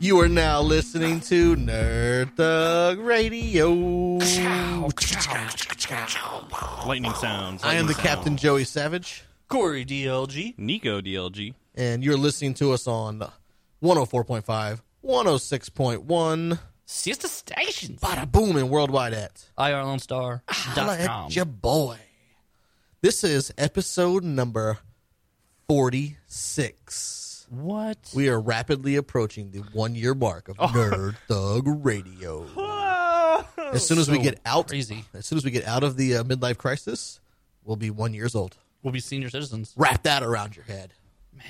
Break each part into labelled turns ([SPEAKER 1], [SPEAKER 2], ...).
[SPEAKER 1] You are now listening to Nerd Thug Radio.
[SPEAKER 2] Lightning sounds.
[SPEAKER 1] I am
[SPEAKER 2] lightning
[SPEAKER 1] the
[SPEAKER 2] sounds.
[SPEAKER 1] Captain Joey Savage,
[SPEAKER 3] Corey DLG.
[SPEAKER 2] Nico DLG.
[SPEAKER 1] and you're listening to us on 104.5, 106.1,
[SPEAKER 3] Sister Stations.
[SPEAKER 1] Bada Boom, and worldwide at.
[SPEAKER 3] IR Lone Star.
[SPEAKER 1] Holla at ya boy. This is episode number 46.
[SPEAKER 3] What?
[SPEAKER 1] We are rapidly approaching the one year mark
[SPEAKER 3] Oh.
[SPEAKER 1] of Nerd Thug Radio. as soon as we get out,
[SPEAKER 3] crazy.
[SPEAKER 1] as soon as we get out of the uh, midlife crisis, we'll be one years old.
[SPEAKER 3] We'll be senior citizens.
[SPEAKER 1] Wrap that around your head.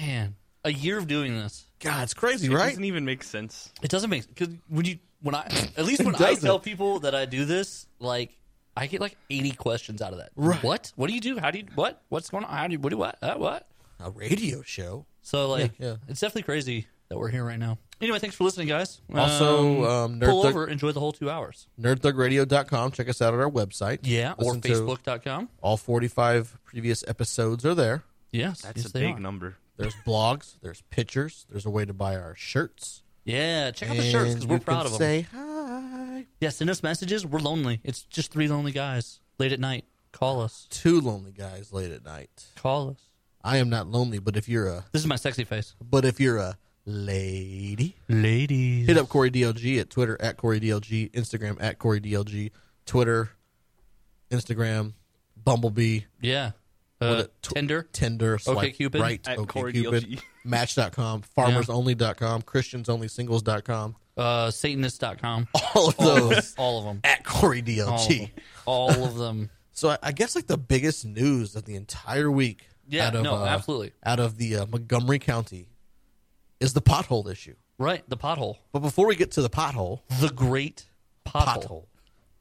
[SPEAKER 3] Man, a year of doing this.
[SPEAKER 1] God, it's crazy,
[SPEAKER 2] It
[SPEAKER 1] right?
[SPEAKER 2] doesn't even make sense.
[SPEAKER 3] It doesn't make because when you when I at least when
[SPEAKER 1] It
[SPEAKER 3] I
[SPEAKER 1] doesn't.
[SPEAKER 3] tell people that I do this, like I get like eighty questions out of that.
[SPEAKER 1] Right.
[SPEAKER 3] What? What do you do? How do you what? What's going on? How do you what do what? Uh, what?
[SPEAKER 1] A radio show.
[SPEAKER 3] So like
[SPEAKER 1] yeah.
[SPEAKER 3] it's definitely crazy that we're here right now. Anyway, thanks for listening, guys.
[SPEAKER 1] Also, um, Nerd
[SPEAKER 3] pull
[SPEAKER 1] Thug-
[SPEAKER 3] over, enjoy the whole two hours.
[SPEAKER 1] NerdThugRadio.com. Check us out at our website.
[SPEAKER 3] Yeah,
[SPEAKER 1] Listen
[SPEAKER 3] or
[SPEAKER 1] to-
[SPEAKER 3] Facebook.com.
[SPEAKER 1] All 45 previous episodes are there.
[SPEAKER 3] Yes,
[SPEAKER 2] That's
[SPEAKER 3] yes,
[SPEAKER 2] a
[SPEAKER 3] they
[SPEAKER 2] big
[SPEAKER 3] are.
[SPEAKER 2] number.
[SPEAKER 1] There's blogs. There's pictures. There's a way to buy our shirts.
[SPEAKER 3] Yeah, check out the shirts because
[SPEAKER 1] And
[SPEAKER 3] we're
[SPEAKER 1] you can
[SPEAKER 3] proud of them.
[SPEAKER 1] Say hi.
[SPEAKER 3] yeah, send us messages. We're lonely. It's just three lonely guys late at night. Call us.
[SPEAKER 1] Two lonely guys late at night.
[SPEAKER 3] Call us.
[SPEAKER 1] I am not lonely, but if you're a
[SPEAKER 3] This is my sexy face,
[SPEAKER 1] but if you're a lady,
[SPEAKER 3] ladies.
[SPEAKER 1] hit up Corey DLG at Twitter at Corey DLG, Instagram at Corey DLG, Twitter, Instagram, Bumblebee,
[SPEAKER 3] Yeah,
[SPEAKER 1] a
[SPEAKER 3] uh,
[SPEAKER 1] tw-
[SPEAKER 3] Tinder.
[SPEAKER 1] Tinder, swipe
[SPEAKER 3] Cupid.
[SPEAKER 1] right,
[SPEAKER 2] At Corey
[SPEAKER 1] OkCupid,
[SPEAKER 2] DLG.
[SPEAKER 1] Match.com, FarmersOnly.com, ChristiansOnlySingles.com,
[SPEAKER 3] uh, Satanist.com.
[SPEAKER 1] all of those
[SPEAKER 3] All of them.
[SPEAKER 1] at Corey
[SPEAKER 3] All of
[SPEAKER 1] DLG.
[SPEAKER 3] them. All of them.
[SPEAKER 1] So I, I guess like the biggest news of the entire week
[SPEAKER 3] Yeah,
[SPEAKER 1] out of
[SPEAKER 3] no,
[SPEAKER 1] uh,
[SPEAKER 3] absolutely.
[SPEAKER 1] out of the uh, Montgomery County is the pothole issue.
[SPEAKER 3] Right, the pothole.
[SPEAKER 1] But before we get to the pothole,
[SPEAKER 3] The great pothole.
[SPEAKER 1] pothole.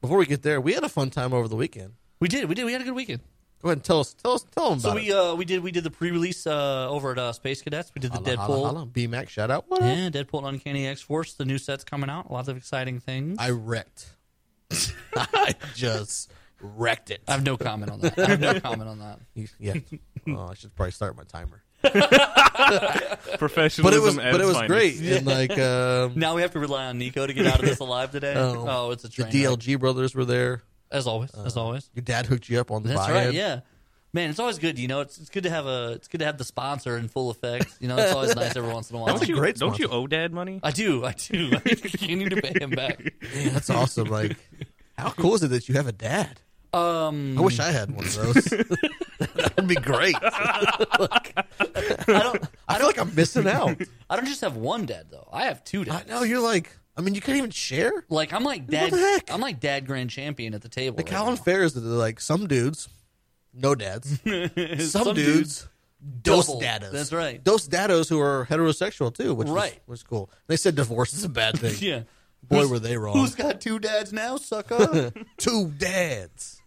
[SPEAKER 1] Before we get there, we had a fun time over the weekend.
[SPEAKER 3] We did. We did. We had a good weekend.
[SPEAKER 1] Go ahead and tell us, tell us, tell them about
[SPEAKER 3] So
[SPEAKER 1] it.
[SPEAKER 3] we uh, we did we did the pre-release uh, over at uh, Space Cadets. We did the Deadpool.
[SPEAKER 1] B Mac, shout out. What up?
[SPEAKER 3] Yeah, Deadpool and Uncanny X Force. The new set's coming out. Lots of exciting things. I,
[SPEAKER 1] I wrecked. I just wrecked it.
[SPEAKER 3] have no comment on that. I have no comment on that.
[SPEAKER 1] Yeah. Oh, I should probably start my timer.
[SPEAKER 2] Professionalism.
[SPEAKER 1] But it was,
[SPEAKER 2] at
[SPEAKER 1] but it
[SPEAKER 2] its
[SPEAKER 1] was
[SPEAKER 2] finest.
[SPEAKER 1] great. And like um,
[SPEAKER 3] Now we have to rely on Nico to get out of this alive today.
[SPEAKER 1] Oh.
[SPEAKER 3] oh, it's a
[SPEAKER 1] the Uh,
[SPEAKER 3] train. wreck.
[SPEAKER 1] DLG brothers were there.
[SPEAKER 3] as always, as always.
[SPEAKER 1] Your dad hooked you up on the
[SPEAKER 3] That's
[SPEAKER 1] buy-in.
[SPEAKER 3] right. Yeah, man, it's always good. You know, it's, it's good to have a it's good to have the sponsor in full effect. You know, it's always nice every once in a while.
[SPEAKER 2] Don't you,
[SPEAKER 1] great
[SPEAKER 2] don't you
[SPEAKER 1] sponsor.
[SPEAKER 2] owe dad money?
[SPEAKER 3] I do, I do. I need to pay him back.
[SPEAKER 1] Man, that's awesome. Like, how cool is it that you have a dad?
[SPEAKER 3] Um,
[SPEAKER 1] I wish I had one of those. that would be great.
[SPEAKER 3] I don't.
[SPEAKER 1] I feel like I'm missing out.
[SPEAKER 3] I don't just have one dad though. I have two
[SPEAKER 1] I
[SPEAKER 3] dads.
[SPEAKER 1] know you're like. I mean, you can't even share.
[SPEAKER 3] Like I'm like
[SPEAKER 1] What
[SPEAKER 3] dad.
[SPEAKER 1] the heck?
[SPEAKER 3] I'm like dad grand champion at the table.
[SPEAKER 1] The
[SPEAKER 3] right
[SPEAKER 1] Calvin
[SPEAKER 3] now.
[SPEAKER 1] Fair is that they're like some dudes, no dads. some,
[SPEAKER 3] Some
[SPEAKER 1] dudes, dos
[SPEAKER 3] double.
[SPEAKER 1] dados.
[SPEAKER 3] That's right.
[SPEAKER 1] Dos dados who are heterosexual too, which was,
[SPEAKER 3] Right.
[SPEAKER 1] was cool. They said divorce is a bad thing.
[SPEAKER 3] Yeah.
[SPEAKER 1] Boy, were they wrong.
[SPEAKER 3] Who's got two dads now, sucker?
[SPEAKER 1] two dads,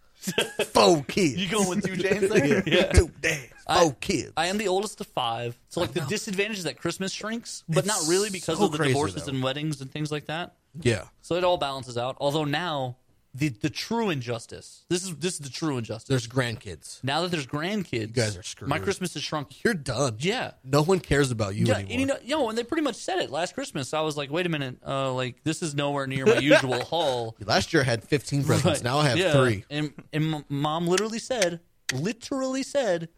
[SPEAKER 1] four kids.
[SPEAKER 3] you going with two James?
[SPEAKER 1] yeah.
[SPEAKER 3] There?
[SPEAKER 1] Two dads, four kids.
[SPEAKER 3] I am the oldest of five, so like the disadvantage is that Christmas shrinks, but
[SPEAKER 1] It's
[SPEAKER 3] not really because
[SPEAKER 1] so
[SPEAKER 3] of the
[SPEAKER 1] crazy,
[SPEAKER 3] divorces
[SPEAKER 1] though.
[SPEAKER 3] and weddings and things like that.
[SPEAKER 1] yeah,
[SPEAKER 3] So it all balances out. Although now the the true injustice. This is this is the true injustice.
[SPEAKER 1] there's grandkids.
[SPEAKER 3] now that there's grandkids, you
[SPEAKER 1] guys are screwed.
[SPEAKER 3] My Christmas has shrunk.
[SPEAKER 1] You're done.
[SPEAKER 3] Yeah.
[SPEAKER 1] no one cares about you
[SPEAKER 3] Yeah, and
[SPEAKER 1] anymore.
[SPEAKER 3] you know, yo, and they pretty much said it last Christmas. I was like, wait a minute, uh, like this is nowhere near my usual haul.
[SPEAKER 1] Last year I had 15 presents.
[SPEAKER 3] Right.
[SPEAKER 1] Now I have
[SPEAKER 3] Yeah.
[SPEAKER 1] three.
[SPEAKER 3] And and m- mom literally said, literally said,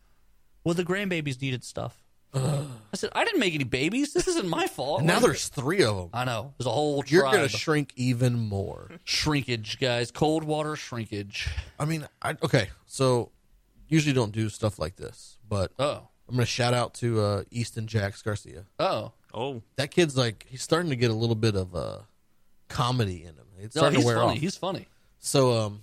[SPEAKER 3] well, the grandbabies needed stuff. I said, I didn't make any babies. This isn't my fault.
[SPEAKER 1] And now
[SPEAKER 3] Like,
[SPEAKER 1] there's three of them.
[SPEAKER 3] I know. There's a whole
[SPEAKER 1] You're
[SPEAKER 3] tribe.
[SPEAKER 1] gonna shrink even more.
[SPEAKER 3] shrinkage, guys. Cold water shrinkage.
[SPEAKER 1] I mean, I, okay, so usually don't do stuff like this, but
[SPEAKER 3] Oh,
[SPEAKER 1] I'm gonna shout out to uh, Easton Jax Garcia.
[SPEAKER 3] oh.
[SPEAKER 2] Oh,
[SPEAKER 1] That kid's like he's starting to get a little bit of uh, comedy in him. It's
[SPEAKER 3] No,
[SPEAKER 1] starting
[SPEAKER 3] he's
[SPEAKER 1] to wear
[SPEAKER 3] funny.
[SPEAKER 1] off.
[SPEAKER 3] He's funny.
[SPEAKER 1] So um,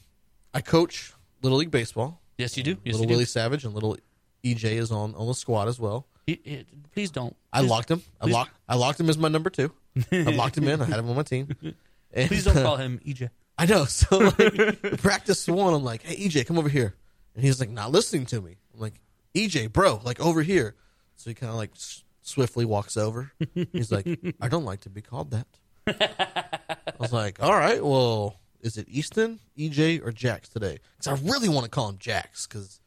[SPEAKER 1] I coach little league baseball.
[SPEAKER 3] Yes, you do. Yes,
[SPEAKER 1] little
[SPEAKER 3] you
[SPEAKER 1] Willie
[SPEAKER 3] do.
[SPEAKER 1] Savage and little EJ is on on the squad as well.
[SPEAKER 3] He- he- please don't.
[SPEAKER 1] I
[SPEAKER 3] Please-
[SPEAKER 1] locked him. I
[SPEAKER 3] please-
[SPEAKER 1] locked. I locked him as my number two. I locked him in. I had him on my team. And,
[SPEAKER 3] Please don't
[SPEAKER 1] uh,
[SPEAKER 3] call him E EJ.
[SPEAKER 1] I know. So like, practice one, I'm like, hey EJ, come over here, and he's like not listening to me. I'm like, EJ, bro, like over here. So he kind of like s- swiftly walks over. He's like, I don't like to be called that. I was like, all right, well, is it Easton, EJ, or Jax today? Because I really want to call him Jax because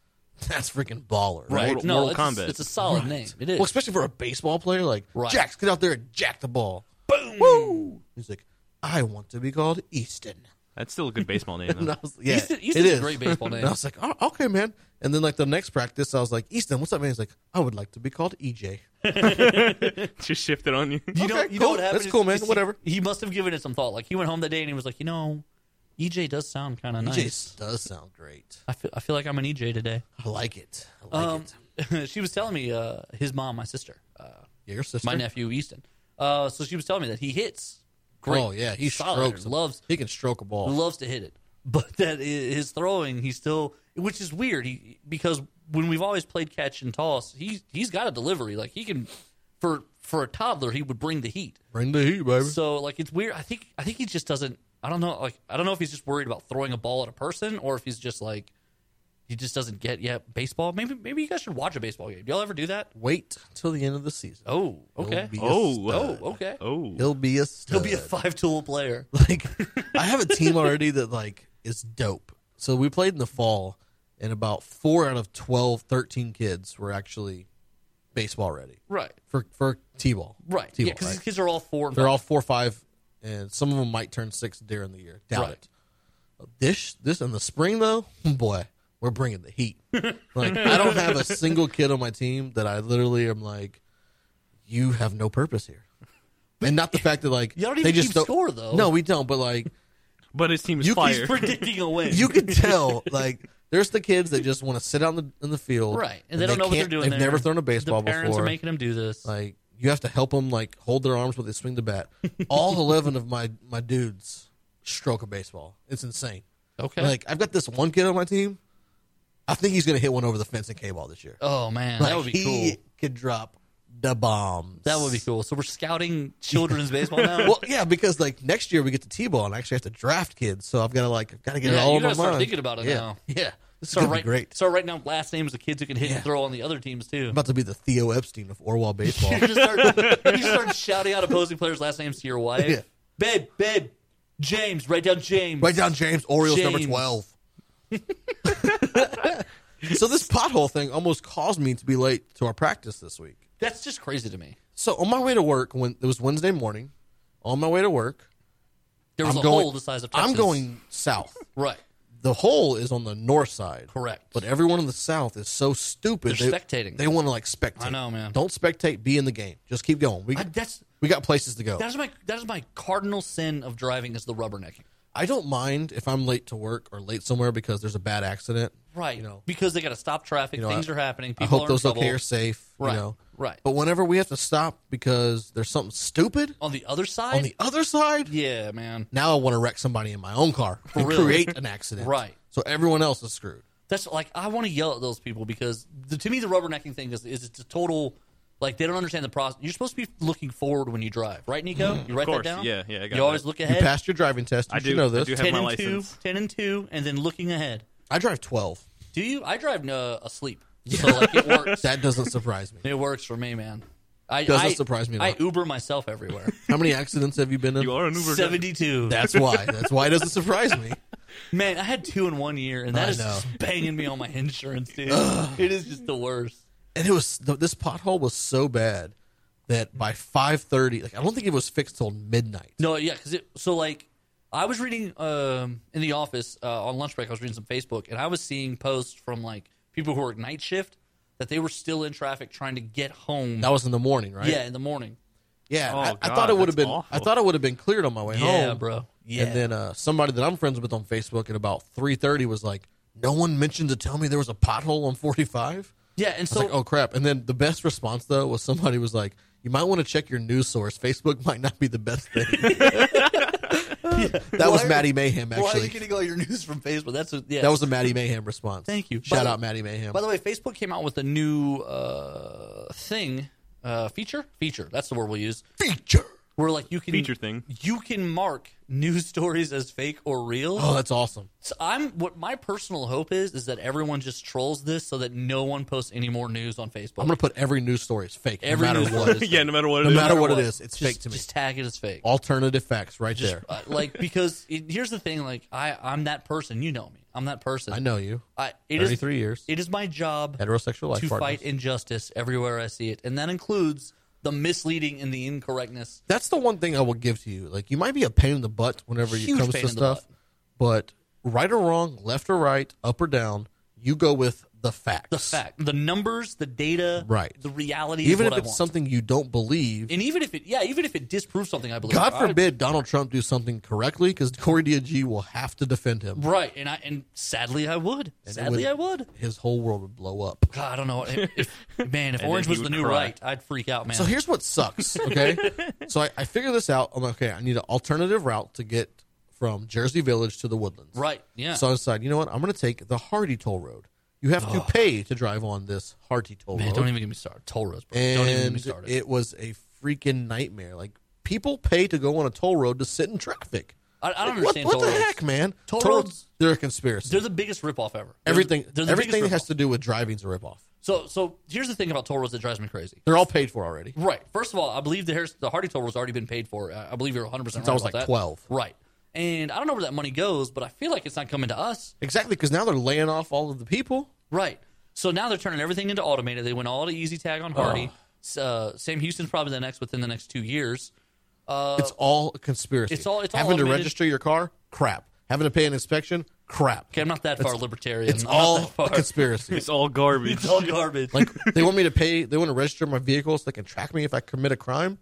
[SPEAKER 1] that's freaking baller, right?
[SPEAKER 2] Mortal-
[SPEAKER 3] no,
[SPEAKER 2] Mortal
[SPEAKER 3] it's, a-
[SPEAKER 2] Kombat.
[SPEAKER 3] It's a solid name. It is.
[SPEAKER 1] Well, especially for a baseball player, like
[SPEAKER 3] Right.
[SPEAKER 1] Jax, get out there and jack the ball.
[SPEAKER 3] Boom.
[SPEAKER 1] Woo! He's like, I want to be called Easton.
[SPEAKER 2] That's still a good baseball name,
[SPEAKER 1] And
[SPEAKER 2] though.
[SPEAKER 1] I was, yeah,
[SPEAKER 3] Easton-
[SPEAKER 1] it
[SPEAKER 3] Easton's a
[SPEAKER 1] is.
[SPEAKER 3] great baseball name.
[SPEAKER 1] And I was like, oh, okay, man. And then like the next practice, I was like, Easton, what's up, man? He's like, I would like to be called E EJ.
[SPEAKER 2] Just shift it on you.
[SPEAKER 3] You know,
[SPEAKER 1] Okay,
[SPEAKER 3] you know
[SPEAKER 1] cool.
[SPEAKER 3] what happened?
[SPEAKER 1] That's
[SPEAKER 3] is-
[SPEAKER 1] cool, man.
[SPEAKER 3] is he-
[SPEAKER 1] Whatever.
[SPEAKER 3] He must have given it some thought. Like he went home that day and he was like, you know, EJ does sound kind of
[SPEAKER 1] EJ
[SPEAKER 3] nice.
[SPEAKER 1] E does sound great.
[SPEAKER 3] I feel, I feel like I'm an EJ today.
[SPEAKER 1] I like it. I like
[SPEAKER 3] um,
[SPEAKER 1] it.
[SPEAKER 3] she was telling me uh, his mom, my sister, uh,
[SPEAKER 1] Yeah, your sister.
[SPEAKER 3] my nephew Easton. Uh, so she was telling me that he hits great.
[SPEAKER 1] Oh yeah, he
[SPEAKER 3] Solid.
[SPEAKER 1] strokes. a-
[SPEAKER 3] Loves
[SPEAKER 1] He can stroke a ball.
[SPEAKER 3] loves to hit it, but that i- his throwing, he still, which is weird, he, because when we've always played catch and toss, he he's got a delivery. Like he can, for for a toddler, he would bring the heat.
[SPEAKER 1] Bring the heat, baby.
[SPEAKER 3] So like it's weird. I think I think he just doesn't. I don't know. Like I don't know if he's just worried about throwing a ball at a person or if he's just like he just doesn't get yet baseball. Maybe maybe you guys should watch a baseball game. Do y'all ever do that?
[SPEAKER 1] Wait till the end of the season.
[SPEAKER 3] Oh,
[SPEAKER 1] He'll
[SPEAKER 3] okay.
[SPEAKER 1] be a
[SPEAKER 2] Oh,
[SPEAKER 1] stud.
[SPEAKER 3] Oh, okay.
[SPEAKER 2] Oh.
[SPEAKER 1] He'll be a
[SPEAKER 3] He'll
[SPEAKER 1] stud.
[SPEAKER 3] be a five tool player.
[SPEAKER 1] like I have a team already that like is dope. So we played in the fall and about 4 out of 12, 13 kids were actually baseball ready
[SPEAKER 3] Right.
[SPEAKER 1] for for T-ball.
[SPEAKER 3] Right.
[SPEAKER 1] T-ball,
[SPEAKER 3] Yeah, because these
[SPEAKER 1] right?
[SPEAKER 3] kids are all four. and
[SPEAKER 1] They're
[SPEAKER 3] five.
[SPEAKER 1] all 4 5 and some of them might turn 6 during the year. Doubt
[SPEAKER 3] Right.
[SPEAKER 1] it. This this in the spring though, boy, we're bringing the heat. like I don't have a single kid on my team that I literally am like you have no purpose here. And not the fact that like
[SPEAKER 3] Y'all don't
[SPEAKER 1] they
[SPEAKER 3] even
[SPEAKER 1] just
[SPEAKER 3] keep
[SPEAKER 1] don't,
[SPEAKER 3] score, though.
[SPEAKER 1] No, we don't. But like
[SPEAKER 2] But his team is
[SPEAKER 1] You can-
[SPEAKER 2] fire.
[SPEAKER 3] he's predicting a win.
[SPEAKER 1] you could tell like there's the kids that just want to sit out in the, in the field
[SPEAKER 3] right, and they don't know what they're
[SPEAKER 1] can't-
[SPEAKER 3] doing.
[SPEAKER 1] they've
[SPEAKER 3] there.
[SPEAKER 1] never thrown a baseball
[SPEAKER 3] The parents
[SPEAKER 1] before
[SPEAKER 3] are making them do this.
[SPEAKER 1] like you have to help them like hold their arms while they swing the bat all 11 of my my dudes stroke a baseball it's insane
[SPEAKER 3] okay.
[SPEAKER 1] like i've got this one kid on my team i think he's gonna hit one over the fence and k-ball this year
[SPEAKER 3] oh man,
[SPEAKER 1] Like,
[SPEAKER 3] that would be
[SPEAKER 1] he
[SPEAKER 3] cool.
[SPEAKER 1] could drop the bombs
[SPEAKER 3] That would be cool. So we're scouting children's baseball now.
[SPEAKER 1] well, yeah, because like next year we get to T-ball and I actually have to draft kids, so I've got to like I've got to get
[SPEAKER 3] Yeah,
[SPEAKER 1] it all
[SPEAKER 3] you
[SPEAKER 1] in my
[SPEAKER 3] gotta start
[SPEAKER 1] mind.
[SPEAKER 3] thinking about it
[SPEAKER 1] yeah.
[SPEAKER 3] now.
[SPEAKER 1] Yeah, this
[SPEAKER 3] So
[SPEAKER 1] is gonna
[SPEAKER 3] right,
[SPEAKER 1] be great.
[SPEAKER 3] So right now, last names the kids who can hit and throw on the other teams too.
[SPEAKER 1] I'm about to be the Theo Epstein of Orwell baseball.
[SPEAKER 3] you just start, you just start shouting out opposing players' last names to your wife.
[SPEAKER 1] Yeah.
[SPEAKER 3] Babe, babe, James. Write down James.
[SPEAKER 1] Write down James Orioles number
[SPEAKER 3] James.
[SPEAKER 1] twelve. so this pothole thing almost caused me to be late to our practice this week.
[SPEAKER 3] That's just crazy to me.
[SPEAKER 1] So on my way to work, when it was Wednesday morning, on my way to work,
[SPEAKER 3] There was
[SPEAKER 1] I'm
[SPEAKER 3] a
[SPEAKER 1] going-
[SPEAKER 3] hole the size of Texas.
[SPEAKER 1] I'm going south.
[SPEAKER 3] right.
[SPEAKER 1] The hole is on the north side,
[SPEAKER 3] Correct.
[SPEAKER 1] But everyone in the south is so stupid.
[SPEAKER 3] They're
[SPEAKER 1] they
[SPEAKER 3] spectating.
[SPEAKER 1] They want to like spectate.
[SPEAKER 3] I know, man.
[SPEAKER 1] Don't spectate. Be in the game. Just keep going. We
[SPEAKER 3] I, that's
[SPEAKER 1] we got places to go.
[SPEAKER 3] that is my that is my cardinal sin of driving is the rubbernecking.
[SPEAKER 1] I don't mind if I'm late to work or late somewhere because there's a bad accident.
[SPEAKER 3] Right.
[SPEAKER 1] You know.
[SPEAKER 3] because they got to stop traffic.
[SPEAKER 1] know,
[SPEAKER 3] things
[SPEAKER 1] I-
[SPEAKER 3] are happening.
[SPEAKER 1] I
[SPEAKER 3] People are
[SPEAKER 1] hope
[SPEAKER 3] in
[SPEAKER 1] those
[SPEAKER 3] trouble.
[SPEAKER 1] okay are safe.
[SPEAKER 3] Right,
[SPEAKER 1] You know.
[SPEAKER 3] right.
[SPEAKER 1] But whenever we have to stop because there's something stupid
[SPEAKER 3] on the other side.
[SPEAKER 1] on the other side,
[SPEAKER 3] yeah, man.
[SPEAKER 1] now I want to wreck somebody in my own car and
[SPEAKER 3] real.
[SPEAKER 1] create an accident.
[SPEAKER 3] Right.
[SPEAKER 1] So everyone else is screwed.
[SPEAKER 3] That's like I want to yell at those people because the, to me the rubbernecking thing is is it's a total like they don't understand the process. You're supposed to be looking forward when you drive, right, Nico? You write
[SPEAKER 2] Mm-hmm. course.
[SPEAKER 3] that down.
[SPEAKER 2] Yeah, yeah, I got
[SPEAKER 3] you always
[SPEAKER 2] that.
[SPEAKER 3] look
[SPEAKER 1] You
[SPEAKER 3] ahead.
[SPEAKER 1] passed your driving test. You
[SPEAKER 2] I
[SPEAKER 1] should
[SPEAKER 2] do-
[SPEAKER 1] know
[SPEAKER 2] I
[SPEAKER 1] this.
[SPEAKER 2] do have-
[SPEAKER 3] ten
[SPEAKER 2] my
[SPEAKER 3] and
[SPEAKER 2] license.
[SPEAKER 3] two, ten and two, and then looking ahead.
[SPEAKER 1] I drive 12.
[SPEAKER 3] Do you? I drive uh, asleep, so like it works.
[SPEAKER 1] That doesn't surprise me.
[SPEAKER 3] it works for me, man. I,
[SPEAKER 1] Doesn't
[SPEAKER 3] I-
[SPEAKER 1] surprise me at
[SPEAKER 3] I
[SPEAKER 1] all.
[SPEAKER 3] Uber myself everywhere.
[SPEAKER 1] How many accidents have you been in?
[SPEAKER 2] You are an Uber driver.
[SPEAKER 3] Seventy-two.
[SPEAKER 1] That's why. That's why it doesn't surprise me.
[SPEAKER 3] Man, I had two in one year, and that
[SPEAKER 1] I
[SPEAKER 3] is
[SPEAKER 1] know.
[SPEAKER 3] just banging me on my insurance, dude. it is just the worst.
[SPEAKER 1] and it was th- this pothole was so bad that by 5:30 like I don't think it was fixed till midnight.
[SPEAKER 3] No, yeah, because it. So like, I was reading um, in the office uh, on lunch break. I was reading some Facebook, and I was seeing posts from like people who work night shift that they were still in traffic trying to get home.
[SPEAKER 1] That was in the morning, right?
[SPEAKER 3] Yeah, in the morning.
[SPEAKER 1] Yeah,
[SPEAKER 2] Oh,
[SPEAKER 1] I, I
[SPEAKER 2] God,
[SPEAKER 1] thought it would
[SPEAKER 2] that's
[SPEAKER 1] have been I
[SPEAKER 2] awful.
[SPEAKER 1] thought it would have been cleared on my way
[SPEAKER 3] Yeah,
[SPEAKER 1] home.
[SPEAKER 3] bro. Yeah.
[SPEAKER 1] And then uh, somebody that I'm friends with on Facebook at about 3:30 was like, "No one mentioned to tell me there was a pothole on 45."
[SPEAKER 3] Yeah, and
[SPEAKER 1] It's
[SPEAKER 3] so
[SPEAKER 1] like, "Oh crap." And then the best response though was somebody was like, "You might want to check your news source. Facebook might not be the best thing." That was
[SPEAKER 3] Why-
[SPEAKER 1] Maddie Mayhem
[SPEAKER 3] why are you
[SPEAKER 1] actually.
[SPEAKER 3] getting all your news from Facebook? That's a, yeah.
[SPEAKER 1] that was a Maddie Mayhem response.
[SPEAKER 3] Thank you.
[SPEAKER 1] Shout
[SPEAKER 3] By the-
[SPEAKER 1] out Maddie Mayhem.
[SPEAKER 3] By the way, Facebook came out with a new uh, thing, uh, feature, feature. That's the word we'll use.
[SPEAKER 1] Feature.
[SPEAKER 3] Where like you can
[SPEAKER 2] Feature thing.
[SPEAKER 3] You can mark news stories as fake or real.
[SPEAKER 1] Oh, that's awesome.
[SPEAKER 3] So I'm what my personal hope is is that everyone just trolls this so that no one posts any more news on Facebook.
[SPEAKER 1] I'm gonna put every news story is fake,
[SPEAKER 3] Every
[SPEAKER 1] no
[SPEAKER 3] news
[SPEAKER 1] matter what.
[SPEAKER 3] story.
[SPEAKER 1] it is.
[SPEAKER 2] yeah, no matter what
[SPEAKER 1] No
[SPEAKER 2] it is.
[SPEAKER 1] matter what it is, it's
[SPEAKER 3] just,
[SPEAKER 1] fake to me.
[SPEAKER 3] Just tag it as fake.
[SPEAKER 1] Alternative facts, right there.
[SPEAKER 3] Uh, like because it, here's the thing, like I I'm that person. You know me. I'm that person.
[SPEAKER 1] I know you.
[SPEAKER 3] I, it is-
[SPEAKER 1] 33 years.
[SPEAKER 3] It is my job
[SPEAKER 1] Heterosexual life
[SPEAKER 3] to
[SPEAKER 1] partners.
[SPEAKER 3] fight injustice everywhere I see it, and that includes the misleading and the incorrectness.
[SPEAKER 1] That's the one thing I will give to you. Like you might be a pain in the butt whenever
[SPEAKER 3] Huge
[SPEAKER 1] it comes
[SPEAKER 3] pain
[SPEAKER 1] to
[SPEAKER 3] in the
[SPEAKER 1] stuff, but right or wrong, left or right, up or down, you go with the facts.
[SPEAKER 3] The fact, the numbers, the data,
[SPEAKER 1] Right.
[SPEAKER 3] the reality
[SPEAKER 1] Even
[SPEAKER 3] is
[SPEAKER 1] if
[SPEAKER 3] what I
[SPEAKER 1] it's
[SPEAKER 3] want.
[SPEAKER 1] something you don't believe.
[SPEAKER 3] and even if it, yeah, even if it disproves something, I believe.
[SPEAKER 1] God
[SPEAKER 3] I-
[SPEAKER 1] forbid Donald Trump do something correctly because Corey DG will have to defend him.
[SPEAKER 3] right? And I and sadly, I would.
[SPEAKER 1] it
[SPEAKER 3] sadly,
[SPEAKER 1] would-
[SPEAKER 3] I would.
[SPEAKER 1] His whole world would blow up.
[SPEAKER 3] God, I don't know. If, man, if
[SPEAKER 2] then
[SPEAKER 3] orange
[SPEAKER 2] he
[SPEAKER 3] was the
[SPEAKER 2] would
[SPEAKER 3] new
[SPEAKER 2] cry.
[SPEAKER 3] right, I'd freak out, man.
[SPEAKER 1] So here's what sucks. Okay, so I, I figure this out. I'm like, okay. I need an alternative route to get from Jersey Village to the Woodlands.
[SPEAKER 3] right? Yeah.
[SPEAKER 1] So I decide, you know what? I'm going to take the Hardy Toll Road. You have to pay to drive on this Hardy Toll
[SPEAKER 3] man,
[SPEAKER 1] Road.
[SPEAKER 3] don't even get me started. Toll roads, bro.
[SPEAKER 1] and
[SPEAKER 3] don't even get me started.
[SPEAKER 1] it was a freaking nightmare. Like people pay to go on a toll road to sit in traffic.
[SPEAKER 3] I, I don't
[SPEAKER 1] What,
[SPEAKER 3] understand
[SPEAKER 1] what
[SPEAKER 3] toll
[SPEAKER 1] the
[SPEAKER 3] roads.
[SPEAKER 1] heck, man?
[SPEAKER 3] Toll roads-
[SPEAKER 1] they're a conspiracy.
[SPEAKER 3] They're the biggest ripoff ever. They're
[SPEAKER 1] everything
[SPEAKER 3] the- they're the
[SPEAKER 1] everything
[SPEAKER 3] biggest
[SPEAKER 1] has
[SPEAKER 3] ripoff.
[SPEAKER 1] to do with driving's a ripoff.
[SPEAKER 3] So, so here's the thing about toll roads that drives me crazy.
[SPEAKER 1] They're all paid for already.
[SPEAKER 3] Right. First of all, I believe the Harris, the Hardy toll road's already been paid for. I I believe you're 100 percent.
[SPEAKER 1] I was like 12.
[SPEAKER 3] Right. And I don't know where that money goes, but I feel like it's not coming to us.
[SPEAKER 1] Exactly, because now they're laying off all of the people.
[SPEAKER 3] Right. So now they're turning everything into automated. They went all to Easy Tag on Hardy.
[SPEAKER 1] Oh.
[SPEAKER 3] S- Uh, Sam Houston's probably the next within the next two years.
[SPEAKER 1] It's all a conspiracy.
[SPEAKER 3] Uh, it's all- it's all
[SPEAKER 1] having to
[SPEAKER 3] automated.
[SPEAKER 1] register your car. Crap. Having to pay an inspection. Crap.
[SPEAKER 3] Okay, I'm not that far libertarian.
[SPEAKER 1] it's
[SPEAKER 3] I'm
[SPEAKER 1] all
[SPEAKER 3] not that
[SPEAKER 1] a
[SPEAKER 3] far.
[SPEAKER 1] conspiracy.
[SPEAKER 2] It's all garbage.
[SPEAKER 3] It's all garbage.
[SPEAKER 1] like they want me to pay. They want to register my vehicle so they can track me if I commit a crime.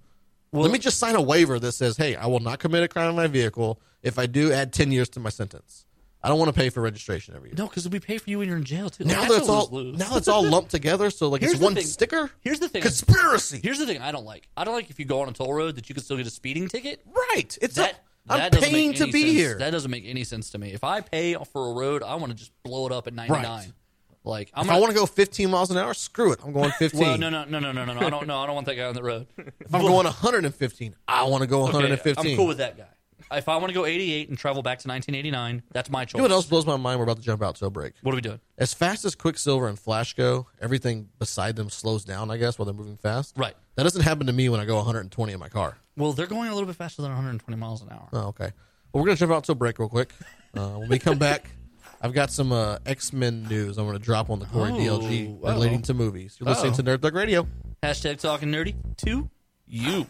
[SPEAKER 1] Let me just sign a waiver that says, "Hey, I will not commit a crime in my vehicle. If I do, add ten years to my sentence. I don't want to pay for registration every year."
[SPEAKER 3] no, because we pay for you when you're in jail too.
[SPEAKER 1] Now
[SPEAKER 3] Like,
[SPEAKER 1] that it's
[SPEAKER 3] a
[SPEAKER 1] all
[SPEAKER 3] lose-lose.
[SPEAKER 1] now it's all lumped together, so like
[SPEAKER 3] Here's
[SPEAKER 1] it's
[SPEAKER 3] the
[SPEAKER 1] one
[SPEAKER 3] thing-
[SPEAKER 1] sticker.
[SPEAKER 3] Here's the thing.
[SPEAKER 1] Conspiracy,
[SPEAKER 3] Here's the thing I don't like. I don't like if you go on a toll road that you can still get a speeding ticket.
[SPEAKER 1] right? It's
[SPEAKER 3] That
[SPEAKER 1] a, I'm
[SPEAKER 3] that doesn't
[SPEAKER 1] paying
[SPEAKER 3] make
[SPEAKER 1] to
[SPEAKER 3] any
[SPEAKER 1] be
[SPEAKER 3] sense.
[SPEAKER 1] here.
[SPEAKER 3] That doesn't make any sense to me. If I pay for a road, I want to just blow it up at 99.
[SPEAKER 1] Right.
[SPEAKER 3] Like I'm
[SPEAKER 1] if
[SPEAKER 3] gonna,
[SPEAKER 1] I want to go 15 miles an hour, screw it. I'm going 15.
[SPEAKER 3] Well, no, no, no, no, no, no, no. I don't know. I don't want that guy on the road.
[SPEAKER 1] If I'm going 115, I want to go
[SPEAKER 3] Okay,
[SPEAKER 1] 115.
[SPEAKER 3] I'm cool with that guy. If I want to go 88 and travel back to 1989, that's my choice.
[SPEAKER 1] You know what else blows my mind? We're about to jump out to a break.
[SPEAKER 3] What are we doing?
[SPEAKER 1] As fast as Quicksilver and Flash go, everything beside them slows down, I guess, while they're moving fast.
[SPEAKER 3] Right.
[SPEAKER 1] That doesn't happen to me when I go 120 in my car.
[SPEAKER 3] Well, they're going a little bit faster than 120 miles an hour.
[SPEAKER 1] Oh, okay. Well, we're going to jump out to a break real quick. Uh, when we come back, I've got some uh, X Men news I'm going to drop on the Corey
[SPEAKER 3] Oh,
[SPEAKER 1] DLG
[SPEAKER 3] wow.
[SPEAKER 1] relating to movies. You're listening
[SPEAKER 3] Oh.
[SPEAKER 1] to Nerd Thug Radio.
[SPEAKER 3] Hashtag talking nerdy to you.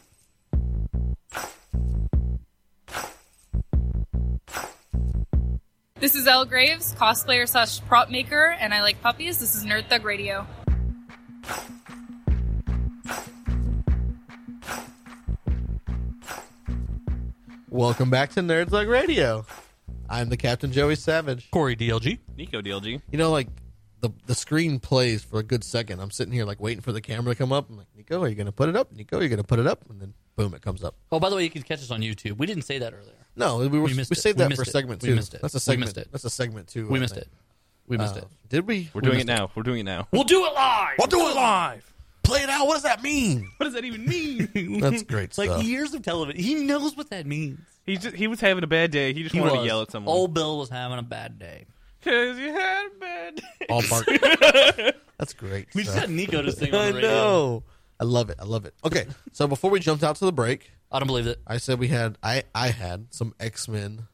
[SPEAKER 4] This is Elle Graves, cosplayer slash prop maker, and I like puppies. This is Nerd Thug Radio.
[SPEAKER 1] Welcome back to Nerd Thug Radio. I'm the Captain Joey Savage.
[SPEAKER 3] Corey DLG.
[SPEAKER 2] Nico DLG.
[SPEAKER 1] You know, like the the screen plays for a good second. I'm sitting here like waiting for the camera to come up. I'm like, Nico, are you going to put it up? Nico, are you going to put it up? And then boom, it comes up.
[SPEAKER 3] Oh, by the way, you can catch us on YouTube. We didn't say that earlier.
[SPEAKER 1] No, we were we,
[SPEAKER 3] missed it.
[SPEAKER 1] saved
[SPEAKER 3] We
[SPEAKER 1] that
[SPEAKER 3] missed
[SPEAKER 1] for
[SPEAKER 3] it.
[SPEAKER 1] segment
[SPEAKER 3] We
[SPEAKER 1] two.
[SPEAKER 3] missed it.
[SPEAKER 1] That's
[SPEAKER 3] We
[SPEAKER 1] a segment.
[SPEAKER 3] missed it.
[SPEAKER 1] That's a segment two.
[SPEAKER 3] We
[SPEAKER 1] I
[SPEAKER 3] missed
[SPEAKER 1] think.
[SPEAKER 3] it. We missed
[SPEAKER 1] Uh,
[SPEAKER 3] it.
[SPEAKER 1] Did we?
[SPEAKER 2] We're doing it now. We're doing it now.
[SPEAKER 3] We'll do it live.
[SPEAKER 2] We'll do it live.
[SPEAKER 1] Play it out. What does that mean?
[SPEAKER 2] What does that even mean?
[SPEAKER 1] That's great
[SPEAKER 3] like
[SPEAKER 1] stuff.
[SPEAKER 3] years of television. He knows what that means.
[SPEAKER 2] he just he was having a bad day. He just
[SPEAKER 3] He
[SPEAKER 2] wanted
[SPEAKER 3] was.
[SPEAKER 2] to yell at someone.
[SPEAKER 1] Oh.
[SPEAKER 3] Old Bill was having a bad day.
[SPEAKER 2] Cause you had a bad day.
[SPEAKER 1] All bark. That's great.
[SPEAKER 3] We just
[SPEAKER 1] stuff.
[SPEAKER 3] got Nico to sing on
[SPEAKER 1] I
[SPEAKER 3] the radio.
[SPEAKER 1] know. I love it. I love it. Okay, so before we jumped out to the break,
[SPEAKER 3] I don't believe it.
[SPEAKER 1] I said we had I I had some X Men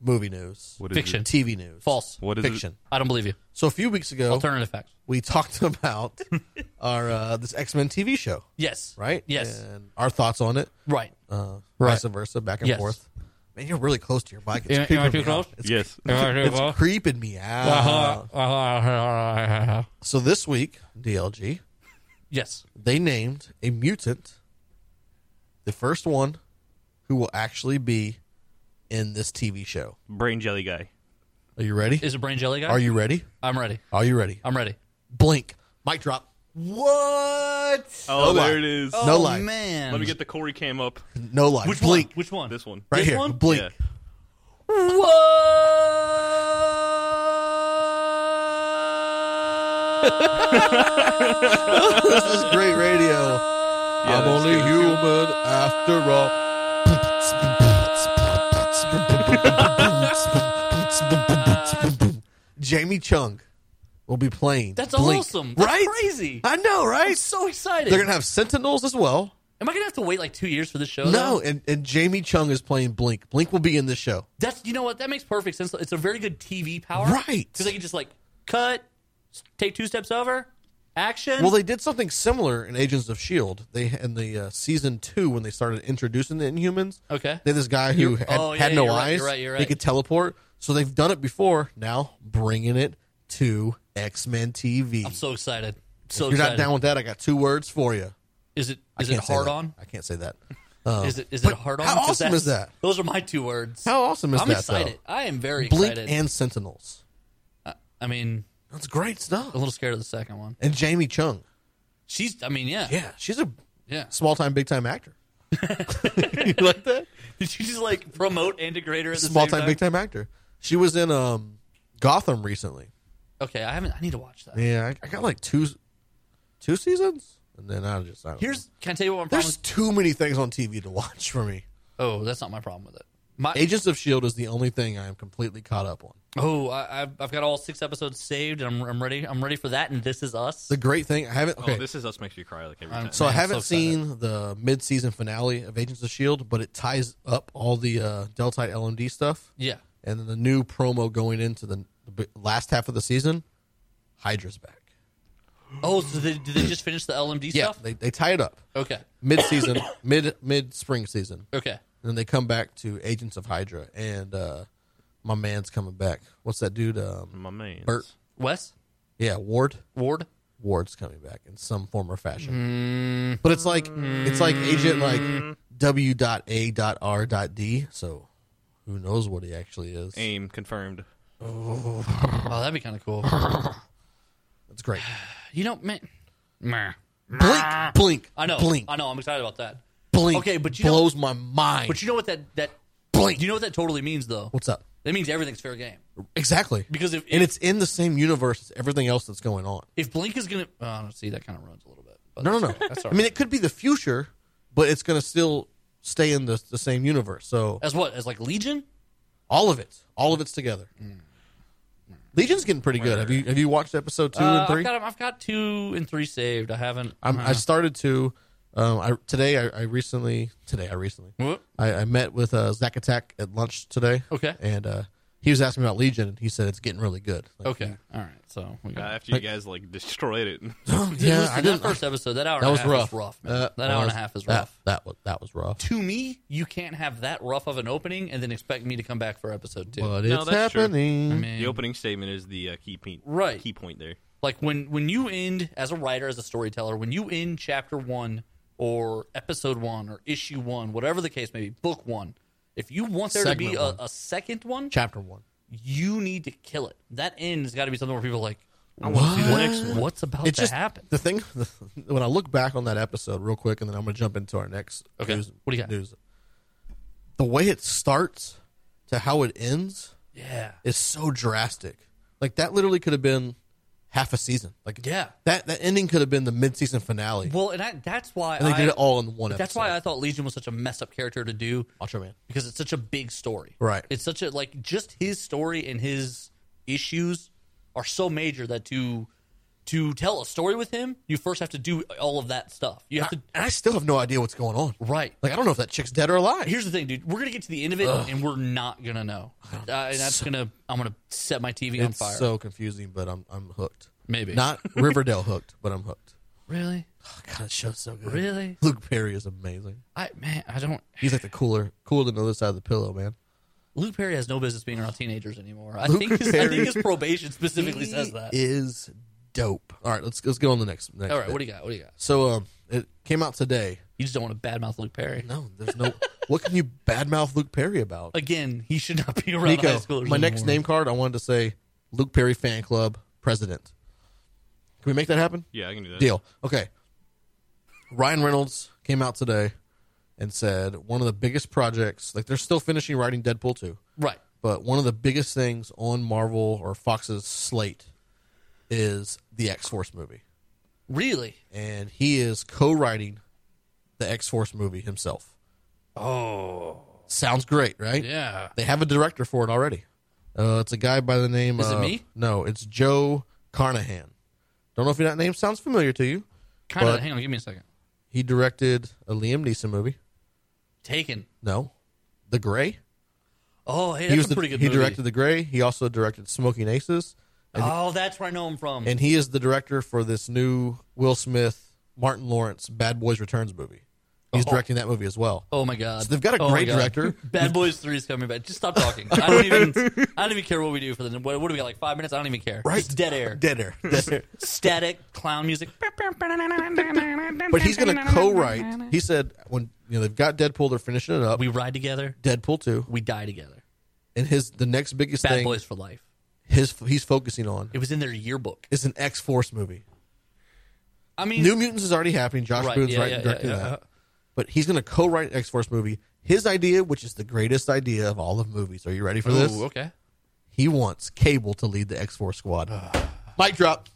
[SPEAKER 1] movie news,
[SPEAKER 2] What
[SPEAKER 3] Fiction.
[SPEAKER 1] TV news,
[SPEAKER 3] False.
[SPEAKER 2] What is it?
[SPEAKER 1] fiction.
[SPEAKER 3] I don't believe you.
[SPEAKER 1] So a few weeks ago,
[SPEAKER 3] Alternative facts.
[SPEAKER 1] we talked about our uh, this X Men TV show,
[SPEAKER 3] Yes.
[SPEAKER 1] right?
[SPEAKER 3] Yes.
[SPEAKER 1] and our thoughts on it.
[SPEAKER 3] Right.
[SPEAKER 1] uh,
[SPEAKER 3] Right.
[SPEAKER 1] vice versa, back and
[SPEAKER 3] Yes.
[SPEAKER 1] forth. Man, you're really close to your bike. It's
[SPEAKER 3] Am- am
[SPEAKER 1] creeping
[SPEAKER 3] I
[SPEAKER 1] me
[SPEAKER 3] too
[SPEAKER 1] out.
[SPEAKER 3] close? Uh-huh.
[SPEAKER 1] It's,
[SPEAKER 2] yes.
[SPEAKER 1] it's creeping me out. So this week, DLG,
[SPEAKER 3] yes.
[SPEAKER 1] they named a mutant, the first one who will actually be in this TV show.
[SPEAKER 2] Brain jelly guy.
[SPEAKER 1] Are you ready?
[SPEAKER 3] Is it brain jelly guy?
[SPEAKER 1] Are you ready?
[SPEAKER 3] I'm ready.
[SPEAKER 1] Are you ready?
[SPEAKER 3] I'm ready.
[SPEAKER 1] Blink. Mic drop.
[SPEAKER 3] What?
[SPEAKER 2] Oh,
[SPEAKER 1] No lie.
[SPEAKER 2] there it is.
[SPEAKER 1] No lie.
[SPEAKER 3] Oh, man.
[SPEAKER 2] Let me get the Corey cam up.
[SPEAKER 1] No lie.
[SPEAKER 3] which
[SPEAKER 1] Blink.
[SPEAKER 3] one? Which one?
[SPEAKER 2] This one.
[SPEAKER 1] Right
[SPEAKER 3] This
[SPEAKER 1] here.
[SPEAKER 3] one?
[SPEAKER 1] Blink.
[SPEAKER 2] Yeah.
[SPEAKER 1] this is great radio.
[SPEAKER 2] Yeah,
[SPEAKER 1] I'm
[SPEAKER 2] that's
[SPEAKER 1] only
[SPEAKER 2] good.
[SPEAKER 1] human after all. Jamie Chung will be playing.
[SPEAKER 3] That's
[SPEAKER 1] Blink.
[SPEAKER 3] awesome. That's
[SPEAKER 1] right?
[SPEAKER 3] crazy.
[SPEAKER 1] I know,
[SPEAKER 3] I'm
[SPEAKER 1] right?
[SPEAKER 3] so excited.
[SPEAKER 1] They're gonna have Sentinels as well.
[SPEAKER 3] Am I gonna have to wait like two years for this show?
[SPEAKER 1] No,
[SPEAKER 3] though?
[SPEAKER 1] and, and Jamie Chung is playing Blink. Blink will be in this show.
[SPEAKER 3] that's you know what that makes perfect sense. It's a very good TV power,
[SPEAKER 1] Right.
[SPEAKER 3] Because they can just like cut, s- take two steps over, Action.
[SPEAKER 1] Well, they did something similar in Agents of Shield. E They in the uh, season two when they started introducing the Inhumans.
[SPEAKER 3] okay.
[SPEAKER 1] They had this guy who
[SPEAKER 3] You're-
[SPEAKER 1] had,
[SPEAKER 3] oh,
[SPEAKER 1] had
[SPEAKER 3] yeah,
[SPEAKER 1] no
[SPEAKER 3] you're right,
[SPEAKER 1] eyes.
[SPEAKER 3] you're right, you're
[SPEAKER 1] He
[SPEAKER 3] right.
[SPEAKER 1] could teleport. So they've done it before. Now bringing it to X Men TV.
[SPEAKER 3] I'm so excited. So
[SPEAKER 1] If you're not
[SPEAKER 3] excited.
[SPEAKER 1] down with that. I got two words for you.
[SPEAKER 3] Is it
[SPEAKER 1] I
[SPEAKER 3] is it
[SPEAKER 1] can't say
[SPEAKER 3] hard
[SPEAKER 1] that.
[SPEAKER 3] on?
[SPEAKER 1] I can't say that. Um,
[SPEAKER 3] Is it is
[SPEAKER 1] but
[SPEAKER 3] it hard on?
[SPEAKER 1] How
[SPEAKER 3] 'Cause
[SPEAKER 1] awesome
[SPEAKER 3] that's-
[SPEAKER 1] is that?
[SPEAKER 3] Those are my two words.
[SPEAKER 1] How awesome is
[SPEAKER 3] I'm
[SPEAKER 1] that?
[SPEAKER 3] excited. I am very
[SPEAKER 1] Though? Blink
[SPEAKER 3] excited.
[SPEAKER 1] and Sentinels.
[SPEAKER 3] I mean,
[SPEAKER 1] That's great stuff.
[SPEAKER 3] a little scared of the second one.
[SPEAKER 1] And Jamie Chung.
[SPEAKER 3] She's. I mean, yeah,
[SPEAKER 1] Yeah, she's a
[SPEAKER 3] yeah.
[SPEAKER 1] small time, big time actor. you like that?
[SPEAKER 3] Did you just like promote and degrade her at the
[SPEAKER 1] Small
[SPEAKER 3] same
[SPEAKER 1] time,
[SPEAKER 3] time?
[SPEAKER 1] big time actor. She was in um, Gotham recently.
[SPEAKER 3] Okay, I haven't. I need to watch that.
[SPEAKER 1] Yeah, I, I got like two, two seasons, and then I just I don't know.
[SPEAKER 3] Here's. Can I tell you what my problem?
[SPEAKER 1] there's
[SPEAKER 3] Is?
[SPEAKER 1] too many things on TV to watch for me.
[SPEAKER 3] Oh, that's not my problem with it. My
[SPEAKER 1] Agents of Shield E is the only thing I am completely caught up on.
[SPEAKER 3] oh, I, I've, I've got all six episodes saved, and I'm, I'm ready. I'm ready for that. And this is us.
[SPEAKER 1] The great thing I haven't okay,
[SPEAKER 2] Oh, this is us makes me cry like every
[SPEAKER 3] I'm
[SPEAKER 2] time.
[SPEAKER 1] so I
[SPEAKER 3] Man, I'm
[SPEAKER 1] haven't
[SPEAKER 3] so excited.
[SPEAKER 1] seen the mid season finale of Agents of Shield, E but it ties up all the uh, Delta LMD stuff
[SPEAKER 3] yeah.
[SPEAKER 1] and then the new promo going into the, the b- last half of the season. Hydra's back.
[SPEAKER 3] Oh, so they, did they just finish the LMD
[SPEAKER 1] Yeah,
[SPEAKER 3] stuff?
[SPEAKER 1] they, they tie it up
[SPEAKER 3] okay.
[SPEAKER 1] mid season, mid mid spring season.
[SPEAKER 3] Okay.
[SPEAKER 1] And then they come back to Agents of Hydra, and uh, my man's coming back. What's that dude? Um,
[SPEAKER 2] My man.
[SPEAKER 1] Bert.
[SPEAKER 3] Wes
[SPEAKER 1] Yeah, Ward.
[SPEAKER 3] Ward.
[SPEAKER 1] Ward's coming back in some form or fashion.
[SPEAKER 3] Mm.
[SPEAKER 1] But it's like it's like Agent like W dot A dot R dot D. So who knows what he actually is?
[SPEAKER 2] Aim confirmed.
[SPEAKER 3] Oh, that'd be kind of cool.
[SPEAKER 1] That's great.
[SPEAKER 3] You know, man. Meh.
[SPEAKER 1] Blink, blink.
[SPEAKER 3] I know.
[SPEAKER 1] Blink,
[SPEAKER 3] I know. I'm excited about that.
[SPEAKER 1] blink.
[SPEAKER 3] Okay, but you
[SPEAKER 1] blows my mind.
[SPEAKER 3] But you know what that that
[SPEAKER 1] Blink.
[SPEAKER 3] You know what that totally means, though.
[SPEAKER 1] What's up?
[SPEAKER 3] That means everything's fair game
[SPEAKER 1] Exactly.
[SPEAKER 3] because if
[SPEAKER 1] and
[SPEAKER 3] if,
[SPEAKER 1] it's in the same universe as everything else that's going on.
[SPEAKER 3] if Blink is gonna oh, see that kind of runs a little bit. But
[SPEAKER 1] No, no, no.
[SPEAKER 3] That's all
[SPEAKER 1] I mean, it could be the future, but it's going to still stay in the, the same universe. So
[SPEAKER 3] as what as like Legion?
[SPEAKER 1] all of it, all of it's together.
[SPEAKER 3] Mm.
[SPEAKER 1] Legion's getting pretty good. Have you have you watched episode two
[SPEAKER 3] Uh,
[SPEAKER 1] and three?
[SPEAKER 3] I've got I've got two and three saved. I haven't.
[SPEAKER 1] I'm, I started to. Um, I today I, I recently today I recently
[SPEAKER 3] Whoop.
[SPEAKER 1] I, I met with uh, Zach Attack at lunch today.
[SPEAKER 3] Okay.
[SPEAKER 1] and uh, he was asking me about Legion, and he said it's getting really good. Like,
[SPEAKER 3] Okay. All right. So we
[SPEAKER 2] Uh,
[SPEAKER 3] got.
[SPEAKER 2] after you guys like destroyed it.
[SPEAKER 1] yeah,
[SPEAKER 3] Listen,
[SPEAKER 1] I didn't.
[SPEAKER 3] that first episode. That hour
[SPEAKER 1] that
[SPEAKER 3] and a
[SPEAKER 1] was
[SPEAKER 3] half
[SPEAKER 1] rough.
[SPEAKER 3] is rough. Man.
[SPEAKER 1] Uh,
[SPEAKER 3] that hour and
[SPEAKER 1] was-
[SPEAKER 3] a half is
[SPEAKER 1] that-
[SPEAKER 3] rough.
[SPEAKER 1] That, was that was rough.
[SPEAKER 3] to me, you can't have that rough of an opening and then expect me to come back for episode two.
[SPEAKER 1] But
[SPEAKER 2] No,
[SPEAKER 1] it's
[SPEAKER 2] that's true.
[SPEAKER 1] happening.
[SPEAKER 3] I mean,
[SPEAKER 2] The opening statement is the uh, key point.
[SPEAKER 3] Right.
[SPEAKER 2] Key point there.
[SPEAKER 3] like when when you end as a writer as a storyteller when you end chapter one or episode one or issue one whatever the case may be book one if you want there to be
[SPEAKER 1] Segment
[SPEAKER 3] a,
[SPEAKER 1] one.
[SPEAKER 3] a second one
[SPEAKER 1] Chapter one.
[SPEAKER 3] you need to kill it that end has got to be something where people are like
[SPEAKER 2] I want to see the next one.
[SPEAKER 3] what's about
[SPEAKER 1] It's
[SPEAKER 3] to
[SPEAKER 1] just
[SPEAKER 3] happen
[SPEAKER 1] the thing. when I look back on that episode real quick, and then I'm going to jump into our next
[SPEAKER 3] Okay.
[SPEAKER 1] news.
[SPEAKER 3] What do you got?
[SPEAKER 1] News. The way it starts to how it ends
[SPEAKER 3] yeah
[SPEAKER 1] is so drastic. Like that literally could have been half a season. Like
[SPEAKER 3] Yeah.
[SPEAKER 1] that that ending could have been the mid season finale,
[SPEAKER 3] well and I, that's why
[SPEAKER 1] and they
[SPEAKER 3] I,
[SPEAKER 1] did it all in one.
[SPEAKER 3] that's
[SPEAKER 1] episode.
[SPEAKER 3] why i thought legion was such a messed up character to do
[SPEAKER 1] Ultraman.
[SPEAKER 3] because it's such a big story.
[SPEAKER 1] Right.
[SPEAKER 3] It's such a like just his story and his issues are so major that to to tell a story with him, you first have to do all of that stuff. You have to
[SPEAKER 1] And I still have no idea what's going on.
[SPEAKER 3] right.
[SPEAKER 1] Like I don't know if that chick's dead or alive.
[SPEAKER 3] Here's the thing, dude. We're gonna get to the end of it, and we're not gonna know. Uh, and that's gonna I'm gonna set my TV on
[SPEAKER 1] it's
[SPEAKER 3] fire.
[SPEAKER 1] so confusing, but I'm I'm hooked.
[SPEAKER 3] Maybe.
[SPEAKER 1] not Riverdale hooked, but I'm hooked.
[SPEAKER 3] really,
[SPEAKER 1] Oh, God, that show's so good.
[SPEAKER 3] really.
[SPEAKER 1] Luke Perry is amazing.
[SPEAKER 3] I man, I don't.
[SPEAKER 1] He's like the cooler, cooler than the other side of the pillow, man.
[SPEAKER 3] Luke Perry has no business being around teenagers anymore. I
[SPEAKER 1] Luke
[SPEAKER 3] think his, I
[SPEAKER 1] Perry.
[SPEAKER 3] think his probation specifically says that.
[SPEAKER 1] He is dope. All right, let's let's go on the next. next
[SPEAKER 3] all right,
[SPEAKER 1] bit.
[SPEAKER 3] what do you got? What do you got?
[SPEAKER 1] So um, it came out today.
[SPEAKER 3] You just don't want to badmouth Luke Perry.
[SPEAKER 1] No, there's no. what can you badmouth Luke Perry about?
[SPEAKER 3] again, he should not be around high
[SPEAKER 1] Nico,
[SPEAKER 3] schoolers.
[SPEAKER 1] my next
[SPEAKER 3] anymore.
[SPEAKER 1] name card, I wanted to say Luke Perry Fan Club President. Can we make that happen?
[SPEAKER 2] Yeah, I can do that.
[SPEAKER 1] Deal. Okay. Ryan Reynolds came out today and said one of the biggest projects. Like they're still finishing writing Deadpool two.
[SPEAKER 3] Right.
[SPEAKER 1] but one of the biggest things on Marvel or Fox's slate is the X Force movie,
[SPEAKER 3] Really?
[SPEAKER 1] and he is co-writing the X Force movie himself. Oh, sounds great, right?
[SPEAKER 3] Yeah.
[SPEAKER 1] They have a director for it already. Uh, it's a guy by the name.
[SPEAKER 3] Is it
[SPEAKER 1] of,
[SPEAKER 3] me?
[SPEAKER 1] No, it's Joe Carnahan. Don't know if that name sounds familiar to you.
[SPEAKER 3] Kind of.
[SPEAKER 1] But-
[SPEAKER 3] Hang on. Give me a second.
[SPEAKER 1] He directed a Liam Neeson movie.
[SPEAKER 3] Taken.
[SPEAKER 1] No, The Gray.
[SPEAKER 3] Oh, hey,
[SPEAKER 1] he
[SPEAKER 3] that's
[SPEAKER 1] was
[SPEAKER 3] a
[SPEAKER 1] the-
[SPEAKER 3] pretty good
[SPEAKER 1] He
[SPEAKER 3] movie.
[SPEAKER 1] directed The Gray. He also directed Smoking Aces,
[SPEAKER 3] Oh, that's where I know him from.
[SPEAKER 1] and he is the director for this new Will Smith, Martin Lawrence Bad Boys Returns movie. He's directing that movie as well.
[SPEAKER 3] oh my god,
[SPEAKER 1] So they've got a
[SPEAKER 3] Oh my
[SPEAKER 1] great
[SPEAKER 3] God.
[SPEAKER 1] director.
[SPEAKER 3] Bad Boys Three is coming back. Just stop talking. I don't even. I don't even care what we do for the. What, what do we got? Like five minutes? I don't even care.
[SPEAKER 1] Right.
[SPEAKER 3] Just dead air.
[SPEAKER 1] Dead air. Dead air.
[SPEAKER 3] Static clown music.
[SPEAKER 1] But he's going to co-write. He said when you know they've got Deadpool, they're finishing it up.
[SPEAKER 3] We ride together.
[SPEAKER 1] Deadpool two,
[SPEAKER 3] We die together.
[SPEAKER 1] and his the next biggest
[SPEAKER 3] Bad
[SPEAKER 1] thing
[SPEAKER 3] Boys for Life.
[SPEAKER 1] his he's focusing on
[SPEAKER 3] It was in their yearbook.
[SPEAKER 1] is an X Force movie.
[SPEAKER 3] I mean,
[SPEAKER 1] New Mutants is already happening. Josh
[SPEAKER 3] Right,
[SPEAKER 1] Boone's
[SPEAKER 3] yeah,
[SPEAKER 1] writing
[SPEAKER 3] yeah,
[SPEAKER 1] directing
[SPEAKER 3] yeah, uh-huh.
[SPEAKER 1] that.
[SPEAKER 3] yeah.
[SPEAKER 1] But he's going to co-write an X Force movie. His idea, which is the greatest idea of all of movies. Are you ready for this?
[SPEAKER 3] Ooh, okay.
[SPEAKER 1] He wants Cable to lead the X Force squad. Mic drop.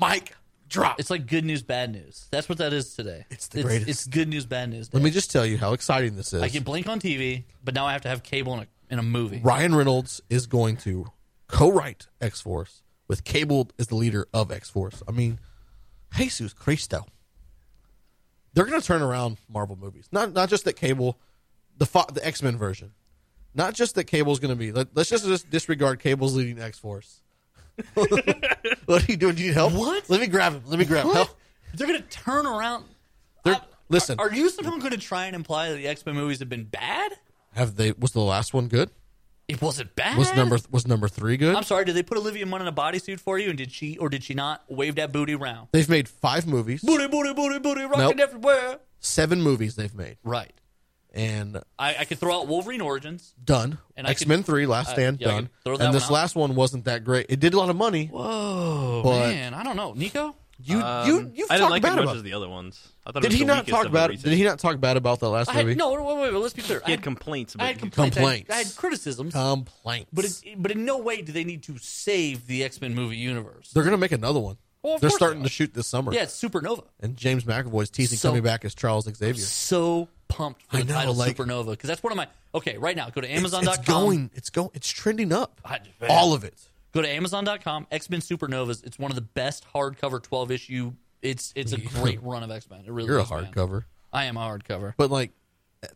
[SPEAKER 1] Mic drop.
[SPEAKER 3] It's like good news, bad news. That's what that is today.
[SPEAKER 1] It's the greatest.
[SPEAKER 3] It's good news, bad news.
[SPEAKER 1] Let
[SPEAKER 3] day.
[SPEAKER 1] me just tell you how exciting this is.
[SPEAKER 3] I get Blink on TV, but now I have to have cable in a, in a movie.
[SPEAKER 1] Ryan Reynolds is going to co-write X Force with Cable as the leader of X Force. I mean, Jesus Cristo. They're going to turn around Marvel movies. Not not just that Cable, the Fo- the X Men version. Not just that Cable's going to be. Let, let's just, just disregard Cable's leading X Force. what are you doing? Do you need help?
[SPEAKER 3] What?
[SPEAKER 1] Let me grab him. Let me grab him.
[SPEAKER 3] What?
[SPEAKER 1] Help.
[SPEAKER 3] They're going to turn around.
[SPEAKER 1] They're-
[SPEAKER 3] I-
[SPEAKER 1] listen.
[SPEAKER 3] Are, are you somehow going to try and imply that the X Men movies have been bad?
[SPEAKER 1] Have they? Was the last one good?
[SPEAKER 3] It wasn't bad.
[SPEAKER 1] Was number was number three good?
[SPEAKER 3] Eh. I'm sorry. Did they put Olivia Munn in a bodysuit for you, and did she or did she not wave that booty around?
[SPEAKER 1] They've made five movies,
[SPEAKER 3] Booty, booty, booty, booty, rocking
[SPEAKER 1] Nope.
[SPEAKER 3] everywhere.
[SPEAKER 1] seven movies they've made,
[SPEAKER 3] Right.
[SPEAKER 1] and
[SPEAKER 3] I, I could throw out Wolverine Origins.
[SPEAKER 1] done.
[SPEAKER 3] And I
[SPEAKER 1] X Men Three, Last Stand,
[SPEAKER 3] yeah, I
[SPEAKER 1] done.
[SPEAKER 3] could throw that
[SPEAKER 1] and this
[SPEAKER 3] one out.
[SPEAKER 1] last one wasn't that great. It did a lot of money.
[SPEAKER 3] Whoa,
[SPEAKER 1] But-
[SPEAKER 3] man! I don't know, Nico.
[SPEAKER 1] You
[SPEAKER 2] Um,
[SPEAKER 1] you you've
[SPEAKER 2] I didn't
[SPEAKER 1] talked
[SPEAKER 2] like it
[SPEAKER 1] bad
[SPEAKER 2] much
[SPEAKER 1] about.
[SPEAKER 2] as
[SPEAKER 1] it.
[SPEAKER 2] the other ones. I thought
[SPEAKER 1] Did
[SPEAKER 2] it was
[SPEAKER 1] he
[SPEAKER 2] the
[SPEAKER 1] not
[SPEAKER 2] weakest
[SPEAKER 1] talk
[SPEAKER 2] of
[SPEAKER 1] about?
[SPEAKER 2] the
[SPEAKER 1] Did he not talk bad about that last
[SPEAKER 3] I had,
[SPEAKER 1] movie?
[SPEAKER 3] no, wait, wait, wait, Let's be clear.
[SPEAKER 2] He
[SPEAKER 3] I
[SPEAKER 2] had complaints, but
[SPEAKER 3] I had
[SPEAKER 2] he-
[SPEAKER 3] complaints. I had-
[SPEAKER 1] Complaints.
[SPEAKER 3] I had criticisms.
[SPEAKER 1] complaints.
[SPEAKER 3] But it's, but in no way do they need to save the X Men movie universe.
[SPEAKER 1] they're gonna make another one.
[SPEAKER 3] Well, of
[SPEAKER 1] they're
[SPEAKER 3] course
[SPEAKER 1] starting
[SPEAKER 3] they are.
[SPEAKER 1] to shoot this summer.
[SPEAKER 3] yeah, it's Supernova.
[SPEAKER 1] And James McAvoy's teasing
[SPEAKER 3] So-
[SPEAKER 1] coming back as Charles Xavier.
[SPEAKER 3] So pumped for
[SPEAKER 1] I
[SPEAKER 3] the
[SPEAKER 1] know,
[SPEAKER 3] title
[SPEAKER 1] like-
[SPEAKER 3] Supernova because that's one of my okay. Right now, go to
[SPEAKER 1] It's,
[SPEAKER 3] Amazon.com.
[SPEAKER 1] it's going. It's going. It's trending up.
[SPEAKER 3] I- man.
[SPEAKER 1] All of it.
[SPEAKER 3] Go to Amazon.com. X Men Supernovas. It's one of the best hardcover twelve issue. It's it's a great run of X Men. It really
[SPEAKER 1] You're a
[SPEAKER 3] is, man.
[SPEAKER 1] hardcover.
[SPEAKER 3] I am a hardcover.
[SPEAKER 1] But like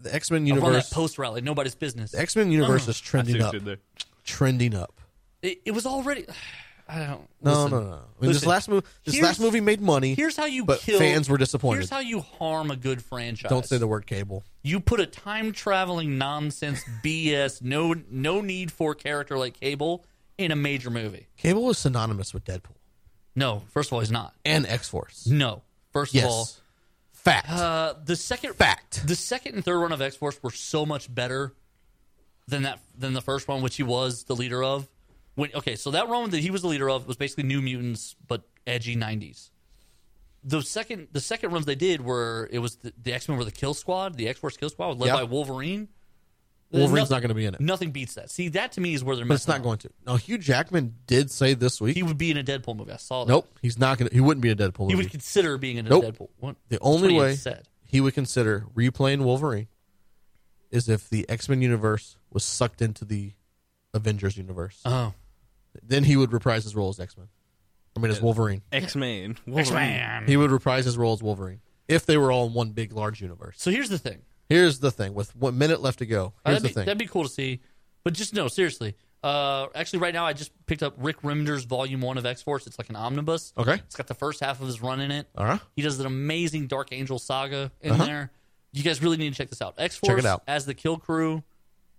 [SPEAKER 1] the X Men
[SPEAKER 3] Run that
[SPEAKER 1] universe,
[SPEAKER 3] post rally. Nobody's business.
[SPEAKER 1] X Men universe
[SPEAKER 3] Oh,
[SPEAKER 1] is trending up.
[SPEAKER 2] Stood there.
[SPEAKER 1] Trending up.
[SPEAKER 3] It, it was already. I don't.
[SPEAKER 1] No,
[SPEAKER 3] listen.
[SPEAKER 1] no, no. I mean, this
[SPEAKER 3] Listen,
[SPEAKER 1] last movie, this
[SPEAKER 3] here's-
[SPEAKER 1] last movie made money.
[SPEAKER 3] Here's how you
[SPEAKER 1] but
[SPEAKER 3] kill.
[SPEAKER 1] fans were disappointed.
[SPEAKER 3] Here's how you harm a good franchise.
[SPEAKER 1] Don't say the word cable.
[SPEAKER 3] you put a time traveling nonsense BS no no need for character like Cable in a major movie.
[SPEAKER 1] Cable is synonymous with Deadpool
[SPEAKER 3] No, first of all, he's not.
[SPEAKER 1] and X Force.
[SPEAKER 3] No, first
[SPEAKER 1] Yes,
[SPEAKER 3] of all,
[SPEAKER 1] fact.
[SPEAKER 3] uh, the second
[SPEAKER 1] Fact.
[SPEAKER 3] the second and third run of X Force were so much better than that than the first one, which he was the leader of. When okay, so that run that he was the leader of was basically New Mutants, but edgy '90s. The second the second runs they did were it was the, the X Men were the Kill Squad, the X Force Kill Squad, led
[SPEAKER 1] Yeah.
[SPEAKER 3] by Wolverine.
[SPEAKER 1] Wolverine's
[SPEAKER 3] Nothing-
[SPEAKER 1] not going to be in it,
[SPEAKER 3] Nothing beats that. See, that to me is where they're.
[SPEAKER 1] but it's not going to. Now, Hugh Jackman did say this week.
[SPEAKER 3] He would be in a Deadpool movie. I saw that.
[SPEAKER 1] nope, he's not going. to He wouldn't be a Deadpool.
[SPEAKER 3] He
[SPEAKER 1] movie.
[SPEAKER 3] would consider being in a
[SPEAKER 1] Nope.
[SPEAKER 3] Deadpool. What?
[SPEAKER 1] the
[SPEAKER 3] That's what
[SPEAKER 1] only
[SPEAKER 3] he had
[SPEAKER 1] way
[SPEAKER 3] said.
[SPEAKER 1] he would consider replaying Wolverine is if the X Men universe was sucked into the Avengers universe.
[SPEAKER 3] Oh,
[SPEAKER 1] then he would reprise his role as X Men. I mean, as Wolverine.
[SPEAKER 2] X Men.
[SPEAKER 1] He would reprise his role as Wolverine if they were all in one big, large universe.
[SPEAKER 3] So here's the thing.
[SPEAKER 1] Here's the thing: with one minute left to go,
[SPEAKER 3] Uh,
[SPEAKER 1] here's
[SPEAKER 3] that'd,
[SPEAKER 1] the
[SPEAKER 3] be,
[SPEAKER 1] thing.
[SPEAKER 3] that'd be cool to see. But just no, seriously. Uh, actually, right now I just picked up Rick Remender's Volume One of X Force. It's like an omnibus.
[SPEAKER 1] Okay.
[SPEAKER 3] It's got the first half of his run in it.
[SPEAKER 1] All right.
[SPEAKER 3] He does an amazing Dark Angel saga in there. You guys really need to check this out. X Force
[SPEAKER 1] Uh-huh. it out.
[SPEAKER 3] as the Kill Crew,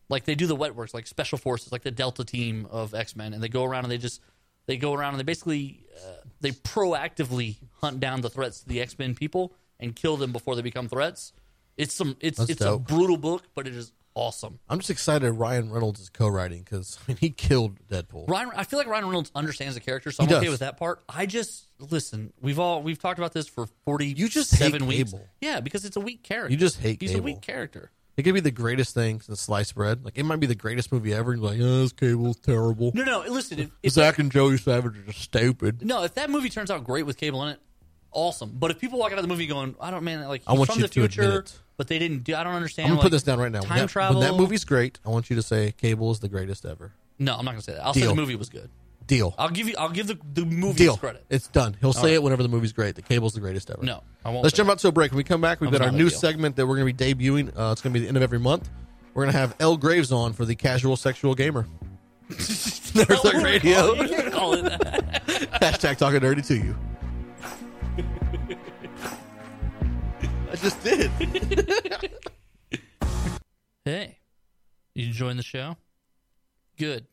[SPEAKER 3] like they do the wet works, like Special Forces, like the Delta Team of X Men, and they go around and they just they go around and they basically uh, they proactively hunt down the threats to the X Men people and kill them before they become threats. It's some it's
[SPEAKER 1] That's
[SPEAKER 3] it's
[SPEAKER 1] dope.
[SPEAKER 3] a brutal book, but it is awesome.
[SPEAKER 1] I'm just excited Ryan Reynolds is co-writing because I mean he killed Deadpool.
[SPEAKER 3] Ryan, I feel like Ryan Reynolds understands the character, so I'm
[SPEAKER 1] He
[SPEAKER 3] okay
[SPEAKER 1] does.
[SPEAKER 3] with that part. I just listen. We've all we've talked about this for forty.
[SPEAKER 1] You just
[SPEAKER 3] seven
[SPEAKER 1] hate
[SPEAKER 3] weeks.
[SPEAKER 1] Cable.
[SPEAKER 3] Yeah, because it's a weak character.
[SPEAKER 1] You just hate
[SPEAKER 3] He's a
[SPEAKER 1] Cable.
[SPEAKER 3] weak character.
[SPEAKER 1] It could be the greatest thing since sliced bread. Like it might be the greatest movie ever. And you're like, oh, this cable's terrible.
[SPEAKER 3] No, no. Listen, if, if
[SPEAKER 1] Zach and Joey Savage are just stupid.
[SPEAKER 3] no, if that movie turns out great with Cable in it, awesome. But if people walk out of the movie going, I don't man, like he's
[SPEAKER 1] I want
[SPEAKER 3] from
[SPEAKER 1] you
[SPEAKER 3] the
[SPEAKER 1] to admit
[SPEAKER 3] future,
[SPEAKER 1] it.
[SPEAKER 3] but they didn't do. I don't understand.
[SPEAKER 1] I'm gonna put
[SPEAKER 3] like,
[SPEAKER 1] this down right now.
[SPEAKER 3] Time
[SPEAKER 1] when that,
[SPEAKER 3] travel.
[SPEAKER 1] When that movie's great, I want you to say Cable is the greatest ever.
[SPEAKER 3] No, I'm not gonna say that. I'll say
[SPEAKER 1] Deal.
[SPEAKER 3] the movie was good.
[SPEAKER 1] Deal.
[SPEAKER 3] I'll give you. I'll give the the movie
[SPEAKER 1] Deal.
[SPEAKER 3] its credit.
[SPEAKER 1] It's done. He'll say it whenever the movie's great. The Cable's the greatest ever.
[SPEAKER 3] No, I won't
[SPEAKER 1] Let's
[SPEAKER 3] say
[SPEAKER 1] jump out to a break. When we come back, we've got
[SPEAKER 3] That's
[SPEAKER 1] our
[SPEAKER 3] not a
[SPEAKER 1] new
[SPEAKER 3] deal.
[SPEAKER 1] segment that we're gonna be debuting. Uh, it's gonna be the end of every month. We're gonna have L Graves on for the casual sexual gamer. Nerd Thug
[SPEAKER 3] Oh,
[SPEAKER 1] Radio.
[SPEAKER 3] you can call it that.
[SPEAKER 1] Hashtag talking dirty to you. I just did.
[SPEAKER 3] Hey, you enjoying the show? Good.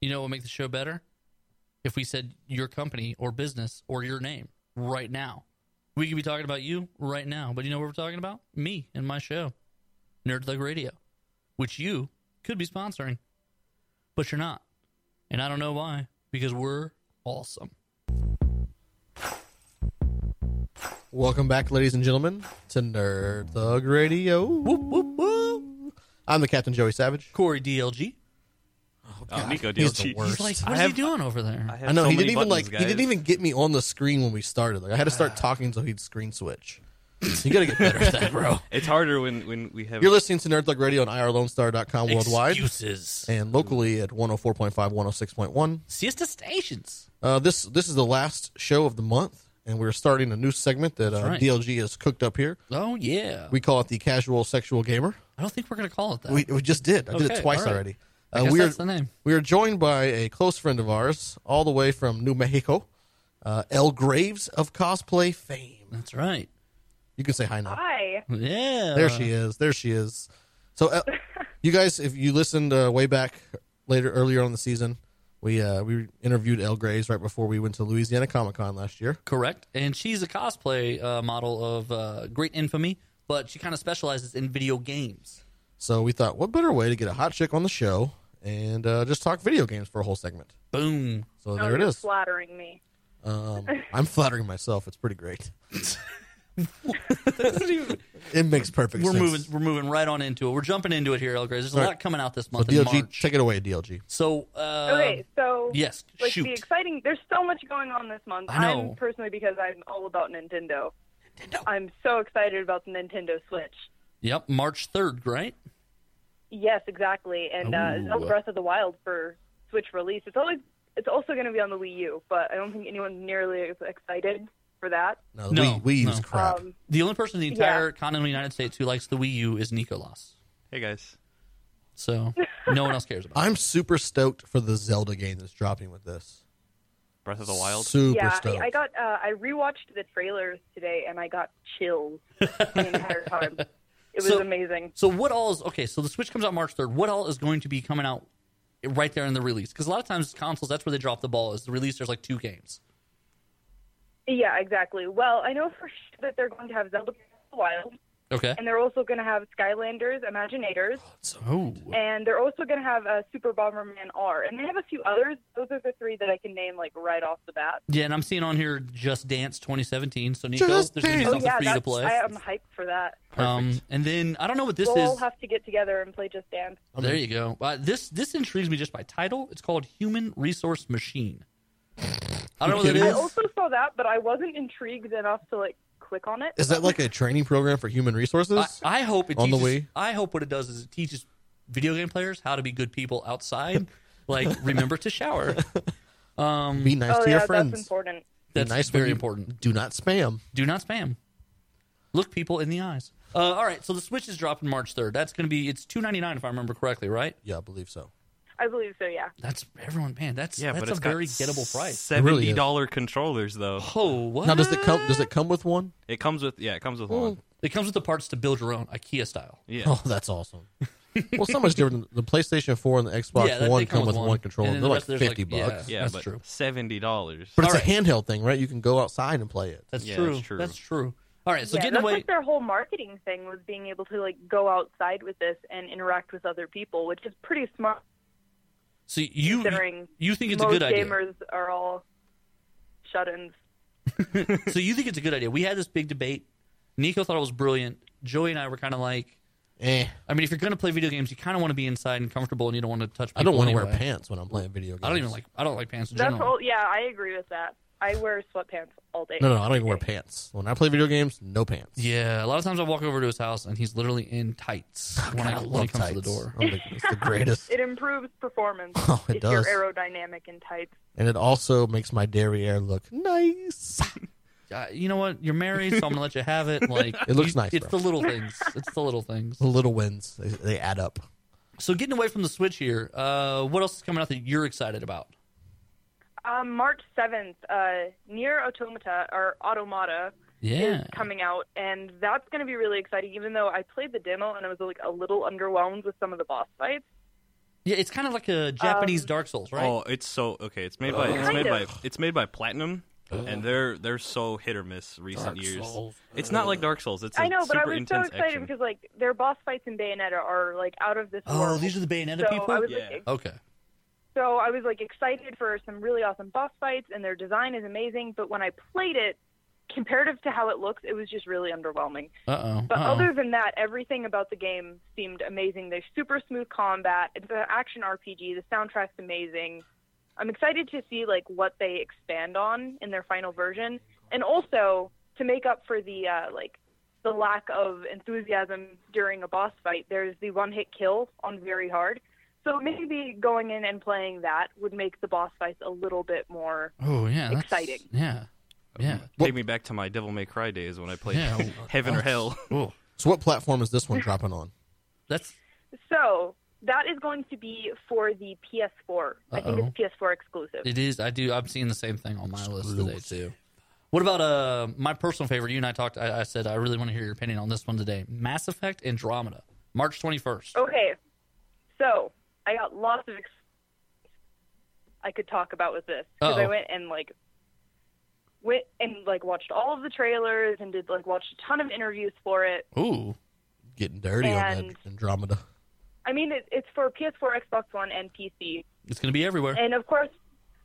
[SPEAKER 3] You know what would make the show better? If we said your company or business or your name right now. We could be talking about you right now, but you know what we're talking about? Me and my show, Nerd Thug Radio, which you could be sponsoring, but you're not. And I don't know why, because we're awesome.
[SPEAKER 1] Welcome back, ladies and gentlemen, to Nerd Thug Radio. I'm the Captain Joey Savage.
[SPEAKER 3] Corey DLG.
[SPEAKER 2] Oh, Nico
[SPEAKER 1] he's the
[SPEAKER 2] DLG.
[SPEAKER 1] worst.
[SPEAKER 3] Like,
[SPEAKER 2] I
[SPEAKER 3] what is
[SPEAKER 2] have-
[SPEAKER 3] he doing over there?
[SPEAKER 2] have
[SPEAKER 1] I know
[SPEAKER 2] so
[SPEAKER 1] he
[SPEAKER 2] many
[SPEAKER 1] didn't even like
[SPEAKER 2] buttons,
[SPEAKER 1] he didn't
[SPEAKER 2] guys.
[SPEAKER 1] even get me on the screen when we started. Like I had to start talking so he'd screen switch. You gotta get better at that, bro.
[SPEAKER 2] It's harder when when we have
[SPEAKER 1] You're listening to Nerd Thug Radio on IRLoneStar.com worldwide
[SPEAKER 3] Excuses.
[SPEAKER 1] and locally at 104.5, 106.1.
[SPEAKER 3] Siesta stations.
[SPEAKER 1] Uh, this this is the last show of the month, and we're starting a new segment that uh,
[SPEAKER 3] right.
[SPEAKER 1] DLG has cooked up here.
[SPEAKER 3] Oh, yeah.
[SPEAKER 1] We call it the Casual Sexual Gamer.
[SPEAKER 3] I don't think we're going to call it that.
[SPEAKER 1] We, we just did. I did it
[SPEAKER 3] Okay,
[SPEAKER 1] twice
[SPEAKER 3] all right.
[SPEAKER 1] already.
[SPEAKER 3] I
[SPEAKER 1] Uh,
[SPEAKER 3] guess
[SPEAKER 1] we are
[SPEAKER 3] that's the name.
[SPEAKER 1] we are joined by a close friend of ours, all the way from New Mexico, uh, El Graves of cosplay fame.
[SPEAKER 3] That's right.
[SPEAKER 1] You can say hi now.
[SPEAKER 5] Hi.
[SPEAKER 3] Yeah.
[SPEAKER 1] There she is. There she is. So, uh, you guys, if you listened uh, way back later earlier on in the season, we uh, we interviewed El Graves right before we went to Louisiana Comic Con last year.
[SPEAKER 3] Correct. And she's a cosplay uh, model of uh, great infamy, but she kind of specializes in video games.
[SPEAKER 1] So we thought, what better way to get a hot chick on the show and uh, just talk video games for a whole segment?
[SPEAKER 3] Boom.
[SPEAKER 1] So
[SPEAKER 5] oh,
[SPEAKER 1] there it
[SPEAKER 5] you're
[SPEAKER 1] is.
[SPEAKER 5] Flattering me.
[SPEAKER 1] Um, I'm flattering myself. It's pretty great.
[SPEAKER 3] That doesn't even-
[SPEAKER 1] It makes perfect
[SPEAKER 3] we're
[SPEAKER 1] sense. Oh,
[SPEAKER 3] moving. We're moving right on into it. We're jumping into it here, El Grace. There's a
[SPEAKER 1] All right.
[SPEAKER 3] lot coming out this
[SPEAKER 1] So
[SPEAKER 3] month in
[SPEAKER 1] DLG,
[SPEAKER 3] March.
[SPEAKER 1] take it away, DLG.
[SPEAKER 3] So uh,
[SPEAKER 5] Okay, so
[SPEAKER 3] yes,
[SPEAKER 5] like
[SPEAKER 3] shoot.
[SPEAKER 5] the exciting. There's so much going on this month.
[SPEAKER 3] I know.
[SPEAKER 5] am personally because I'm all about Nintendo. I'm so excited about the Nintendo Switch.
[SPEAKER 3] yep, March third, right?
[SPEAKER 5] Yes, exactly. And uh,
[SPEAKER 3] Ooh.
[SPEAKER 5] Zelda Breath of the Wild for Switch release. It's always it's also going to be on the Wii U, but I don't think anyone's nearly as excited for that.
[SPEAKER 1] No, the
[SPEAKER 3] No,
[SPEAKER 1] Wii, Wii
[SPEAKER 3] no.
[SPEAKER 1] U's crap.
[SPEAKER 5] Um,
[SPEAKER 3] The only person in the
[SPEAKER 5] Yeah.
[SPEAKER 3] entire continent of the United States who likes the Wii U is Nicolas.
[SPEAKER 2] Hey guys.
[SPEAKER 3] So no one else cares about. it.
[SPEAKER 1] I'm super stoked for the Zelda game that's dropping with this.
[SPEAKER 2] Breath of the Wild.
[SPEAKER 1] Super
[SPEAKER 5] yeah,
[SPEAKER 1] stoked.
[SPEAKER 5] I, I got uh, I rewatched the trailers today, and I got chills the entire time. It was
[SPEAKER 3] So-
[SPEAKER 5] amazing.
[SPEAKER 3] So what all is okay? So the Switch comes out March third. What all is going to be coming out right there in the release? Because a lot of times consoles, that's where they drop the ball. Is the release? There's like two games.
[SPEAKER 5] Yeah, exactly. Well, I know for sure that they're going to have Zelda Breath of the Wild,
[SPEAKER 3] Okay.
[SPEAKER 5] and they're also going to have Skylanders, Imaginators,
[SPEAKER 3] Oh,
[SPEAKER 5] and they're also going to have uh, Super Bomberman R. And they have a few others. Those are the three that I can name like right off the bat.
[SPEAKER 3] yeah, and I'm seeing on here Just Dance 2017. So Nico,
[SPEAKER 1] Just
[SPEAKER 3] there's gonna be
[SPEAKER 1] Dance.
[SPEAKER 5] Oh
[SPEAKER 3] something
[SPEAKER 5] yeah,
[SPEAKER 3] for you to
[SPEAKER 5] that's,
[SPEAKER 3] play.
[SPEAKER 5] I am hyped for that.
[SPEAKER 3] um, and then I don't know what this
[SPEAKER 5] we'll all
[SPEAKER 3] is.
[SPEAKER 5] have to get together and play Just Dance.
[SPEAKER 3] there you go. Uh, this this intrigues me just by title. It's called Human Resource Machine. I don't know what it
[SPEAKER 1] kidding?
[SPEAKER 5] I
[SPEAKER 3] is.
[SPEAKER 5] also saw that, but I wasn't intrigued enough to like click on it.
[SPEAKER 1] Is that like a training program for human resources?
[SPEAKER 3] I, I hope it
[SPEAKER 1] On the
[SPEAKER 3] teaches,
[SPEAKER 1] Wii?
[SPEAKER 3] I hope what it does is it teaches video game players how to be good people outside. like remember to shower.
[SPEAKER 1] Be nice
[SPEAKER 5] oh
[SPEAKER 1] to
[SPEAKER 5] yeah,
[SPEAKER 1] your
[SPEAKER 5] that's
[SPEAKER 1] friends.
[SPEAKER 5] important.
[SPEAKER 1] Be
[SPEAKER 3] That's
[SPEAKER 1] nice when
[SPEAKER 3] um, very
[SPEAKER 1] you-
[SPEAKER 3] important.
[SPEAKER 1] Do not spam.
[SPEAKER 3] Do not spam. Look people in the eyes. Uh, all right, so the Switch is dropping March third. That's going to be it's two ninety nine if I remember correctly, right?
[SPEAKER 1] Yeah, I believe so.
[SPEAKER 5] I believe so. Yeah.
[SPEAKER 3] That's everyone, man. That's
[SPEAKER 2] Yeah,
[SPEAKER 3] that's
[SPEAKER 2] but
[SPEAKER 3] a
[SPEAKER 2] it's got
[SPEAKER 3] very gettable price.
[SPEAKER 1] really
[SPEAKER 2] Seventy
[SPEAKER 1] is.
[SPEAKER 2] dollar controllers though.
[SPEAKER 3] Oh, what?
[SPEAKER 1] Now, does it come? Does it come with one?
[SPEAKER 2] It comes with yeah, it comes with one.
[SPEAKER 3] It comes with the parts to build your own IKEA style.
[SPEAKER 2] Yeah.
[SPEAKER 1] Oh, that's awesome. well, so much different. The PlayStation Four and the Xbox
[SPEAKER 3] Yeah, that-
[SPEAKER 1] One
[SPEAKER 3] they
[SPEAKER 1] come with one, controller.
[SPEAKER 3] And then
[SPEAKER 1] They're
[SPEAKER 3] the
[SPEAKER 1] like
[SPEAKER 3] rest- there's
[SPEAKER 1] fifty
[SPEAKER 3] like-
[SPEAKER 1] bucks,
[SPEAKER 2] yeah,
[SPEAKER 3] that's
[SPEAKER 2] but
[SPEAKER 3] true.
[SPEAKER 2] seventy dollars.
[SPEAKER 1] but it's
[SPEAKER 3] All
[SPEAKER 1] a handheld thing, right? You can go outside and play it.
[SPEAKER 3] That's
[SPEAKER 2] Yeah,
[SPEAKER 3] true.
[SPEAKER 2] that's true.
[SPEAKER 3] That's true. All right, so
[SPEAKER 5] yeah,
[SPEAKER 3] getting
[SPEAKER 5] that's
[SPEAKER 3] away.
[SPEAKER 5] like their whole marketing thing was being able to like go outside with this and interact with other people, which is pretty smart.
[SPEAKER 3] So you
[SPEAKER 5] considering
[SPEAKER 3] you think it's a
[SPEAKER 5] Most
[SPEAKER 3] good idea?
[SPEAKER 5] gamers are all shut-ins.
[SPEAKER 3] so you think it's a good idea? We had this big debate. Nico thought it was brilliant. Joey and I were kind of like,
[SPEAKER 1] Eh,
[SPEAKER 3] I mean, if you're going to play video games, you kind of want to be inside and comfortable, and you don't want to touch. People
[SPEAKER 1] I don't want to
[SPEAKER 3] anyway.
[SPEAKER 1] wear pants when I'm playing video games.
[SPEAKER 3] I don't even like. I don't like pants in
[SPEAKER 5] That's
[SPEAKER 3] general.
[SPEAKER 5] all. Yeah, I agree with that. I wear sweatpants all day.
[SPEAKER 1] No, no, I don't even wear pants when I play video games. No pants.
[SPEAKER 3] Yeah, a lot of times I walk over to his house and he's literally in tights when, I, when he comes to the door.
[SPEAKER 1] I'm like, it's Oh the greatest.
[SPEAKER 5] It improves performance
[SPEAKER 1] Oh, it
[SPEAKER 5] if
[SPEAKER 1] does.
[SPEAKER 5] you're aerodynamic and tight.
[SPEAKER 1] and it also makes my derriere look nice.
[SPEAKER 3] Uh, you know what? You're married, so I'm gonna let you have it. Like
[SPEAKER 1] It looks
[SPEAKER 3] you-
[SPEAKER 1] nice,
[SPEAKER 3] It's
[SPEAKER 1] bro.
[SPEAKER 3] the little things. It's the little things.
[SPEAKER 1] The little wins, they, they add up.
[SPEAKER 3] So getting away from the Switch here, uh, what else is coming out that you're excited about?
[SPEAKER 5] Um, March 7th, uh, Near Automata, or Automata,
[SPEAKER 3] Yeah.
[SPEAKER 5] is coming out, and that's going to be really exciting. Even though I played the demo and I was like a little underwhelmed with some of the boss fights.
[SPEAKER 3] Yeah, it's kind of like a Japanese
[SPEAKER 5] Um,
[SPEAKER 3] Dark Souls, right?
[SPEAKER 2] Oh, it's so okay. It's made by it's
[SPEAKER 5] Kind
[SPEAKER 2] made by
[SPEAKER 5] of.
[SPEAKER 2] it's made by Platinum, and they're they're so hit or miss recent
[SPEAKER 3] Dark
[SPEAKER 2] years.
[SPEAKER 3] Souls.
[SPEAKER 2] It's not like Dark Souls. It's a
[SPEAKER 5] I know, but
[SPEAKER 2] super
[SPEAKER 5] I was so
[SPEAKER 2] intense
[SPEAKER 5] excited
[SPEAKER 2] action.
[SPEAKER 5] because like their boss fights in Bayonetta are like out of this
[SPEAKER 3] Oh,
[SPEAKER 5] world.
[SPEAKER 3] these are the Bayonetta
[SPEAKER 5] so
[SPEAKER 3] people?
[SPEAKER 5] I was,
[SPEAKER 2] Yeah.
[SPEAKER 5] like,
[SPEAKER 3] okay.
[SPEAKER 5] So I was like excited for some really awesome boss fights, and their design is amazing. But when I played it, comparative to how it looks, it was just really underwhelming.
[SPEAKER 3] Uh oh.
[SPEAKER 5] But other than that, everything about the game seemed amazing. There's super smooth combat. It's an action RPG. The soundtrack's amazing. I'm excited to see like what they expand on in their final version, and also to make up for the uh, like the lack of enthusiasm during a boss fight. There's the one hit kill on very hard. So maybe going in and playing that would make the boss fights a little bit more.
[SPEAKER 3] Oh yeah. that's-
[SPEAKER 5] Exciting.
[SPEAKER 3] Yeah. Yeah.
[SPEAKER 2] Take me back to my Devil May Cry days when I played
[SPEAKER 3] Yeah.
[SPEAKER 2] Heaven or Hell.
[SPEAKER 3] Oh,
[SPEAKER 1] So, what platform is this one dropping on?
[SPEAKER 3] that's
[SPEAKER 5] So that is going to be for the PS4. I think
[SPEAKER 3] Uh-oh.
[SPEAKER 5] it's PS4 exclusive.
[SPEAKER 3] it is. I do. I'm seeing the same thing on my list today too. What about uh my personal favorite? You and I talked. I, I said I really want to hear your opinion on this one today. Mass Effect Andromeda, March 21st.
[SPEAKER 5] Okay, so I got lots of ex- I could talk about with this because I
[SPEAKER 3] Uh-oh.
[SPEAKER 5] went and like went and like watched all of the trailers and did like watched a ton of interviews for it.
[SPEAKER 3] Ooh.
[SPEAKER 1] Getting dirty on
[SPEAKER 5] And-
[SPEAKER 1] that Andromeda.
[SPEAKER 5] I mean, it, it's for PS4, Xbox One, and PC,
[SPEAKER 3] It's gonna be everywhere.
[SPEAKER 5] and of course,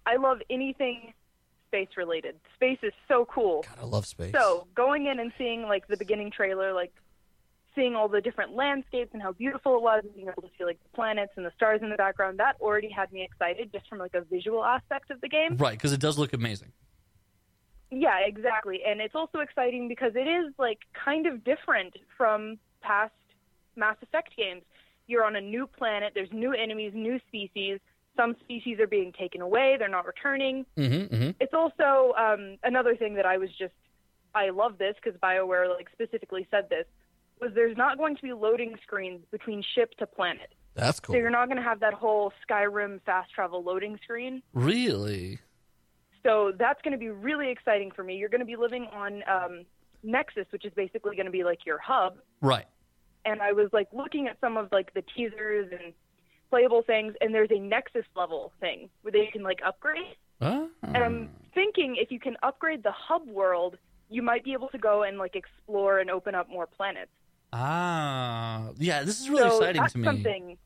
[SPEAKER 5] I love anything space related. Space is so cool.
[SPEAKER 1] God, I love space.
[SPEAKER 5] So going in and seeing like the beginning trailer, like seeing all the different landscapes and how beautiful it was, and being able to see like the planets and the stars in the background, that already had me excited just from like a visual aspect of the game.
[SPEAKER 3] Right, because it does look amazing.
[SPEAKER 5] Yeah, exactly. And it's also exciting because it is like kind of different from past Mass Effect games. You're on a new planet. There's new enemies, new species. Some species are being taken away. They're not returning.
[SPEAKER 3] Mm-hmm, mm-hmm.
[SPEAKER 5] it's also um, another thing that I was just I love this because Bioware like specifically said this was there's not going to be loading screens between ship to planet,
[SPEAKER 1] that's cool.
[SPEAKER 5] so you're not going to have that whole Skyrim fast travel loading screen.
[SPEAKER 3] Really?
[SPEAKER 5] So that's going to be really exciting for me. You're going to be living on um, Nexus, which is basically going to be like your hub.
[SPEAKER 3] Right.
[SPEAKER 5] And I was like looking at some of like the teasers and playable things, and there's a Nexus level thing where they can like upgrade.
[SPEAKER 3] Ah.
[SPEAKER 5] And I'm thinking if you can upgrade the hub world, you might be able to go and like explore and open up more planets.
[SPEAKER 3] Ah. Yeah, this is really
[SPEAKER 5] so
[SPEAKER 3] exciting
[SPEAKER 5] that's
[SPEAKER 3] to me.
[SPEAKER 5] something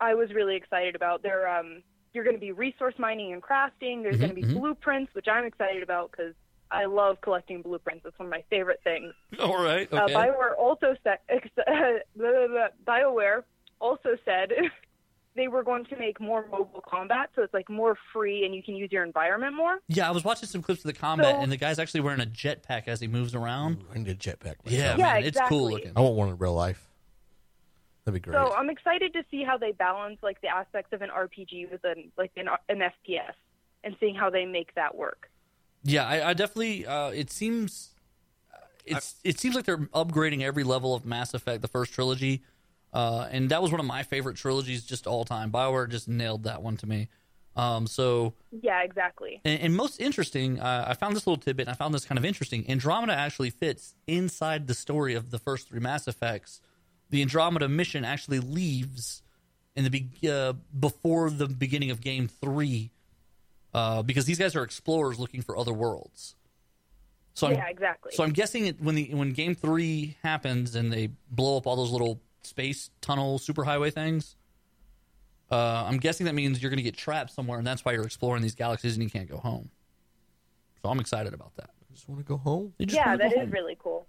[SPEAKER 5] I was really excited about. There, um, you're going to be resource mining and crafting. There's
[SPEAKER 3] Mm-hmm,
[SPEAKER 5] going to be blueprints, which I'm excited about because I love collecting blueprints. It's one of my favorite things.
[SPEAKER 3] All right.
[SPEAKER 5] Uh,
[SPEAKER 3] Okay.
[SPEAKER 5] Bioware also said Bioware also said they were going to make more mobile combat, so it's like more free and you can use your environment more.
[SPEAKER 3] yeah, I was watching some clips of the combat,
[SPEAKER 5] So-
[SPEAKER 3] and the guy's actually wearing a jetpack as he moves around.
[SPEAKER 1] Ooh, I need a jetpack.
[SPEAKER 3] Yeah,
[SPEAKER 1] myself.
[SPEAKER 5] Yeah,
[SPEAKER 3] man, it's cool
[SPEAKER 5] exactly.
[SPEAKER 3] looking.
[SPEAKER 1] I want one in real life. That'd be great.
[SPEAKER 5] So uh, I'm excited to see how they balance like the aspects of an RPG with an like an, an FPS and seeing how they make that work.
[SPEAKER 3] Yeah, I, I definitely. Uh, it seems. uh, It's it seems like they're upgrading every level of Mass Effect, the first trilogy, uh, and that was one of my favorite trilogies just all time. Bioware just nailed that one to me. Um, so
[SPEAKER 5] Yeah, exactly.
[SPEAKER 3] and, and most interesting, uh, I found this little tidbit, and I found this kind of interesting. Andromeda actually fits inside the story of the first three Mass Effects. The Andromeda mission actually leaves in the be- uh, before the beginning of Game Three, uh, because these guys are explorers looking for other worlds. So I'm,
[SPEAKER 5] Yeah, exactly.
[SPEAKER 3] so I'm guessing it, when the when Game Three happens and they blow up all those little space tunnel superhighway things, uh, I'm guessing that means you're going to get trapped somewhere, and that's why you're exploring these galaxies and you can't go home. So I'm excited about that.
[SPEAKER 1] I just want to go home.
[SPEAKER 3] You just
[SPEAKER 5] yeah,
[SPEAKER 3] wanna go
[SPEAKER 5] that is
[SPEAKER 3] home.
[SPEAKER 5] really cool.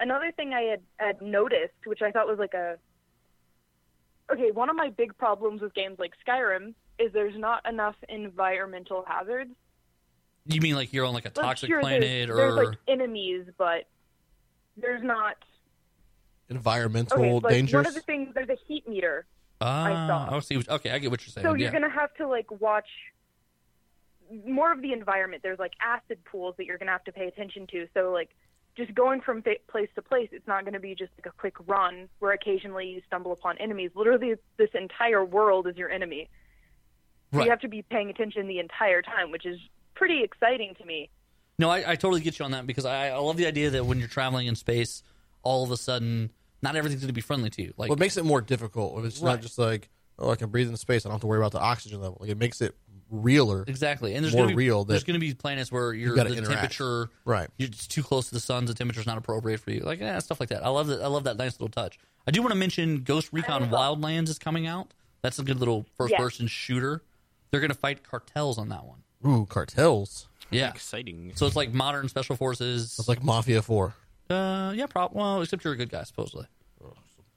[SPEAKER 5] Another thing I had, had noticed, which I thought was like a okay, one of my big problems with games like Skyrim is there's not enough environmental hazards.
[SPEAKER 3] You mean like you're on like a
[SPEAKER 5] Like,
[SPEAKER 3] toxic
[SPEAKER 5] sure, there's-
[SPEAKER 3] planet,
[SPEAKER 5] there's
[SPEAKER 3] or
[SPEAKER 5] like enemies, but there's not.
[SPEAKER 1] Environmental
[SPEAKER 5] Okay, like
[SPEAKER 1] dangers.
[SPEAKER 5] one of the things there's a heat meter,
[SPEAKER 3] ah?
[SPEAKER 5] saw.
[SPEAKER 3] I see. what- Okay, I get what you're saying.
[SPEAKER 5] So
[SPEAKER 3] yeah.
[SPEAKER 5] you're gonna have to like watch more of the environment. There's like acid pools that you're gonna have to pay attention to. So like just going from fa- place to place, it's not going to be just like a quick run where occasionally you stumble upon enemies. Literally, this entire world is your enemy. So
[SPEAKER 3] Right.
[SPEAKER 5] You have to be paying attention the entire time, which is pretty exciting to me.
[SPEAKER 3] No, I, I totally get you on that because I, I love the idea that when you're traveling in space, all of a sudden, not everything's going to be friendly to you. Like,
[SPEAKER 1] Well, it makes it more difficult. If it's
[SPEAKER 3] Right.
[SPEAKER 1] not just like, oh, I can breathe in space. I don't have to worry about the oxygen level. Like, it makes it realer.
[SPEAKER 3] exactly, and there's
[SPEAKER 1] more
[SPEAKER 3] gonna be,
[SPEAKER 1] real that
[SPEAKER 3] There's going to be planets where you're
[SPEAKER 1] gotta
[SPEAKER 3] the
[SPEAKER 1] interact.
[SPEAKER 3] temperature,
[SPEAKER 1] Right.
[SPEAKER 3] You're just too close to the sun. The temperature's not appropriate for you. Like, yeah, stuff like that. I love that. I love that nice little touch. I do want to mention Ghost Recon Wildlands is coming out. That's a good little first person shooter. They're going to fight cartels on that one.
[SPEAKER 1] Ooh, cartels.
[SPEAKER 3] Yeah.
[SPEAKER 2] Exciting.
[SPEAKER 3] So it's like modern special forces.
[SPEAKER 1] It's like Mafia 4,
[SPEAKER 3] Uh, yeah, prob- well, except you're a good guy, supposedly.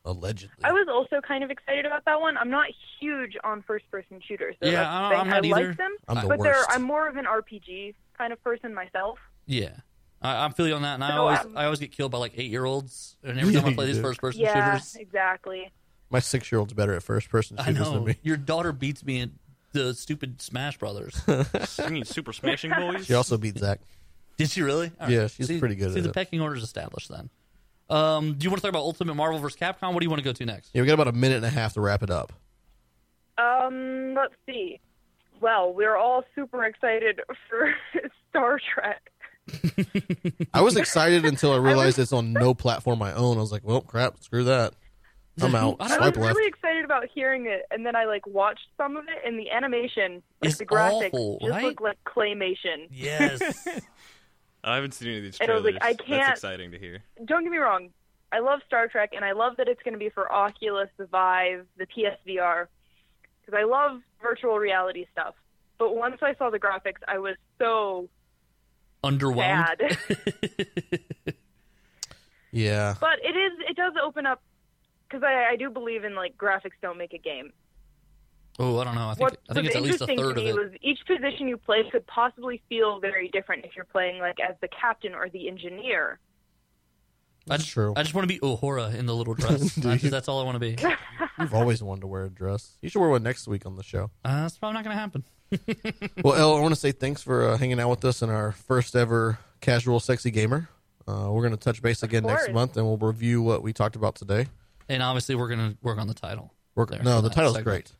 [SPEAKER 1] allegedly.
[SPEAKER 5] I was also kind of excited about that one. I'm not huge on first-person shooters. So
[SPEAKER 3] Yeah,
[SPEAKER 5] that's the
[SPEAKER 3] I-
[SPEAKER 5] thing.
[SPEAKER 3] I'm not
[SPEAKER 5] I
[SPEAKER 3] either.
[SPEAKER 5] like them,
[SPEAKER 1] I'm the
[SPEAKER 5] but
[SPEAKER 1] worst.
[SPEAKER 5] they're I'm more of an RPG kind of person myself.
[SPEAKER 3] Yeah, I, I'm feeling on that, and I
[SPEAKER 5] So,
[SPEAKER 3] always
[SPEAKER 5] um,
[SPEAKER 3] I always get killed by like eight year olds, and every time I
[SPEAKER 1] Yeah,
[SPEAKER 3] play
[SPEAKER 1] you
[SPEAKER 3] these
[SPEAKER 1] do.
[SPEAKER 3] first person
[SPEAKER 5] yeah,
[SPEAKER 3] shooters,
[SPEAKER 5] exactly.
[SPEAKER 1] My six year old's better at first person
[SPEAKER 3] I
[SPEAKER 1] shooters than
[SPEAKER 3] know
[SPEAKER 1] me.
[SPEAKER 3] your daughter beats me in the stupid Smash Brothers.
[SPEAKER 2] I mean, Super Smashing Boys.
[SPEAKER 1] She also beat Zach.
[SPEAKER 3] Did she really? All
[SPEAKER 1] Yeah, she's
[SPEAKER 3] See-
[SPEAKER 1] pretty good
[SPEAKER 3] See,
[SPEAKER 1] at
[SPEAKER 3] the
[SPEAKER 1] it.
[SPEAKER 3] pecking order's established then. Um, do you want to talk about Ultimate Marvel vs. Capcom? What do you want to go to next?
[SPEAKER 1] Yeah, we got about a minute and a half to wrap it up.
[SPEAKER 5] Um, let's see. Well, we're all super excited for Star Trek.
[SPEAKER 1] I was excited until I realized it's on no platform I own. I was like, well, crap, screw that. I'm out.
[SPEAKER 3] I
[SPEAKER 5] I
[SPEAKER 1] Swipe
[SPEAKER 5] was
[SPEAKER 1] left.
[SPEAKER 5] really excited about hearing it, and then I like watched some of it, and the animation, like
[SPEAKER 3] It's
[SPEAKER 5] the graphics,
[SPEAKER 3] awful,
[SPEAKER 5] just
[SPEAKER 3] right?
[SPEAKER 5] looked like claymation.
[SPEAKER 3] Yes.
[SPEAKER 2] I haven't seen any of these
[SPEAKER 5] And I was
[SPEAKER 2] trailers.
[SPEAKER 5] like, I can't-
[SPEAKER 2] That's exciting to hear.
[SPEAKER 5] Don't get me wrong, I love Star Trek, and I love that it's going to be for Oculus, the Vive, the PSVR, because I love virtual reality stuff. But once I saw the graphics, I was so
[SPEAKER 3] Underwhelmed.
[SPEAKER 5] sad.
[SPEAKER 1] Yeah.
[SPEAKER 5] but it is, it does open up because I, I do believe in like graphics don't make a game.
[SPEAKER 3] Oh, I don't know. I think
[SPEAKER 5] What
[SPEAKER 3] I think
[SPEAKER 5] was
[SPEAKER 3] it's at least a
[SPEAKER 5] interesting
[SPEAKER 3] third
[SPEAKER 5] to
[SPEAKER 3] of
[SPEAKER 5] me
[SPEAKER 3] it.
[SPEAKER 5] was each position you play could possibly feel very different if you're playing like as the captain or the engineer.
[SPEAKER 1] That's
[SPEAKER 3] I,
[SPEAKER 1] true.
[SPEAKER 3] I just want to be Uhura in the little dress.
[SPEAKER 1] Do
[SPEAKER 3] that's,
[SPEAKER 1] you?
[SPEAKER 3] that's all I want to be. Uh,
[SPEAKER 1] You've always wanted to wear a dress. You should wear one next week on the show.
[SPEAKER 3] Uh, that's probably not going to happen.
[SPEAKER 1] Well, Elle, I want to say thanks for uh, hanging out with us in our first ever casual sexy gamer. Uh, we're going to touch base again next
[SPEAKER 5] course.
[SPEAKER 1] month and we'll review what we talked about today.
[SPEAKER 3] And obviously, we're going to work on the title.
[SPEAKER 1] We're,
[SPEAKER 3] There,
[SPEAKER 1] no,
[SPEAKER 3] for
[SPEAKER 1] the
[SPEAKER 3] that
[SPEAKER 1] title's
[SPEAKER 3] segment.
[SPEAKER 1] great.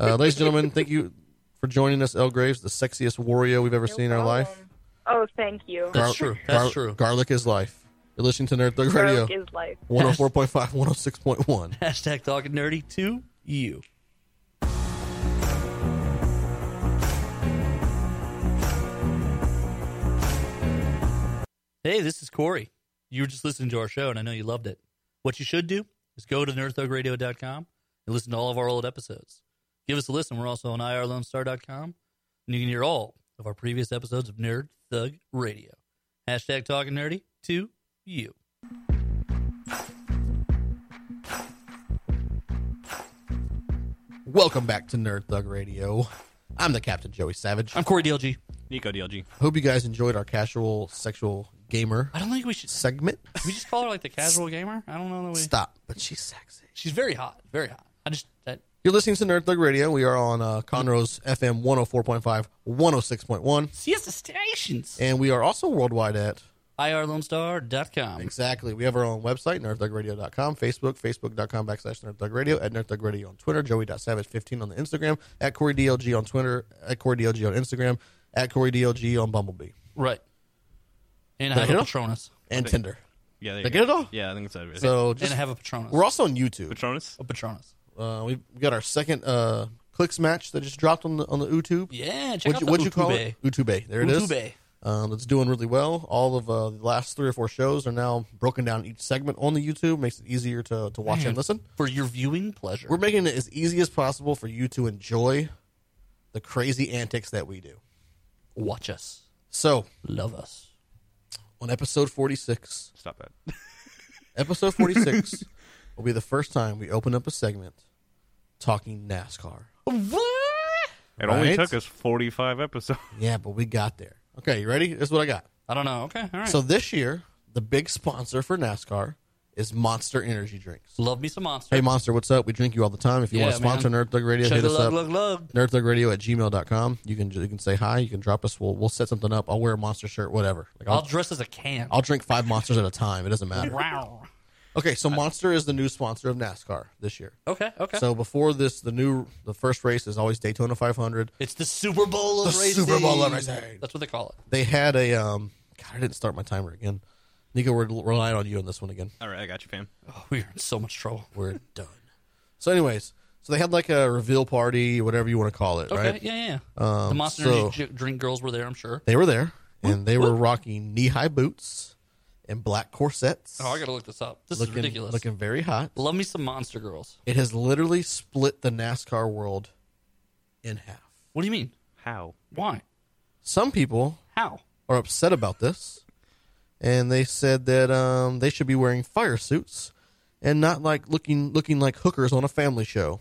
[SPEAKER 1] Uh, ladies and gentlemen, thank you for joining us, El Graves, the sexiest Wario we've ever seen in our life.
[SPEAKER 5] Oh, thank you.
[SPEAKER 3] That's true. That's true.
[SPEAKER 1] Garlic is life. You're listening to Nerd Thug Radio
[SPEAKER 5] Stroke is life.
[SPEAKER 1] 104.5, 106.1.
[SPEAKER 3] Hashtag talking nerdy to you. Hey, this is Corey. You were just listening to our show, and I know you loved it. What you should do is go to nerdthugradio.com and listen to all of our old episodes. Give us a listen. We're also on irlonestar.com, and you can hear all of our previous episodes of Nerd Thug Radio. Hashtag talking nerdy to you.
[SPEAKER 1] Welcome back to Nerd Thug Radio. I'm the Captain Joey Savage.
[SPEAKER 3] I'm Corey DLG.
[SPEAKER 2] Nico DLG.
[SPEAKER 1] Hope you guys enjoyed our casual sexual gamer
[SPEAKER 3] I don't think we should
[SPEAKER 1] segment.
[SPEAKER 3] we just call her like the casual gamer? I don't know that we.
[SPEAKER 1] Stop, but she's sexy.
[SPEAKER 3] She's very hot, very hot. I just that
[SPEAKER 1] You're listening to Nerd Thug Radio. We are on uh, Conroe's FM 104.5, 106.1,
[SPEAKER 3] she has the stations.
[SPEAKER 1] and we are also worldwide at
[SPEAKER 3] IRLoneStar.com.
[SPEAKER 1] Exactly. We have our own website, nerdthugradio.com, Facebook, facebook.com backslash nerdthugradio, at nerdthugradio on Twitter, joey.savage15 on the Instagram, at Corey DLG on Twitter, at Corey DLG on Instagram, at Corey DLG on Bumblebee
[SPEAKER 3] Right. And
[SPEAKER 1] Did
[SPEAKER 3] I
[SPEAKER 1] I
[SPEAKER 3] have
[SPEAKER 1] hit
[SPEAKER 3] a
[SPEAKER 1] him?
[SPEAKER 3] Patronus.
[SPEAKER 1] and Tinder.
[SPEAKER 2] Yeah, there
[SPEAKER 1] Did I
[SPEAKER 2] you
[SPEAKER 1] get it
[SPEAKER 2] go.
[SPEAKER 1] all?
[SPEAKER 2] Yeah, I think that's it.
[SPEAKER 1] So just,
[SPEAKER 3] and I have a Patronus.
[SPEAKER 1] we're also on YouTube.
[SPEAKER 2] Patronus.
[SPEAKER 3] a Patronus.
[SPEAKER 1] Uh, we've got our second uh, clicks match that just dropped on the on the YouTube.
[SPEAKER 3] Yeah,
[SPEAKER 1] What'd
[SPEAKER 3] check
[SPEAKER 1] you,
[SPEAKER 3] out the
[SPEAKER 1] what'd you call
[SPEAKER 3] Utube.
[SPEAKER 1] it? Utube. There it is.
[SPEAKER 3] Utube.
[SPEAKER 1] Um, it's doing really well. All of uh, the last three or four shows are now broken down each segment on the YouTube. Makes it easier to, to watch and listen.
[SPEAKER 3] for your viewing pleasure.
[SPEAKER 1] We're making it as easy as possible for you to enjoy the crazy antics that we do.
[SPEAKER 3] Watch us,
[SPEAKER 1] So,
[SPEAKER 3] love us.
[SPEAKER 1] on episode 46,
[SPEAKER 2] Stop that.
[SPEAKER 1] episode 46 will be the first time we open up a segment talking NASCAR.
[SPEAKER 2] It only
[SPEAKER 1] Right?
[SPEAKER 2] took us 45 episodes.
[SPEAKER 1] Yeah, but we got there. Okay, you ready? Here's what I got.
[SPEAKER 3] I don't know. Okay, all right.
[SPEAKER 1] So this year, the big sponsor for NASCAR is Monster Energy drinks.
[SPEAKER 3] Love me some monster.
[SPEAKER 1] Hey, Monster, what's up? We drink you all the time. If you
[SPEAKER 3] Yeah,
[SPEAKER 1] want to sponsor
[SPEAKER 3] man.
[SPEAKER 1] Nerd Thug Radio,
[SPEAKER 3] Chug
[SPEAKER 1] hit
[SPEAKER 3] a
[SPEAKER 1] us
[SPEAKER 3] lug,
[SPEAKER 1] up.
[SPEAKER 3] lug, lug.
[SPEAKER 1] nerdthugradio at gmail.com. You can, you can say hi. You can drop us. We'll, we'll set something up. I'll wear a Monster shirt, whatever. Like
[SPEAKER 3] I'll
[SPEAKER 1] I'll,
[SPEAKER 3] dress as a can.
[SPEAKER 1] I'll drink five Monsters at a time. It doesn't matter.
[SPEAKER 3] Wow.
[SPEAKER 1] Okay, so Monster is the new sponsor of NASCAR this year.
[SPEAKER 3] Okay, okay.
[SPEAKER 1] So before this, the new the first race is always Daytona 500.
[SPEAKER 3] it's the Super Bowl of
[SPEAKER 1] The
[SPEAKER 3] racing.
[SPEAKER 1] Super Bowl of racing.
[SPEAKER 3] That's what they call it.
[SPEAKER 1] They had a um. God, I didn't start my timer again. Nico, we're relying on you on this one again.
[SPEAKER 2] All right, I got you, fam.
[SPEAKER 3] Oh, we are in so much trouble.
[SPEAKER 1] We're done. So, anyways, so they had like a reveal party, whatever you want to call it,
[SPEAKER 3] Okay,
[SPEAKER 1] right?
[SPEAKER 3] yeah, yeah.
[SPEAKER 1] Um,
[SPEAKER 3] the Monster
[SPEAKER 1] so-
[SPEAKER 3] Energy j- drink girls were there, I'm sure.
[SPEAKER 1] They were there, and they were rocking knee high boots and black corsets.
[SPEAKER 3] Oh, I gotta look this up. This
[SPEAKER 1] looking,
[SPEAKER 3] is ridiculous.
[SPEAKER 1] Looking very hot.
[SPEAKER 3] Love me some monster girls.
[SPEAKER 1] It has literally split the NASCAR world in half.
[SPEAKER 3] What do you mean?
[SPEAKER 2] How?
[SPEAKER 3] Why?
[SPEAKER 1] Some people
[SPEAKER 3] How?
[SPEAKER 1] are upset about this, and they said that um, they should be wearing fire suits and not like looking looking like hookers on a family show.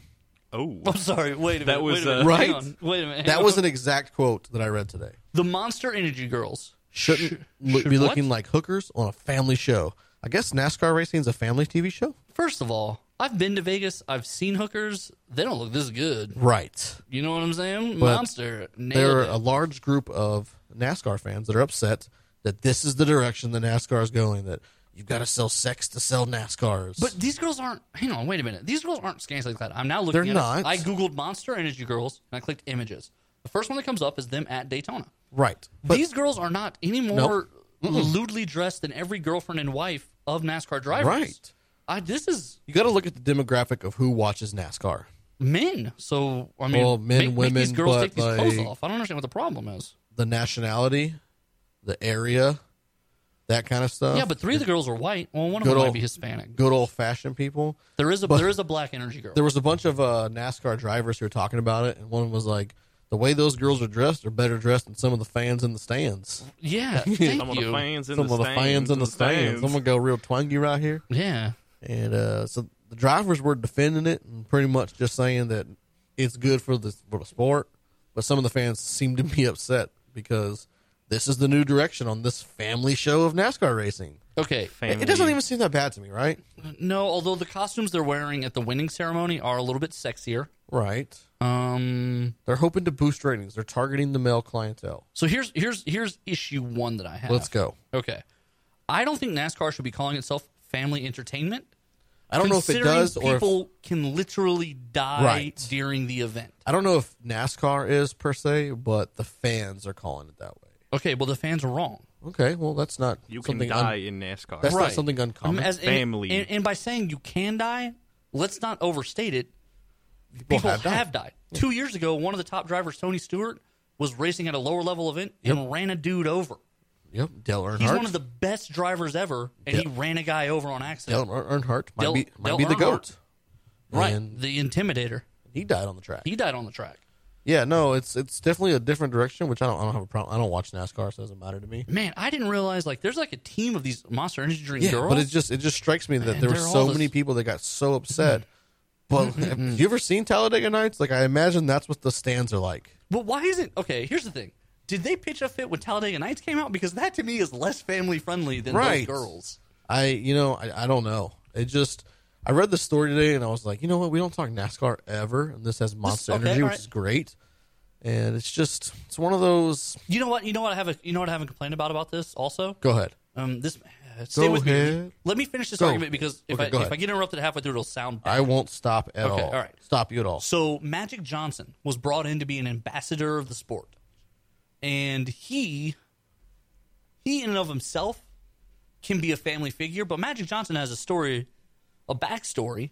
[SPEAKER 2] Oh,
[SPEAKER 3] I'm sorry. Wait a minute.
[SPEAKER 2] That
[SPEAKER 3] wait
[SPEAKER 2] was,
[SPEAKER 3] a minute.
[SPEAKER 2] uh,
[SPEAKER 1] Right?
[SPEAKER 3] Hang on, Wait a minute. hang
[SPEAKER 1] That
[SPEAKER 3] on.
[SPEAKER 1] was an exact quote that I read today.
[SPEAKER 3] the Monster Energy girls.
[SPEAKER 1] Shouldn't look,
[SPEAKER 3] should
[SPEAKER 1] be
[SPEAKER 3] what?
[SPEAKER 1] looking like hookers on a family show. I guess NASCAR racing is a family TV show,
[SPEAKER 3] First of all, I've been to Vegas. I've seen hookers. They don't look this good.
[SPEAKER 1] right?
[SPEAKER 3] You know what I'm saying?
[SPEAKER 1] But
[SPEAKER 3] Monster. Nailed
[SPEAKER 1] There are
[SPEAKER 3] it.
[SPEAKER 1] a large group of NASCAR fans that are upset that this is the direction that NASCAR is going. That you've got to sell sex to sell NASCARs.
[SPEAKER 3] But these girls aren't. Hang on, wait a minute. These girls aren't scans like that. I'm now looking.
[SPEAKER 1] They're
[SPEAKER 3] at
[SPEAKER 1] not.
[SPEAKER 3] I googled Monster Energy girls and I clicked images. The first one that comes up is them at Daytona.
[SPEAKER 1] right, but
[SPEAKER 3] these girls are not any more lewdly dressed than every girlfriend and wife of NASCAR drivers.
[SPEAKER 1] Right.
[SPEAKER 3] I, this is
[SPEAKER 1] you got to look at the demographic of who watches NASCAR.
[SPEAKER 3] men. So I mean,
[SPEAKER 1] Well, men,
[SPEAKER 3] make, make these
[SPEAKER 1] women,
[SPEAKER 3] girls
[SPEAKER 1] but
[SPEAKER 3] take these clothes
[SPEAKER 1] like-
[SPEAKER 3] off. I don't understand what the problem is.
[SPEAKER 1] the nationality, the area, that kind of stuff.
[SPEAKER 3] yeah, but three of the girls are white. Well, one of
[SPEAKER 1] good
[SPEAKER 3] them might
[SPEAKER 1] old-
[SPEAKER 3] be Hispanic.
[SPEAKER 1] good old fashioned people.
[SPEAKER 3] There is a there is a black energy girl.
[SPEAKER 1] There was a bunch of uh, NASCAR drivers who were talking about it, and one was like, "The way those girls are dressed are better dressed than some of the fans in the stands.
[SPEAKER 3] yeah, thank
[SPEAKER 2] some of
[SPEAKER 3] you.
[SPEAKER 2] the fans in
[SPEAKER 1] some
[SPEAKER 2] the
[SPEAKER 1] of the
[SPEAKER 2] stands,
[SPEAKER 1] fans in the stands. I'm gonna go real twangy right here."
[SPEAKER 3] Yeah,
[SPEAKER 1] And uh, so the drivers were defending it and pretty much just saying that it's good for the for the sport, but some of the fans seemed to be upset because this is the new direction on this family show of NASCAR racing.
[SPEAKER 3] okay.
[SPEAKER 1] It- It doesn't even seem that bad to me, right?
[SPEAKER 3] No, although the costumes they're wearing at the winning ceremony are a little bit sexier.
[SPEAKER 1] Right.
[SPEAKER 3] Um,
[SPEAKER 1] They're hoping to boost ratings. They're targeting the male clientele.
[SPEAKER 3] so here's here's here's issue one that I have.
[SPEAKER 1] Let's go.
[SPEAKER 3] Okay, I don't think NASCAR should be calling itself family entertainment.
[SPEAKER 1] I don't know if it does or if,
[SPEAKER 3] people can literally die
[SPEAKER 1] Right.
[SPEAKER 3] during the event.
[SPEAKER 1] I don't know if NASCAR is per se, but the fans are calling it that way.
[SPEAKER 3] Okay, well the fans are wrong.
[SPEAKER 1] Okay, well that's not
[SPEAKER 2] You can
[SPEAKER 1] something un-
[SPEAKER 2] die in NASCAR.
[SPEAKER 1] that's not
[SPEAKER 3] Right.
[SPEAKER 1] something
[SPEAKER 3] Um,
[SPEAKER 1] uncommon.
[SPEAKER 3] as- and-
[SPEAKER 2] family.
[SPEAKER 3] and, and by saying you can die, let's not overstate it. People, have, died. Two years ago, one of the top drivers, Tony Stewart, was racing at a lower level event and ran a dude over.
[SPEAKER 1] yep, Dale Earnhardt.
[SPEAKER 3] He's one of the best drivers ever, and he ran a guy over on
[SPEAKER 1] Dale
[SPEAKER 3] accident.
[SPEAKER 1] Ear- Earnhardt might
[SPEAKER 3] Dale-
[SPEAKER 1] be might
[SPEAKER 3] Dale
[SPEAKER 1] be the
[SPEAKER 3] Earnhardt.
[SPEAKER 1] goat.
[SPEAKER 3] right,
[SPEAKER 1] And
[SPEAKER 3] the Intimidator.
[SPEAKER 1] he died on the track.
[SPEAKER 3] He died on the track.
[SPEAKER 1] yeah, no, it's it's definitely a different direction, which I don't I don't have a problem. I don't watch NASCAR, so it doesn't matter to me.
[SPEAKER 3] Man, I didn't realize like there's like a team of these Monster Energy Drink
[SPEAKER 1] Yeah,
[SPEAKER 3] girls.
[SPEAKER 1] but it just it just strikes me that
[SPEAKER 3] Man,
[SPEAKER 1] there were
[SPEAKER 3] they're
[SPEAKER 1] so
[SPEAKER 3] all Mm-hmm. this-
[SPEAKER 1] many people that got so upset. But have you ever seen Talladega Nights? Like I imagine that's what the stands are like.
[SPEAKER 3] But why isn't okay? Here's the thing: Did they pitch a fit when Talladega Nights came out? Because that to me is less family friendly than
[SPEAKER 1] Right.
[SPEAKER 3] those girls.
[SPEAKER 1] I you know I, I don't know. It just I read the story today and I was like, you know what? We don't talk NASCAR ever, and this has Monster
[SPEAKER 3] okay,
[SPEAKER 1] Energy,
[SPEAKER 3] all
[SPEAKER 1] which
[SPEAKER 3] right.
[SPEAKER 1] is great. And it's just it's one of those.
[SPEAKER 3] You know what? You know what? I have a you know what I haven't complained about about this also.
[SPEAKER 1] Go ahead.
[SPEAKER 3] Um, this stay
[SPEAKER 1] Go
[SPEAKER 3] with me.
[SPEAKER 1] ahead.
[SPEAKER 3] Let me finish this
[SPEAKER 1] Go.
[SPEAKER 3] argument because if
[SPEAKER 1] Okay, go
[SPEAKER 3] I if
[SPEAKER 1] ahead.
[SPEAKER 3] I get interrupted halfway through, it'll sound bad.
[SPEAKER 1] I won't stop at
[SPEAKER 3] Okay,
[SPEAKER 1] all.
[SPEAKER 3] all right.
[SPEAKER 1] Stop you at all.
[SPEAKER 3] So Magic Johnson was brought in to be an ambassador of the sport, and he, he in and of himself, can be a family figure. But Magic Johnson has a story, a backstory.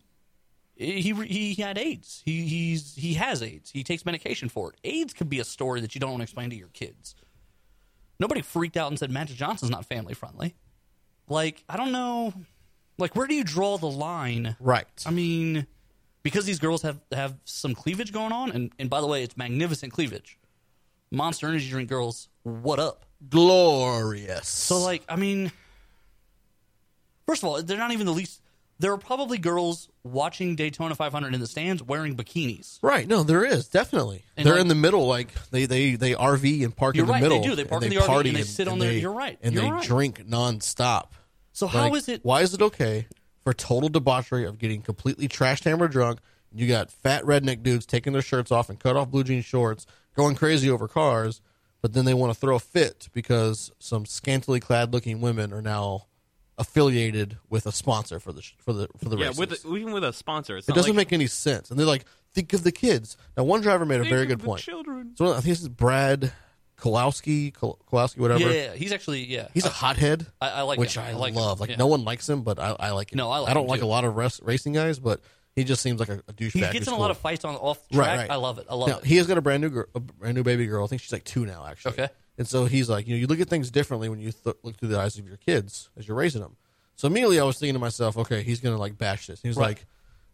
[SPEAKER 3] He he, he had AIDS. He he's he has AIDS. He takes medication for it. AIDS could be a story that you don't want to explain to your kids. Nobody freaked out and said Magic Johnson's not family friendly. Like I don't know, like where do you draw the line?
[SPEAKER 1] Right.
[SPEAKER 3] I mean, because these girls have have some cleavage going on, and, and by the way, it's magnificent cleavage. Monster Energy Drink girls, what up?
[SPEAKER 1] Glorious.
[SPEAKER 3] So like, I mean, first of all, they're not even the least. There are probably girls watching Daytona 500 in the stands wearing bikinis.
[SPEAKER 1] Right. No, there is definitely.
[SPEAKER 3] And,
[SPEAKER 1] They're
[SPEAKER 3] like-
[SPEAKER 1] in the middle. Like they they they RV and park
[SPEAKER 3] You're
[SPEAKER 1] in the
[SPEAKER 3] right, they
[SPEAKER 1] middle.
[SPEAKER 3] do. They park in
[SPEAKER 1] and
[SPEAKER 3] the RV and they sit on their-
[SPEAKER 1] they-
[SPEAKER 3] you're right,
[SPEAKER 1] And
[SPEAKER 3] you're
[SPEAKER 1] they
[SPEAKER 3] right.
[SPEAKER 1] drink nonstop.
[SPEAKER 3] So
[SPEAKER 1] Like,
[SPEAKER 3] how is it?
[SPEAKER 1] Why is it okay? for total debauchery of getting completely trash hammer drunk. You got fat redneck dudes taking their shirts off and cut off blue jean shorts, going crazy over cars, but then they want to throw a fit because some scantily clad looking women are now affiliated with a sponsor for the sh- for the for the
[SPEAKER 2] Yeah,
[SPEAKER 1] races.
[SPEAKER 2] with even with a sponsor, it's
[SPEAKER 1] It
[SPEAKER 2] not
[SPEAKER 1] doesn't
[SPEAKER 2] like,
[SPEAKER 1] make any sense. And they're like, think of the kids. Now, one driver made a
[SPEAKER 2] "Think
[SPEAKER 1] very
[SPEAKER 2] of
[SPEAKER 1] good
[SPEAKER 2] the
[SPEAKER 1] point.
[SPEAKER 2] Children.
[SPEAKER 1] So I think this is Brad Kowalski, Kol- Kowalski, whatever.
[SPEAKER 3] Yeah, yeah, he's actually yeah. Uh,
[SPEAKER 1] He's a hothead,
[SPEAKER 3] I, I like
[SPEAKER 1] which
[SPEAKER 3] him.
[SPEAKER 1] I,
[SPEAKER 3] like him.
[SPEAKER 1] love. Like
[SPEAKER 3] Yeah.
[SPEAKER 1] no one likes him, but I, I like him.
[SPEAKER 3] No, I like
[SPEAKER 1] I don't
[SPEAKER 3] him,
[SPEAKER 1] like
[SPEAKER 3] too.
[SPEAKER 1] a lot of res- racing guys, but he just seems like a, a douchebag.
[SPEAKER 3] he gets
[SPEAKER 1] who's
[SPEAKER 3] in a
[SPEAKER 1] cool.
[SPEAKER 3] lot of fights on off
[SPEAKER 1] Right,
[SPEAKER 3] track.
[SPEAKER 1] right.
[SPEAKER 3] I love it. I love
[SPEAKER 1] Now,
[SPEAKER 3] it.
[SPEAKER 1] he has got a brand new girl, a brand new baby girl. I think she's like two now, actually.
[SPEAKER 3] Okay.
[SPEAKER 1] And so he's like, you know, you look at things differently when you th- look through the eyes of your kids as you're raising them. So immediately I was thinking to myself, okay, he's gonna like bash this. He was
[SPEAKER 3] Right.
[SPEAKER 1] like,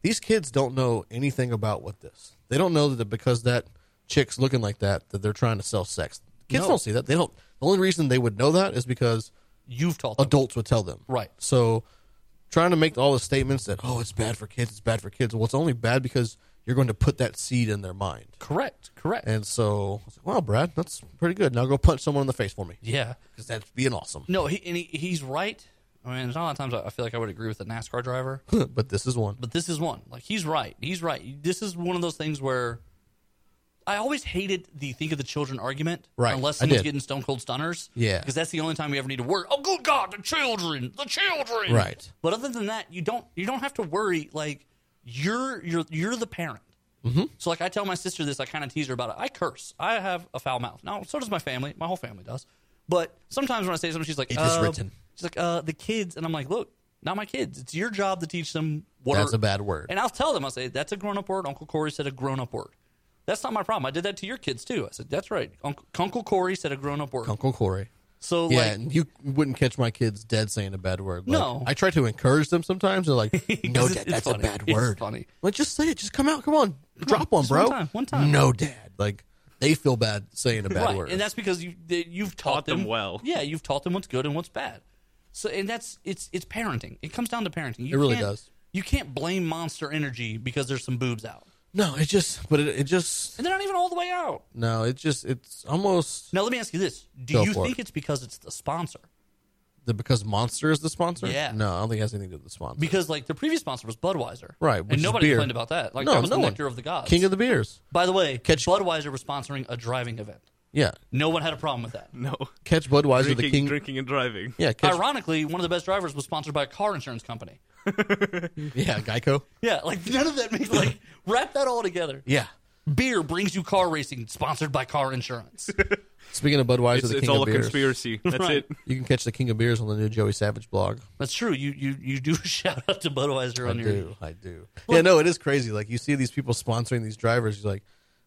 [SPEAKER 1] these kids don't know anything about what this. They don't know that because that chick's looking like that, that they're trying to sell sex. Kids
[SPEAKER 3] No.
[SPEAKER 1] don't see that. They don't. The only reason they would know that is because
[SPEAKER 3] You've taught them.
[SPEAKER 1] adults would tell them.
[SPEAKER 3] Right.
[SPEAKER 1] So trying to make all the statements that, oh, it's bad for kids, it's bad for kids. Well, it's only bad because you're going to put that seed in their mind.
[SPEAKER 3] Correct. Correct.
[SPEAKER 1] And so, I was like, wow, Brad, that's pretty good. Now go punch someone in the face for me
[SPEAKER 3] yeah.
[SPEAKER 1] because that's being awesome.
[SPEAKER 3] No, he, and he, he's right. I mean, there's not a lot of times I I feel like I would agree with a NASCAR driver,
[SPEAKER 1] but this is one.
[SPEAKER 3] but this is one. Like he's right. He's right. This is one of those things where I always hated the think of the children argument,
[SPEAKER 1] Right,
[SPEAKER 3] Unless
[SPEAKER 1] I
[SPEAKER 3] someone's
[SPEAKER 1] did.
[SPEAKER 3] getting stone cold stunners,
[SPEAKER 1] Yeah.
[SPEAKER 3] because that's the only time we ever need to worry. Oh, good God, the children, the children,
[SPEAKER 1] Right.
[SPEAKER 3] But other than that, you don't you don't have to worry. Like you're you're you're the parent. Mm-hmm. So like I tell my sister this, I kind of tease her about it. I curse. I have a foul mouth. Now so does my family. My whole family does. But sometimes when I say something, she's like,
[SPEAKER 1] It is
[SPEAKER 3] uh,
[SPEAKER 1] written.
[SPEAKER 3] She's like, uh, the kids, and I'm like, look, not my kids. It's your job to teach them what
[SPEAKER 1] That's
[SPEAKER 3] are-
[SPEAKER 1] a bad word.
[SPEAKER 3] And I'll tell them, I'll say, that's a grown up word. Uncle Corey said a grown up word. That's not my problem. I did that to your kids too. I said, that's right. Uncle, Uncle Corey said a grown up word.
[SPEAKER 1] Uncle Corey.
[SPEAKER 3] So
[SPEAKER 1] Yeah,
[SPEAKER 3] like,
[SPEAKER 1] and you wouldn't catch my kids dead saying a bad word. Like,
[SPEAKER 3] No.
[SPEAKER 1] I try to encourage them sometimes. They're like, no,
[SPEAKER 3] it's-
[SPEAKER 1] dad,
[SPEAKER 3] it's
[SPEAKER 1] that's
[SPEAKER 3] funny.
[SPEAKER 1] a bad
[SPEAKER 3] It's
[SPEAKER 1] word.
[SPEAKER 3] funny.
[SPEAKER 1] Like, just say it. Just come out. Come on. Drop one,
[SPEAKER 3] just
[SPEAKER 1] bro.
[SPEAKER 3] one time, one time.
[SPEAKER 1] No, dad. Like, they feel bad saying a bad
[SPEAKER 3] right.
[SPEAKER 1] word.
[SPEAKER 3] And that's because you they, you've taught,
[SPEAKER 2] Taught them well.
[SPEAKER 3] Yeah, you've taught them what's good and what's bad. So and that's it's it's parenting. It comes down to parenting. You
[SPEAKER 1] It really
[SPEAKER 3] can't-
[SPEAKER 1] does.
[SPEAKER 3] You can't blame Monster Energy because there's some boobs out,
[SPEAKER 1] no, it just, but it, it just,
[SPEAKER 3] and they're not even all the way out.
[SPEAKER 1] no, it just, it's almost
[SPEAKER 3] Now let me ask you this: Do
[SPEAKER 1] Go
[SPEAKER 3] you
[SPEAKER 1] for
[SPEAKER 3] think
[SPEAKER 1] it.
[SPEAKER 3] it's because it's the sponsor?
[SPEAKER 1] the, because Monster is the sponsor.
[SPEAKER 3] Yeah.
[SPEAKER 1] No, I don't think it has anything to do with the sponsor.
[SPEAKER 3] Because like the previous sponsor was Budweiser,
[SPEAKER 1] right. which
[SPEAKER 3] And
[SPEAKER 1] is
[SPEAKER 3] nobody
[SPEAKER 1] beer.
[SPEAKER 3] complained about that. Like
[SPEAKER 1] no,
[SPEAKER 3] that was
[SPEAKER 1] no
[SPEAKER 3] the
[SPEAKER 1] one.
[SPEAKER 3] nectar of the gods.
[SPEAKER 1] King of the beers.
[SPEAKER 3] By the way,
[SPEAKER 1] Catch-
[SPEAKER 3] Budweiser was sponsoring a driving event.
[SPEAKER 1] Yeah.
[SPEAKER 3] No one had a problem with that.
[SPEAKER 2] No,
[SPEAKER 1] Catch Budweiser,
[SPEAKER 2] drinking,
[SPEAKER 1] the king.
[SPEAKER 2] drinking and driving.
[SPEAKER 1] Yeah, catch,
[SPEAKER 3] Ironically, one of the best drivers was sponsored by a car insurance company.
[SPEAKER 1] yeah, Geico.
[SPEAKER 3] Yeah, like none of that makes like wrap that all together.
[SPEAKER 1] Yeah.
[SPEAKER 3] Beer brings you car racing, sponsored by car insurance.
[SPEAKER 1] Speaking of Budweiser,
[SPEAKER 2] It's,
[SPEAKER 1] the
[SPEAKER 2] it's
[SPEAKER 1] king
[SPEAKER 2] all
[SPEAKER 1] of
[SPEAKER 2] a
[SPEAKER 1] beers.
[SPEAKER 2] conspiracy. That's
[SPEAKER 3] Right.
[SPEAKER 2] it.
[SPEAKER 1] You can catch the king of beers on the new Joey Savage blog.
[SPEAKER 3] That's true. You you you do shout out to Budweiser
[SPEAKER 1] I
[SPEAKER 3] on your
[SPEAKER 1] do, I do. yeah, no, it is crazy. Like you see these people sponsoring these drivers. You're like,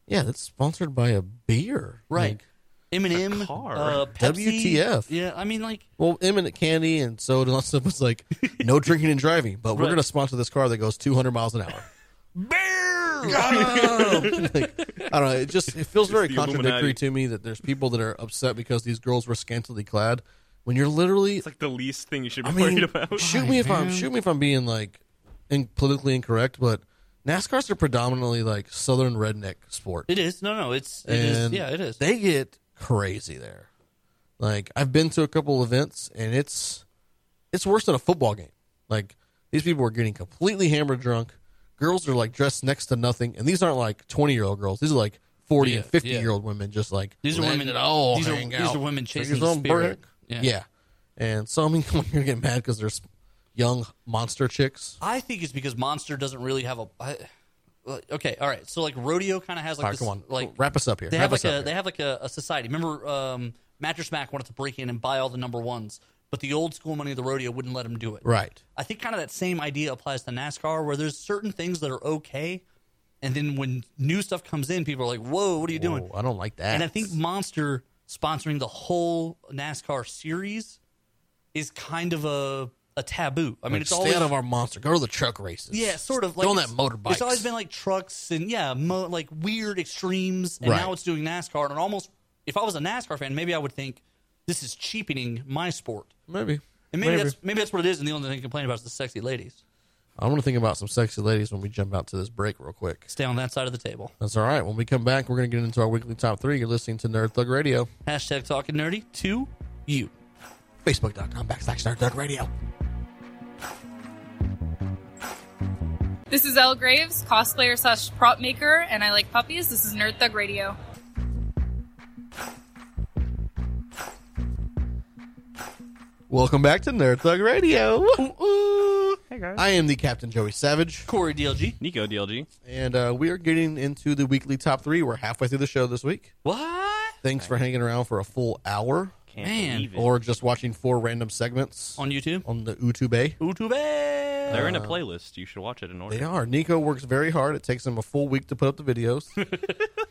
[SPEAKER 1] yeah, that's sponsored by a beer,
[SPEAKER 3] right.
[SPEAKER 1] Like,
[SPEAKER 3] Eminem,
[SPEAKER 2] car.
[SPEAKER 3] uh, Pepsi.
[SPEAKER 1] WTF.
[SPEAKER 3] Yeah, I mean like
[SPEAKER 1] well, imminent candy and soda and all that stuff was like, no drinking and driving, but we're
[SPEAKER 3] Right.
[SPEAKER 1] going to sponsor this car that goes 200 miles an hour.
[SPEAKER 3] beer.
[SPEAKER 1] Like, I don't know. It just it feels very
[SPEAKER 2] the
[SPEAKER 1] contradictory
[SPEAKER 2] Illuminati.
[SPEAKER 1] to me that there's people that are upset because these girls were scantily clad. When you're literally
[SPEAKER 2] It's like the least thing you should
[SPEAKER 1] I
[SPEAKER 2] be
[SPEAKER 1] mean,
[SPEAKER 2] worried about.
[SPEAKER 1] shoot me if I'm shoot me if I'm being like in, politically incorrect, but NASCARs are predominantly like southern redneck sport.
[SPEAKER 3] It is. No, no, it's it
[SPEAKER 1] and
[SPEAKER 3] is. Yeah, it is.
[SPEAKER 1] They get crazy there. Like I've been to a couple events and it's it's worse than a football game. Like these people are getting completely hammered drunk. Girls are like dressed next to nothing, and these aren't like twenty year old girls. These are like forty and
[SPEAKER 3] Yeah,
[SPEAKER 1] fifty
[SPEAKER 3] yeah.
[SPEAKER 1] year old women just like
[SPEAKER 3] These are
[SPEAKER 1] letting
[SPEAKER 3] women-
[SPEAKER 1] it all
[SPEAKER 3] these are-
[SPEAKER 1] hang
[SPEAKER 3] these
[SPEAKER 1] out.
[SPEAKER 3] are women
[SPEAKER 1] Fingers
[SPEAKER 3] chasing
[SPEAKER 1] on
[SPEAKER 3] spirit.
[SPEAKER 1] brick.
[SPEAKER 3] Yeah.
[SPEAKER 1] yeah. And so I mean, come on, you're getting mad because there's young monster chicks.
[SPEAKER 3] I think it's because Monster doesn't really have a. I, well, okay, all right. So like rodeo kind of has like
[SPEAKER 1] All right,
[SPEAKER 3] this,
[SPEAKER 1] come on,
[SPEAKER 3] like
[SPEAKER 1] wrap us up here.
[SPEAKER 3] They
[SPEAKER 1] Wrap
[SPEAKER 3] have like
[SPEAKER 1] us up
[SPEAKER 3] a
[SPEAKER 1] here.
[SPEAKER 3] they have like a, a society. Remember, um, Mattress Mac wanted to break in and buy all the number ones, but the old school money of the rodeo wouldn't let him do it.
[SPEAKER 1] right.
[SPEAKER 3] I think kind of that same idea applies to NASCAR, where there's certain things that are okay, and then when new stuff comes in, people are like, "Whoa, what are you doing?"
[SPEAKER 1] Whoa, Oh, I don't like that.
[SPEAKER 3] And I think Monster sponsoring the whole NASCAR series is kind of a a taboo. I mean,
[SPEAKER 1] Like,
[SPEAKER 3] it's
[SPEAKER 1] stay
[SPEAKER 3] always
[SPEAKER 1] out of our monster. Go to the truck races.
[SPEAKER 3] yeah, sort of
[SPEAKER 1] Go
[SPEAKER 3] like
[SPEAKER 1] on that
[SPEAKER 3] it's-
[SPEAKER 1] motorbike.
[SPEAKER 3] It's always been like trucks and yeah, mo- like weird extremes, and
[SPEAKER 1] Right.
[SPEAKER 3] now it's doing NASCAR. And it almost, if I was a NASCAR fan, maybe I would think this is cheapening my sport.
[SPEAKER 1] maybe.
[SPEAKER 3] And maybe, that's maybe that's what it is. And the only thing I complain about is the sexy ladies.
[SPEAKER 1] I want to think about some sexy ladies when we jump out to this break real quick.
[SPEAKER 3] Stay on that side of the table.
[SPEAKER 1] That's all right. When we come back, we're going to get into our weekly top three. You're listening to Nerd Thug Radio.
[SPEAKER 3] Hashtag talking nerdy to you.
[SPEAKER 1] Facebook.com backslash Nerd Thug Radio.
[SPEAKER 4] This is Elle Graves, cosplayer slash prop maker, and I like puppies. This is Nerd Thug Radio.
[SPEAKER 1] Welcome back to Nerd Thug Radio.
[SPEAKER 2] Hey guys.
[SPEAKER 1] I am the Captain Joey Savage,
[SPEAKER 3] Corey DLG.
[SPEAKER 2] Nico DLG.
[SPEAKER 1] and uh, we are getting into the weekly top three. We're halfway through the show this week.
[SPEAKER 3] What?
[SPEAKER 1] Thanks for hanging around for a full hour,
[SPEAKER 2] Can't
[SPEAKER 3] Man.
[SPEAKER 2] believe it.
[SPEAKER 1] or just watching four random segments
[SPEAKER 3] On YouTube?
[SPEAKER 1] on the YouTube.
[SPEAKER 3] YouTube.
[SPEAKER 2] They're in a playlist. You should watch it in
[SPEAKER 1] Uh, They
[SPEAKER 2] order.
[SPEAKER 1] are. Nico works very hard. It takes him a full week to put up the videos,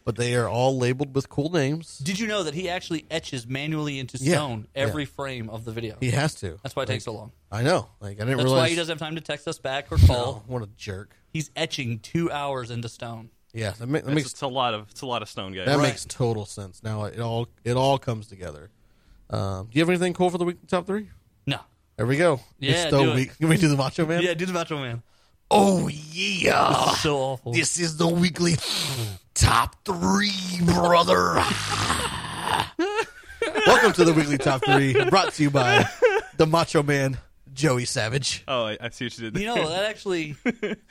[SPEAKER 1] but they are all labeled with cool names.
[SPEAKER 3] Did you know that he actually etches manually into
[SPEAKER 1] Yeah.
[SPEAKER 3] stone every frame of the video?
[SPEAKER 1] He has to.
[SPEAKER 3] That's why it takes so long.
[SPEAKER 1] I know. Like I didn't
[SPEAKER 3] That's
[SPEAKER 1] realize.
[SPEAKER 3] why he doesn't have time to text us back or
[SPEAKER 1] Oh,
[SPEAKER 3] call.
[SPEAKER 1] what a jerk.
[SPEAKER 3] He's etching two hours into stone.
[SPEAKER 1] Yeah, that, ma- that
[SPEAKER 2] It's,
[SPEAKER 1] makes
[SPEAKER 2] it's a lot of it's a lot of stone guys.
[SPEAKER 1] that
[SPEAKER 3] Right.
[SPEAKER 1] makes total sense. Now it all it all comes together. Um, do you have anything cool for the week top three?
[SPEAKER 3] No.
[SPEAKER 1] There we go.
[SPEAKER 3] Yeah,
[SPEAKER 1] it's the
[SPEAKER 3] do it.
[SPEAKER 1] week. Can we do the Macho Man?
[SPEAKER 3] Yeah, do the Macho Man.
[SPEAKER 1] Oh yeah.
[SPEAKER 3] so awful.
[SPEAKER 1] This is the weekly top three, brother. Welcome to the weekly top three, brought to you by the Macho Man Joey Savage.
[SPEAKER 2] Oh, I, I see what you did. There.
[SPEAKER 3] You know, that actually,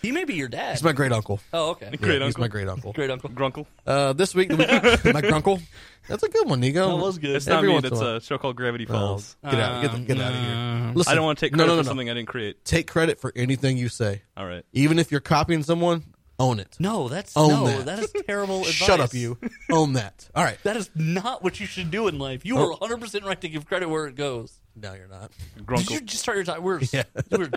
[SPEAKER 3] he may be your dad.
[SPEAKER 1] He's my great uncle.
[SPEAKER 3] oh, okay.
[SPEAKER 2] great
[SPEAKER 1] he's
[SPEAKER 2] uncle,
[SPEAKER 1] my great uncle.
[SPEAKER 3] Great uncle.
[SPEAKER 2] Grunkle.
[SPEAKER 1] Uh, this week, the week- my grunkle. That's a good one, Nico.
[SPEAKER 3] That was good.
[SPEAKER 2] It's not
[SPEAKER 1] Every
[SPEAKER 2] me.
[SPEAKER 1] once in
[SPEAKER 2] That's
[SPEAKER 1] a while.
[SPEAKER 2] a show called Gravity
[SPEAKER 1] Oh,
[SPEAKER 2] Falls.
[SPEAKER 1] get out, get, the, get out of here. Listen,
[SPEAKER 2] I don't want to take
[SPEAKER 1] no,
[SPEAKER 2] credit
[SPEAKER 1] no, no,
[SPEAKER 2] for
[SPEAKER 1] no.
[SPEAKER 2] something I didn't create.
[SPEAKER 1] Take credit for anything you say,
[SPEAKER 2] All right.
[SPEAKER 1] even if you're copying someone. Own it.
[SPEAKER 3] No, that's
[SPEAKER 1] Own
[SPEAKER 3] no,
[SPEAKER 1] that.
[SPEAKER 3] that is terrible advice.
[SPEAKER 1] Shut up, you. Own that. All right.
[SPEAKER 3] That is not what you should do in life.
[SPEAKER 1] Oh.
[SPEAKER 3] You are 100 percent right to give credit where it goes.
[SPEAKER 1] No, you're not.
[SPEAKER 3] Did you
[SPEAKER 2] Grunkle.
[SPEAKER 3] just start your time? We're, we're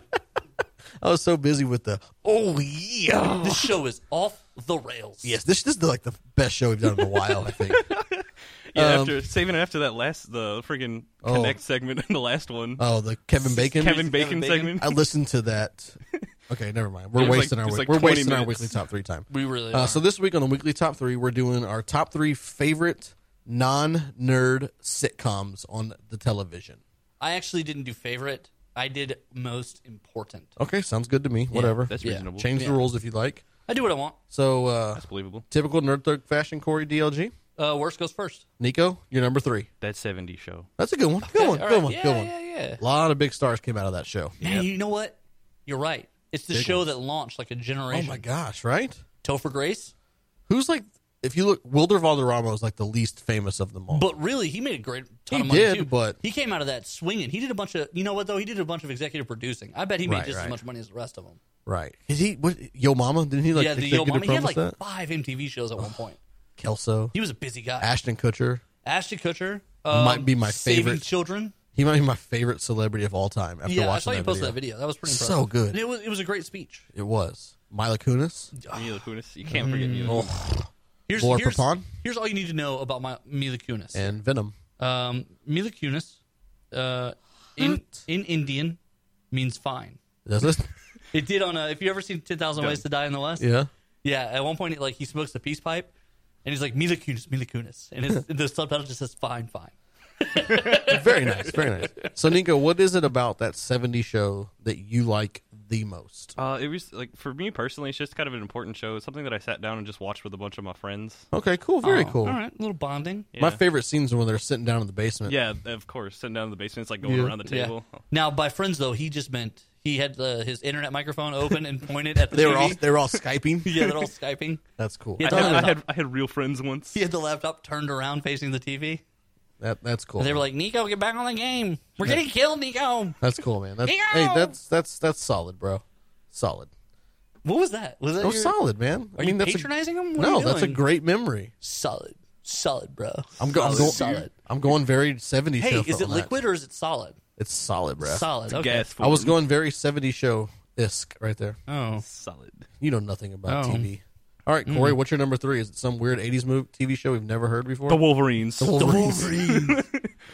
[SPEAKER 1] I was so busy with the oh yeah.
[SPEAKER 3] this show is off the rails.
[SPEAKER 1] Yes, this, this is like the best show we've done in a while. I think.
[SPEAKER 2] Yeah,
[SPEAKER 1] um,
[SPEAKER 2] after saving it after that last the freaking
[SPEAKER 1] Oh.
[SPEAKER 2] connect segment and the last one.
[SPEAKER 1] Oh, the Kevin Bacon.
[SPEAKER 2] Kevin Bacon,
[SPEAKER 3] Bacon?
[SPEAKER 2] segment.
[SPEAKER 1] I listened to that. Okay, never mind. We're
[SPEAKER 2] It was like-
[SPEAKER 1] wasting
[SPEAKER 2] it
[SPEAKER 1] our
[SPEAKER 2] was
[SPEAKER 1] week.
[SPEAKER 2] like
[SPEAKER 1] we're
[SPEAKER 2] 20
[SPEAKER 1] wasting our
[SPEAKER 2] minutes.
[SPEAKER 1] weekly top three time.
[SPEAKER 3] we really.
[SPEAKER 1] Uh,
[SPEAKER 3] are.
[SPEAKER 1] so this week on the weekly top three, we're doing our top three favorite non-nerd sitcoms on the television.
[SPEAKER 3] I actually didn't do favorite. I did most important.
[SPEAKER 1] Okay, sounds good to me. Whatever.
[SPEAKER 2] That's
[SPEAKER 3] Yeah.
[SPEAKER 2] reasonable.
[SPEAKER 1] Change the
[SPEAKER 3] Yeah.
[SPEAKER 1] rules if you'd like.
[SPEAKER 3] I do what I want.
[SPEAKER 1] So uh,
[SPEAKER 2] That's believable.
[SPEAKER 1] typical nerd thug fashion. Corey DLG.
[SPEAKER 3] Uh, worst goes first.
[SPEAKER 1] Nico, you're number three.
[SPEAKER 2] That 70 show.
[SPEAKER 1] That's a good one. Good one.
[SPEAKER 3] All
[SPEAKER 1] Good
[SPEAKER 3] right.
[SPEAKER 1] one.
[SPEAKER 3] Yeah,
[SPEAKER 1] good one.
[SPEAKER 3] yeah, yeah.
[SPEAKER 1] A lot of big stars came out of that show.
[SPEAKER 3] Man, you know what? You're right. It's the show that launched like a
[SPEAKER 1] Oh
[SPEAKER 3] generation.
[SPEAKER 1] my gosh! Right?
[SPEAKER 3] Topher Grace.
[SPEAKER 1] Who's like? If you look, Wilder Valderrama is like the least famous of them all.
[SPEAKER 3] But really, he made a great ton
[SPEAKER 1] He
[SPEAKER 3] of money
[SPEAKER 1] did,
[SPEAKER 3] too.
[SPEAKER 1] but-
[SPEAKER 3] he came out of that swinging. He did a bunch of, you know what though? He did a bunch of executive producing. I bet he made
[SPEAKER 1] Right,
[SPEAKER 3] just
[SPEAKER 1] right.
[SPEAKER 3] as much money as the rest of them.
[SPEAKER 1] Right. Is he what Yo Mama? Didn't he like
[SPEAKER 3] yeah, the Yo
[SPEAKER 1] executive
[SPEAKER 3] Mama. He had
[SPEAKER 1] produce that?
[SPEAKER 3] like five MTV shows at one point.
[SPEAKER 1] Kelso,
[SPEAKER 3] He was a busy guy.
[SPEAKER 1] Ashton Kutcher.
[SPEAKER 3] Ashton Kutcher um,
[SPEAKER 1] Might be my
[SPEAKER 3] Saving
[SPEAKER 1] favorite.
[SPEAKER 3] Children.
[SPEAKER 1] He might be my favorite celebrity of all time after
[SPEAKER 3] Yeah, I
[SPEAKER 1] watching
[SPEAKER 3] saw you
[SPEAKER 1] that,
[SPEAKER 3] post
[SPEAKER 1] video.
[SPEAKER 3] that video. That was pretty
[SPEAKER 1] So
[SPEAKER 3] impressive.
[SPEAKER 1] good.
[SPEAKER 3] And it was it was a great speech.
[SPEAKER 1] It was Mila Kunis.
[SPEAKER 2] Mila Kunis. You can't forget
[SPEAKER 1] Mm.
[SPEAKER 2] Mila Kunis.
[SPEAKER 3] Here's
[SPEAKER 1] Laura
[SPEAKER 3] here's,
[SPEAKER 1] Prepon?
[SPEAKER 3] here's all you need to know about my Mila Kunis.
[SPEAKER 1] and Venom.
[SPEAKER 3] um, Mila Kunis, uh, in
[SPEAKER 1] Hot.
[SPEAKER 3] in Indian, means fine.
[SPEAKER 1] Does it?
[SPEAKER 3] It did on a. If you ever seen Ten Thousand Ways to Die in the West,
[SPEAKER 1] yeah.
[SPEAKER 3] Yeah, at one point, like he smokes the peace pipe, and he's like Mila Kunis, Mila Kunis, and his, the subtitle just says "Fine, fine."
[SPEAKER 1] Very nice. Very nice. So Nico, what is it about that '70s show that you like the most?
[SPEAKER 2] Uh, it was like for me personally, it's just kind of an important show. It's something that I sat down and just watched with a bunch of my friends.
[SPEAKER 1] Okay, cool. Very
[SPEAKER 3] Oh,
[SPEAKER 1] cool.
[SPEAKER 3] All right, a little bonding.
[SPEAKER 2] Yeah.
[SPEAKER 1] My favorite scenes are when they're sitting down in the basement.
[SPEAKER 2] Yeah, of course. Sitting down in the basement, it's like going
[SPEAKER 1] Yeah.
[SPEAKER 2] around the table.
[SPEAKER 3] Yeah. Now, by friends though, he just meant he had uh, his internet microphone open and pointed at the.
[SPEAKER 1] They were
[SPEAKER 3] TV.
[SPEAKER 1] all they were all skyping.
[SPEAKER 3] yeah, they're all skyping.
[SPEAKER 1] That's cool.
[SPEAKER 3] Yeah,
[SPEAKER 2] I, had, I
[SPEAKER 3] Done.
[SPEAKER 2] had I had real friends once.
[SPEAKER 3] He had the laptop turned around facing the TV.
[SPEAKER 1] That that's cool.
[SPEAKER 3] And they were like, "Nico, get back on the game. We're getting killed, Nico."
[SPEAKER 1] that's cool, man. That's,
[SPEAKER 3] Nico!
[SPEAKER 1] hey, that's that's that's solid, bro. Solid.
[SPEAKER 3] What was that? Was that?
[SPEAKER 1] That was
[SPEAKER 3] your-
[SPEAKER 1] solid, man.
[SPEAKER 3] Are
[SPEAKER 1] I mean,
[SPEAKER 3] you
[SPEAKER 1] that's
[SPEAKER 3] patronizing
[SPEAKER 1] a,
[SPEAKER 3] him? What are
[SPEAKER 1] No,
[SPEAKER 3] you
[SPEAKER 1] that's a
[SPEAKER 3] doing?
[SPEAKER 1] great memory.
[SPEAKER 3] Solid, solid, bro.
[SPEAKER 1] I'm, go- I'm
[SPEAKER 3] Solid,
[SPEAKER 1] going.
[SPEAKER 3] solid.
[SPEAKER 1] I'm going very 70s.
[SPEAKER 3] Hey,
[SPEAKER 1] show
[SPEAKER 3] is
[SPEAKER 1] for
[SPEAKER 3] it
[SPEAKER 1] all that.
[SPEAKER 3] liquid or is it solid?
[SPEAKER 1] It's solid, bro.
[SPEAKER 3] Solid. Okay.
[SPEAKER 2] Gas
[SPEAKER 1] I was
[SPEAKER 2] form.
[SPEAKER 1] going very 70s show isk right there.
[SPEAKER 3] Oh,
[SPEAKER 2] solid.
[SPEAKER 1] You know nothing about
[SPEAKER 3] Oh.
[SPEAKER 1] TV. All right, Corey, what's your number three? Is it some weird 80s movie TV show we've never heard before?
[SPEAKER 2] The Wolverines.
[SPEAKER 1] The Wolverines.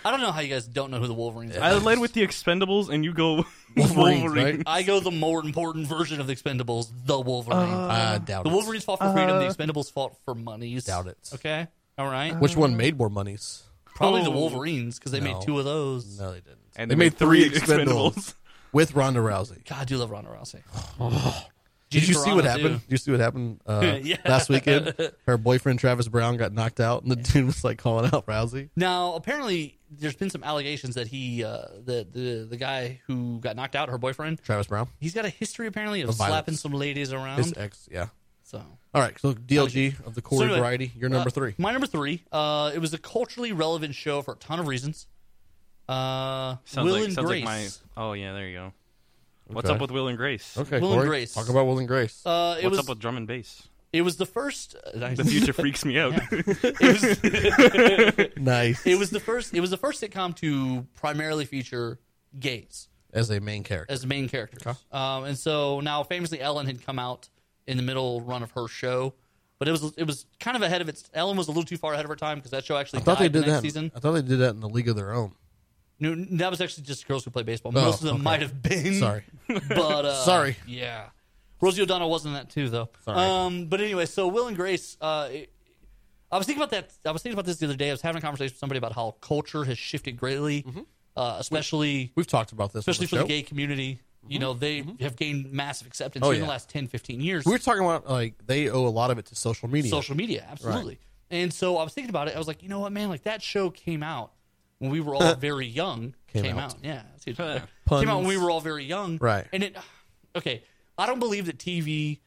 [SPEAKER 3] I don't know how you guys don't know who the Wolverines are.
[SPEAKER 2] I led with the Expendables, and you go
[SPEAKER 1] Wolverines,
[SPEAKER 2] Wolverine.
[SPEAKER 1] right?
[SPEAKER 3] I go the more important version of the Expendables, the Wolverine.
[SPEAKER 1] I doubt
[SPEAKER 3] Uh, the
[SPEAKER 1] it.
[SPEAKER 3] Wolverines fought for freedom. the Expendables fought for monies.
[SPEAKER 1] Doubt it.
[SPEAKER 3] Okay. All right.
[SPEAKER 1] Which one made more monies?
[SPEAKER 3] Probably the
[SPEAKER 2] Oh.
[SPEAKER 3] Wolverines because they
[SPEAKER 1] No.
[SPEAKER 3] made two of those.
[SPEAKER 1] No, they didn't.
[SPEAKER 2] And
[SPEAKER 1] they, made three Expendables with Ronda Rousey.
[SPEAKER 3] God, I do love Ronda Rousey.
[SPEAKER 1] Did you see what
[SPEAKER 3] Toronto, too.
[SPEAKER 1] happened? Did you see what happened uh,
[SPEAKER 3] Yeah.
[SPEAKER 1] last weekend? Her boyfriend Travis Brown got knocked out, and the dude was like calling out Rousey.
[SPEAKER 3] Now, apparently, there's been some allegations that he, uh, the, the the guy who got knocked out, her boyfriend,
[SPEAKER 1] Travis Brown,
[SPEAKER 3] he's got a history apparently of
[SPEAKER 1] Of violence.
[SPEAKER 3] slapping some ladies around.
[SPEAKER 1] his uh, ex. Yeah.
[SPEAKER 3] so,
[SPEAKER 1] All right. So DLG of the
[SPEAKER 3] So
[SPEAKER 1] Corey
[SPEAKER 3] anyway,
[SPEAKER 1] variety. You're number
[SPEAKER 3] uh,
[SPEAKER 1] three.
[SPEAKER 3] My number three. Uh, it was a culturally relevant show for a ton of reasons. Uh,
[SPEAKER 2] Sounds
[SPEAKER 3] Will
[SPEAKER 2] like,
[SPEAKER 3] and
[SPEAKER 2] sounds
[SPEAKER 3] Grace.
[SPEAKER 2] like my. Oh yeah, there you go. What's
[SPEAKER 1] Okay.
[SPEAKER 2] up with Will and Grace?
[SPEAKER 1] Okay.
[SPEAKER 3] Will and
[SPEAKER 1] Corey,
[SPEAKER 3] Grace.
[SPEAKER 1] Talk about Will and Grace.
[SPEAKER 3] uh, it
[SPEAKER 2] What's
[SPEAKER 3] was
[SPEAKER 2] up with drum and bass?
[SPEAKER 3] it was the first. uh, nice.
[SPEAKER 2] The future freaks me out.
[SPEAKER 3] it, was,
[SPEAKER 1] nice.
[SPEAKER 3] it was the first. It was the first sitcom to primarily feature gays.
[SPEAKER 1] As a main character.
[SPEAKER 3] as main characters. Um, and so now, famously, Ellen had come out in the middle run of her show, but it was it was kind of ahead of its. Ellen was a little too far ahead of her time because that show actually
[SPEAKER 1] I thought
[SPEAKER 3] died
[SPEAKER 1] they did
[SPEAKER 3] the next
[SPEAKER 1] that.
[SPEAKER 3] season.
[SPEAKER 1] I thought they did that in the League of Their Own.
[SPEAKER 3] No, n- that was actually just girls who play baseball.
[SPEAKER 1] Oh,
[SPEAKER 3] Most of them
[SPEAKER 1] okay.
[SPEAKER 3] might have been
[SPEAKER 1] Sorry.
[SPEAKER 3] but uh,
[SPEAKER 1] Sorry.
[SPEAKER 3] yeah. Rosie O'Donnell wasn't that too though.
[SPEAKER 1] Sorry.
[SPEAKER 3] Um, but anyway, so Will and Grace. Uh, it- I was thinking about that. I was thinking about this the other day. I was having a conversation with somebody about how culture has shifted greatly, uh, especially
[SPEAKER 1] We've talked about this. on
[SPEAKER 3] especially for
[SPEAKER 1] the
[SPEAKER 3] the
[SPEAKER 1] show.
[SPEAKER 3] gay community. You know, they have gained massive acceptance
[SPEAKER 1] Oh,
[SPEAKER 3] in the
[SPEAKER 1] yeah.
[SPEAKER 3] last 10, 15 years.
[SPEAKER 1] We were talking about like they owe a lot of it to social media.
[SPEAKER 3] Social media, absolutely. And so I was thinking about it. I was like, you know what, man? Like that show came out when we were all very young.
[SPEAKER 1] Came
[SPEAKER 3] Came,
[SPEAKER 1] out.
[SPEAKER 3] out. yeah. that's huge.
[SPEAKER 1] Puns.
[SPEAKER 3] Came out when we were all very young,
[SPEAKER 1] Right.
[SPEAKER 3] And it, okay, I don't believe that TV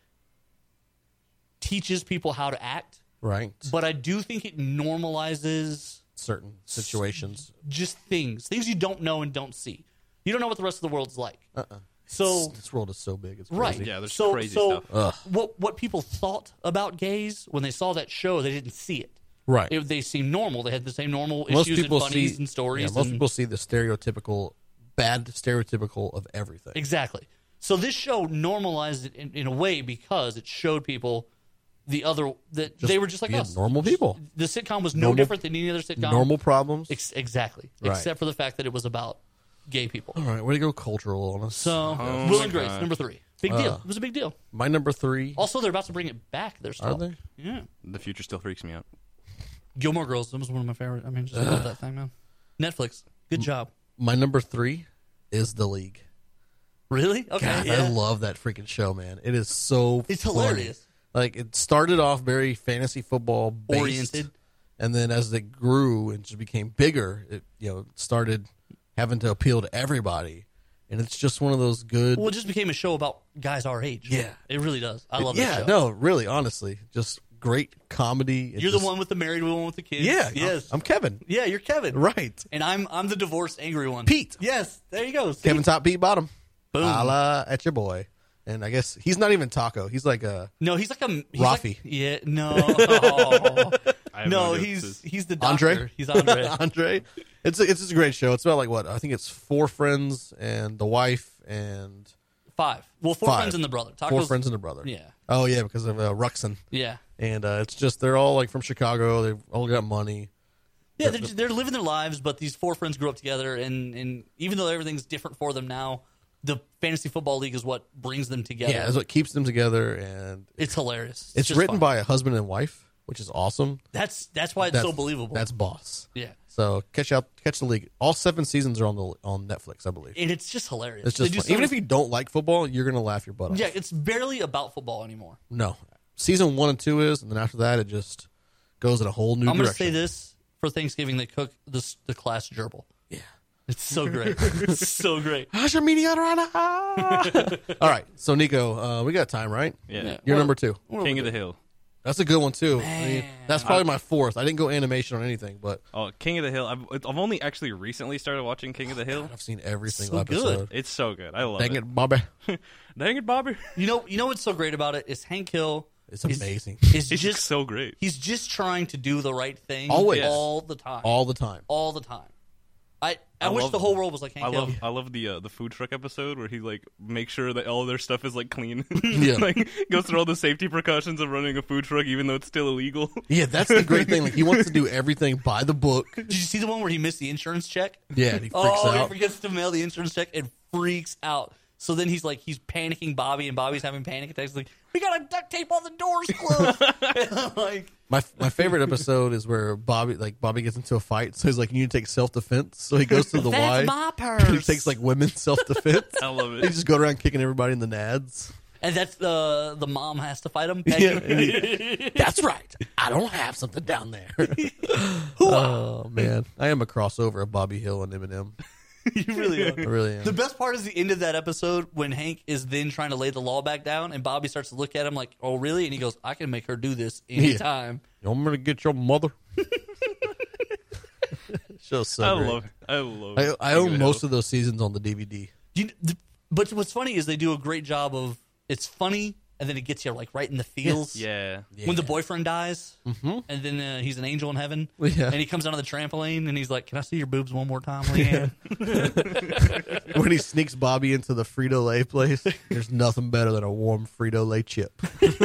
[SPEAKER 3] teaches people how to act,
[SPEAKER 1] right?
[SPEAKER 3] but I do think it normalizes
[SPEAKER 1] Certain situations.
[SPEAKER 3] just things, things you don't know and don't see. You don't know what the rest of the world's like. Uh-uh. So
[SPEAKER 1] this world is so big. It's crazy.
[SPEAKER 3] Right.
[SPEAKER 2] Yeah, there's
[SPEAKER 3] so,
[SPEAKER 2] crazy
[SPEAKER 3] so
[SPEAKER 2] stuff.
[SPEAKER 3] What what people thought about gays when they saw that show, they didn't see it.
[SPEAKER 1] Right.
[SPEAKER 3] It, they seemed normal. They had the same normal
[SPEAKER 1] most
[SPEAKER 3] issues
[SPEAKER 1] people
[SPEAKER 3] and funnies
[SPEAKER 1] see
[SPEAKER 3] and stories.
[SPEAKER 1] yeah, most
[SPEAKER 3] and-
[SPEAKER 1] people see the stereotypical bad stereotypical of everything.
[SPEAKER 3] exactly. So this show normalized it in, in a way because it showed people the other that they were just like
[SPEAKER 1] being
[SPEAKER 3] us,
[SPEAKER 1] normal people.
[SPEAKER 3] The sitcom was no
[SPEAKER 1] Normal-
[SPEAKER 3] different than any other sitcom.
[SPEAKER 1] Normal problems.
[SPEAKER 3] Ex- exactly,
[SPEAKER 1] Right. Oh
[SPEAKER 3] except for the fact that it was about gay people.
[SPEAKER 1] All right, way to go cultural on us.
[SPEAKER 3] So
[SPEAKER 2] Oh
[SPEAKER 3] Will
[SPEAKER 2] my
[SPEAKER 3] and Grace,
[SPEAKER 2] God.
[SPEAKER 3] number three, big deal. It was a big deal.
[SPEAKER 1] my number three.
[SPEAKER 3] Also, they're about to bring it back. There's
[SPEAKER 1] are
[SPEAKER 3] stuff.
[SPEAKER 1] they?
[SPEAKER 3] Yeah.
[SPEAKER 2] the future still freaks me out.
[SPEAKER 3] Gilmore Girls. That was one of my favorite. I mean, just love that thing, man. Netflix. Good job.
[SPEAKER 1] My number three is the league.
[SPEAKER 3] Really? Okay.
[SPEAKER 1] God, I love that freaking show, man. It is so
[SPEAKER 3] It's
[SPEAKER 1] funny.
[SPEAKER 3] hilarious.
[SPEAKER 1] Like it started off very fantasy football based,
[SPEAKER 3] Oriented.
[SPEAKER 1] and then as it grew and just became bigger, it you know started having to appeal to everybody, and it's just one of those good.
[SPEAKER 3] well, it just became a show about guys our age.
[SPEAKER 1] Yeah.
[SPEAKER 3] It really does. I love
[SPEAKER 1] yeah,
[SPEAKER 3] that show.
[SPEAKER 1] no, really, honestly, just great comedy. It
[SPEAKER 3] You're
[SPEAKER 1] just-
[SPEAKER 3] the one with the married one with the kids.
[SPEAKER 1] Yeah,
[SPEAKER 3] Yes.
[SPEAKER 1] I'm Kevin.
[SPEAKER 3] yeah, you're Kevin.
[SPEAKER 1] Right,
[SPEAKER 3] And I'm I'm the divorced angry one.
[SPEAKER 1] Pete.
[SPEAKER 3] Yes. There you go. See?
[SPEAKER 1] Kevin top beat bottom.
[SPEAKER 3] Boom.
[SPEAKER 1] Holla at your boy. And I guess he's not even Taco. He's like a
[SPEAKER 3] No, he's like a he's
[SPEAKER 1] Rafi.
[SPEAKER 3] like- yeah. No.
[SPEAKER 2] I have
[SPEAKER 3] no,
[SPEAKER 2] idea what this
[SPEAKER 3] he's
[SPEAKER 2] is.
[SPEAKER 3] he's the doctor.
[SPEAKER 1] Andre?
[SPEAKER 3] He's Andre.
[SPEAKER 1] Andre. It's a, it's just a great show. It's about like what I think it's four friends and the wife and
[SPEAKER 3] Five. Well, four
[SPEAKER 1] Five.
[SPEAKER 3] friends and the brother. Tacos,
[SPEAKER 1] four friends and a brother.
[SPEAKER 3] Yeah.
[SPEAKER 1] Oh yeah, because of uh, Ruxin.
[SPEAKER 3] Yeah.
[SPEAKER 1] And uh, it's just they're all like from Chicago. They've all got money.
[SPEAKER 3] Yeah, they're, they're living their lives, but these four friends grew up together, and, and even though everything's different for them now, the fantasy football league is what brings them together.
[SPEAKER 1] Yeah, that's what keeps them together. And
[SPEAKER 3] it's hilarious.
[SPEAKER 1] it's,
[SPEAKER 3] just
[SPEAKER 1] written
[SPEAKER 3] fun.
[SPEAKER 1] by a husband and wife, which is awesome.
[SPEAKER 3] that's that's why it's
[SPEAKER 1] That's
[SPEAKER 3] so believable.
[SPEAKER 1] That's boss.
[SPEAKER 3] yeah,
[SPEAKER 1] So catch out, catch the league. All seven seasons are on the on Netflix, I believe.
[SPEAKER 3] and it's just hilarious.
[SPEAKER 1] It's
[SPEAKER 3] They
[SPEAKER 1] just
[SPEAKER 3] do
[SPEAKER 1] fun.
[SPEAKER 3] so
[SPEAKER 1] even if
[SPEAKER 3] many-
[SPEAKER 1] you don't like football, you're gonna laugh your butt off.
[SPEAKER 3] yeah, it's barely about football anymore.
[SPEAKER 1] No, season one and two is, and then after that, it just goes in a whole new
[SPEAKER 3] I'm gonna
[SPEAKER 1] direction.
[SPEAKER 3] say this for Thanksgiving: they cook this the class gerbil. Yeah, it's so great. it's so great.
[SPEAKER 1] Asha Oh, Mediana. All right, so Nico, uh, we got time, right?
[SPEAKER 2] Yeah.
[SPEAKER 3] Yeah.
[SPEAKER 1] You're
[SPEAKER 3] Well-
[SPEAKER 1] number two.
[SPEAKER 2] King of the Hill.
[SPEAKER 1] That's a good one too. I mean, that's probably my fourth. I didn't go animation on anything, but
[SPEAKER 2] Oh, King of the Hill. I've, I've only actually recently started watching King of the Hill.
[SPEAKER 1] I've seen every
[SPEAKER 3] So
[SPEAKER 1] single
[SPEAKER 3] good.
[SPEAKER 1] episode.
[SPEAKER 2] It's so good. I love
[SPEAKER 1] Dang
[SPEAKER 2] it.
[SPEAKER 1] it, Bobby!
[SPEAKER 2] Dang it, Bobby.
[SPEAKER 3] You know, you know what's so great about it is Hank Hill.
[SPEAKER 1] It's
[SPEAKER 3] is-
[SPEAKER 1] amazing.
[SPEAKER 3] Is
[SPEAKER 2] It's
[SPEAKER 3] just
[SPEAKER 2] just so great.
[SPEAKER 3] He's just trying to do the right thing
[SPEAKER 1] Always.
[SPEAKER 3] all the time.
[SPEAKER 1] All the time.
[SPEAKER 3] all the time. I I,
[SPEAKER 2] I
[SPEAKER 3] wish
[SPEAKER 2] love
[SPEAKER 3] the whole
[SPEAKER 2] it.
[SPEAKER 3] world was like Hank
[SPEAKER 2] I
[SPEAKER 3] Hill.
[SPEAKER 2] love I love the uh, the food truck episode where he like makes sure that all their stuff is like clean.
[SPEAKER 1] Yeah.
[SPEAKER 2] like goes through all the safety precautions of running a food truck even though it's still illegal.
[SPEAKER 1] Yeah, that's the great thing. Like he wants to do everything by the book.
[SPEAKER 3] Did you see the one where he missed the insurance check?
[SPEAKER 1] Yeah, and he freaks
[SPEAKER 3] oh, he
[SPEAKER 1] out.
[SPEAKER 3] forgets to mail the insurance check and freaks out. So then he's like, he's panicking Bobby, and Bobby's having panic attacks. He's like, we gotta duct tape all the doors closed. And I'm like,
[SPEAKER 1] My my favorite episode is where Bobby like Bobby gets into a fight, so he's like, "You need to take self defense." So he goes to the
[SPEAKER 3] that's
[SPEAKER 1] Y.
[SPEAKER 3] my
[SPEAKER 1] He
[SPEAKER 3] purse.
[SPEAKER 1] takes like women's self defense.
[SPEAKER 2] I love
[SPEAKER 1] They
[SPEAKER 2] it.
[SPEAKER 1] just go around kicking everybody in the nads.
[SPEAKER 3] And that's the the mom has to fight him.
[SPEAKER 1] That's right. I don't have something down there. oh man, I am a crossover of Bobby Hill and Eminem.
[SPEAKER 3] you really are.
[SPEAKER 1] I really am.
[SPEAKER 3] The best part is the end of that episode when Hank is then trying to lay the law back down, and Bobby starts to look at him like, "Oh, really?" And he goes, "I can make her do this anytime."
[SPEAKER 1] I'm gonna get your mother. Show's so
[SPEAKER 2] I
[SPEAKER 1] great.
[SPEAKER 2] love. I love.
[SPEAKER 1] I, I own most of those seasons on the DVD.
[SPEAKER 3] You, th- but what's funny is they do a great job of it's funny, and then it gets you like right in the feels.
[SPEAKER 2] Yeah.
[SPEAKER 3] When the boyfriend dies, and then uh, he's an angel in heaven,
[SPEAKER 1] Mm-hmm. Yeah.
[SPEAKER 3] and he comes down to the trampoline, and he's like, "Can I see your boobs one more time, Leanne?"
[SPEAKER 1] when he sneaks Bobby into the Frito Lay place, there's nothing better than a warm Frito Lay chip. and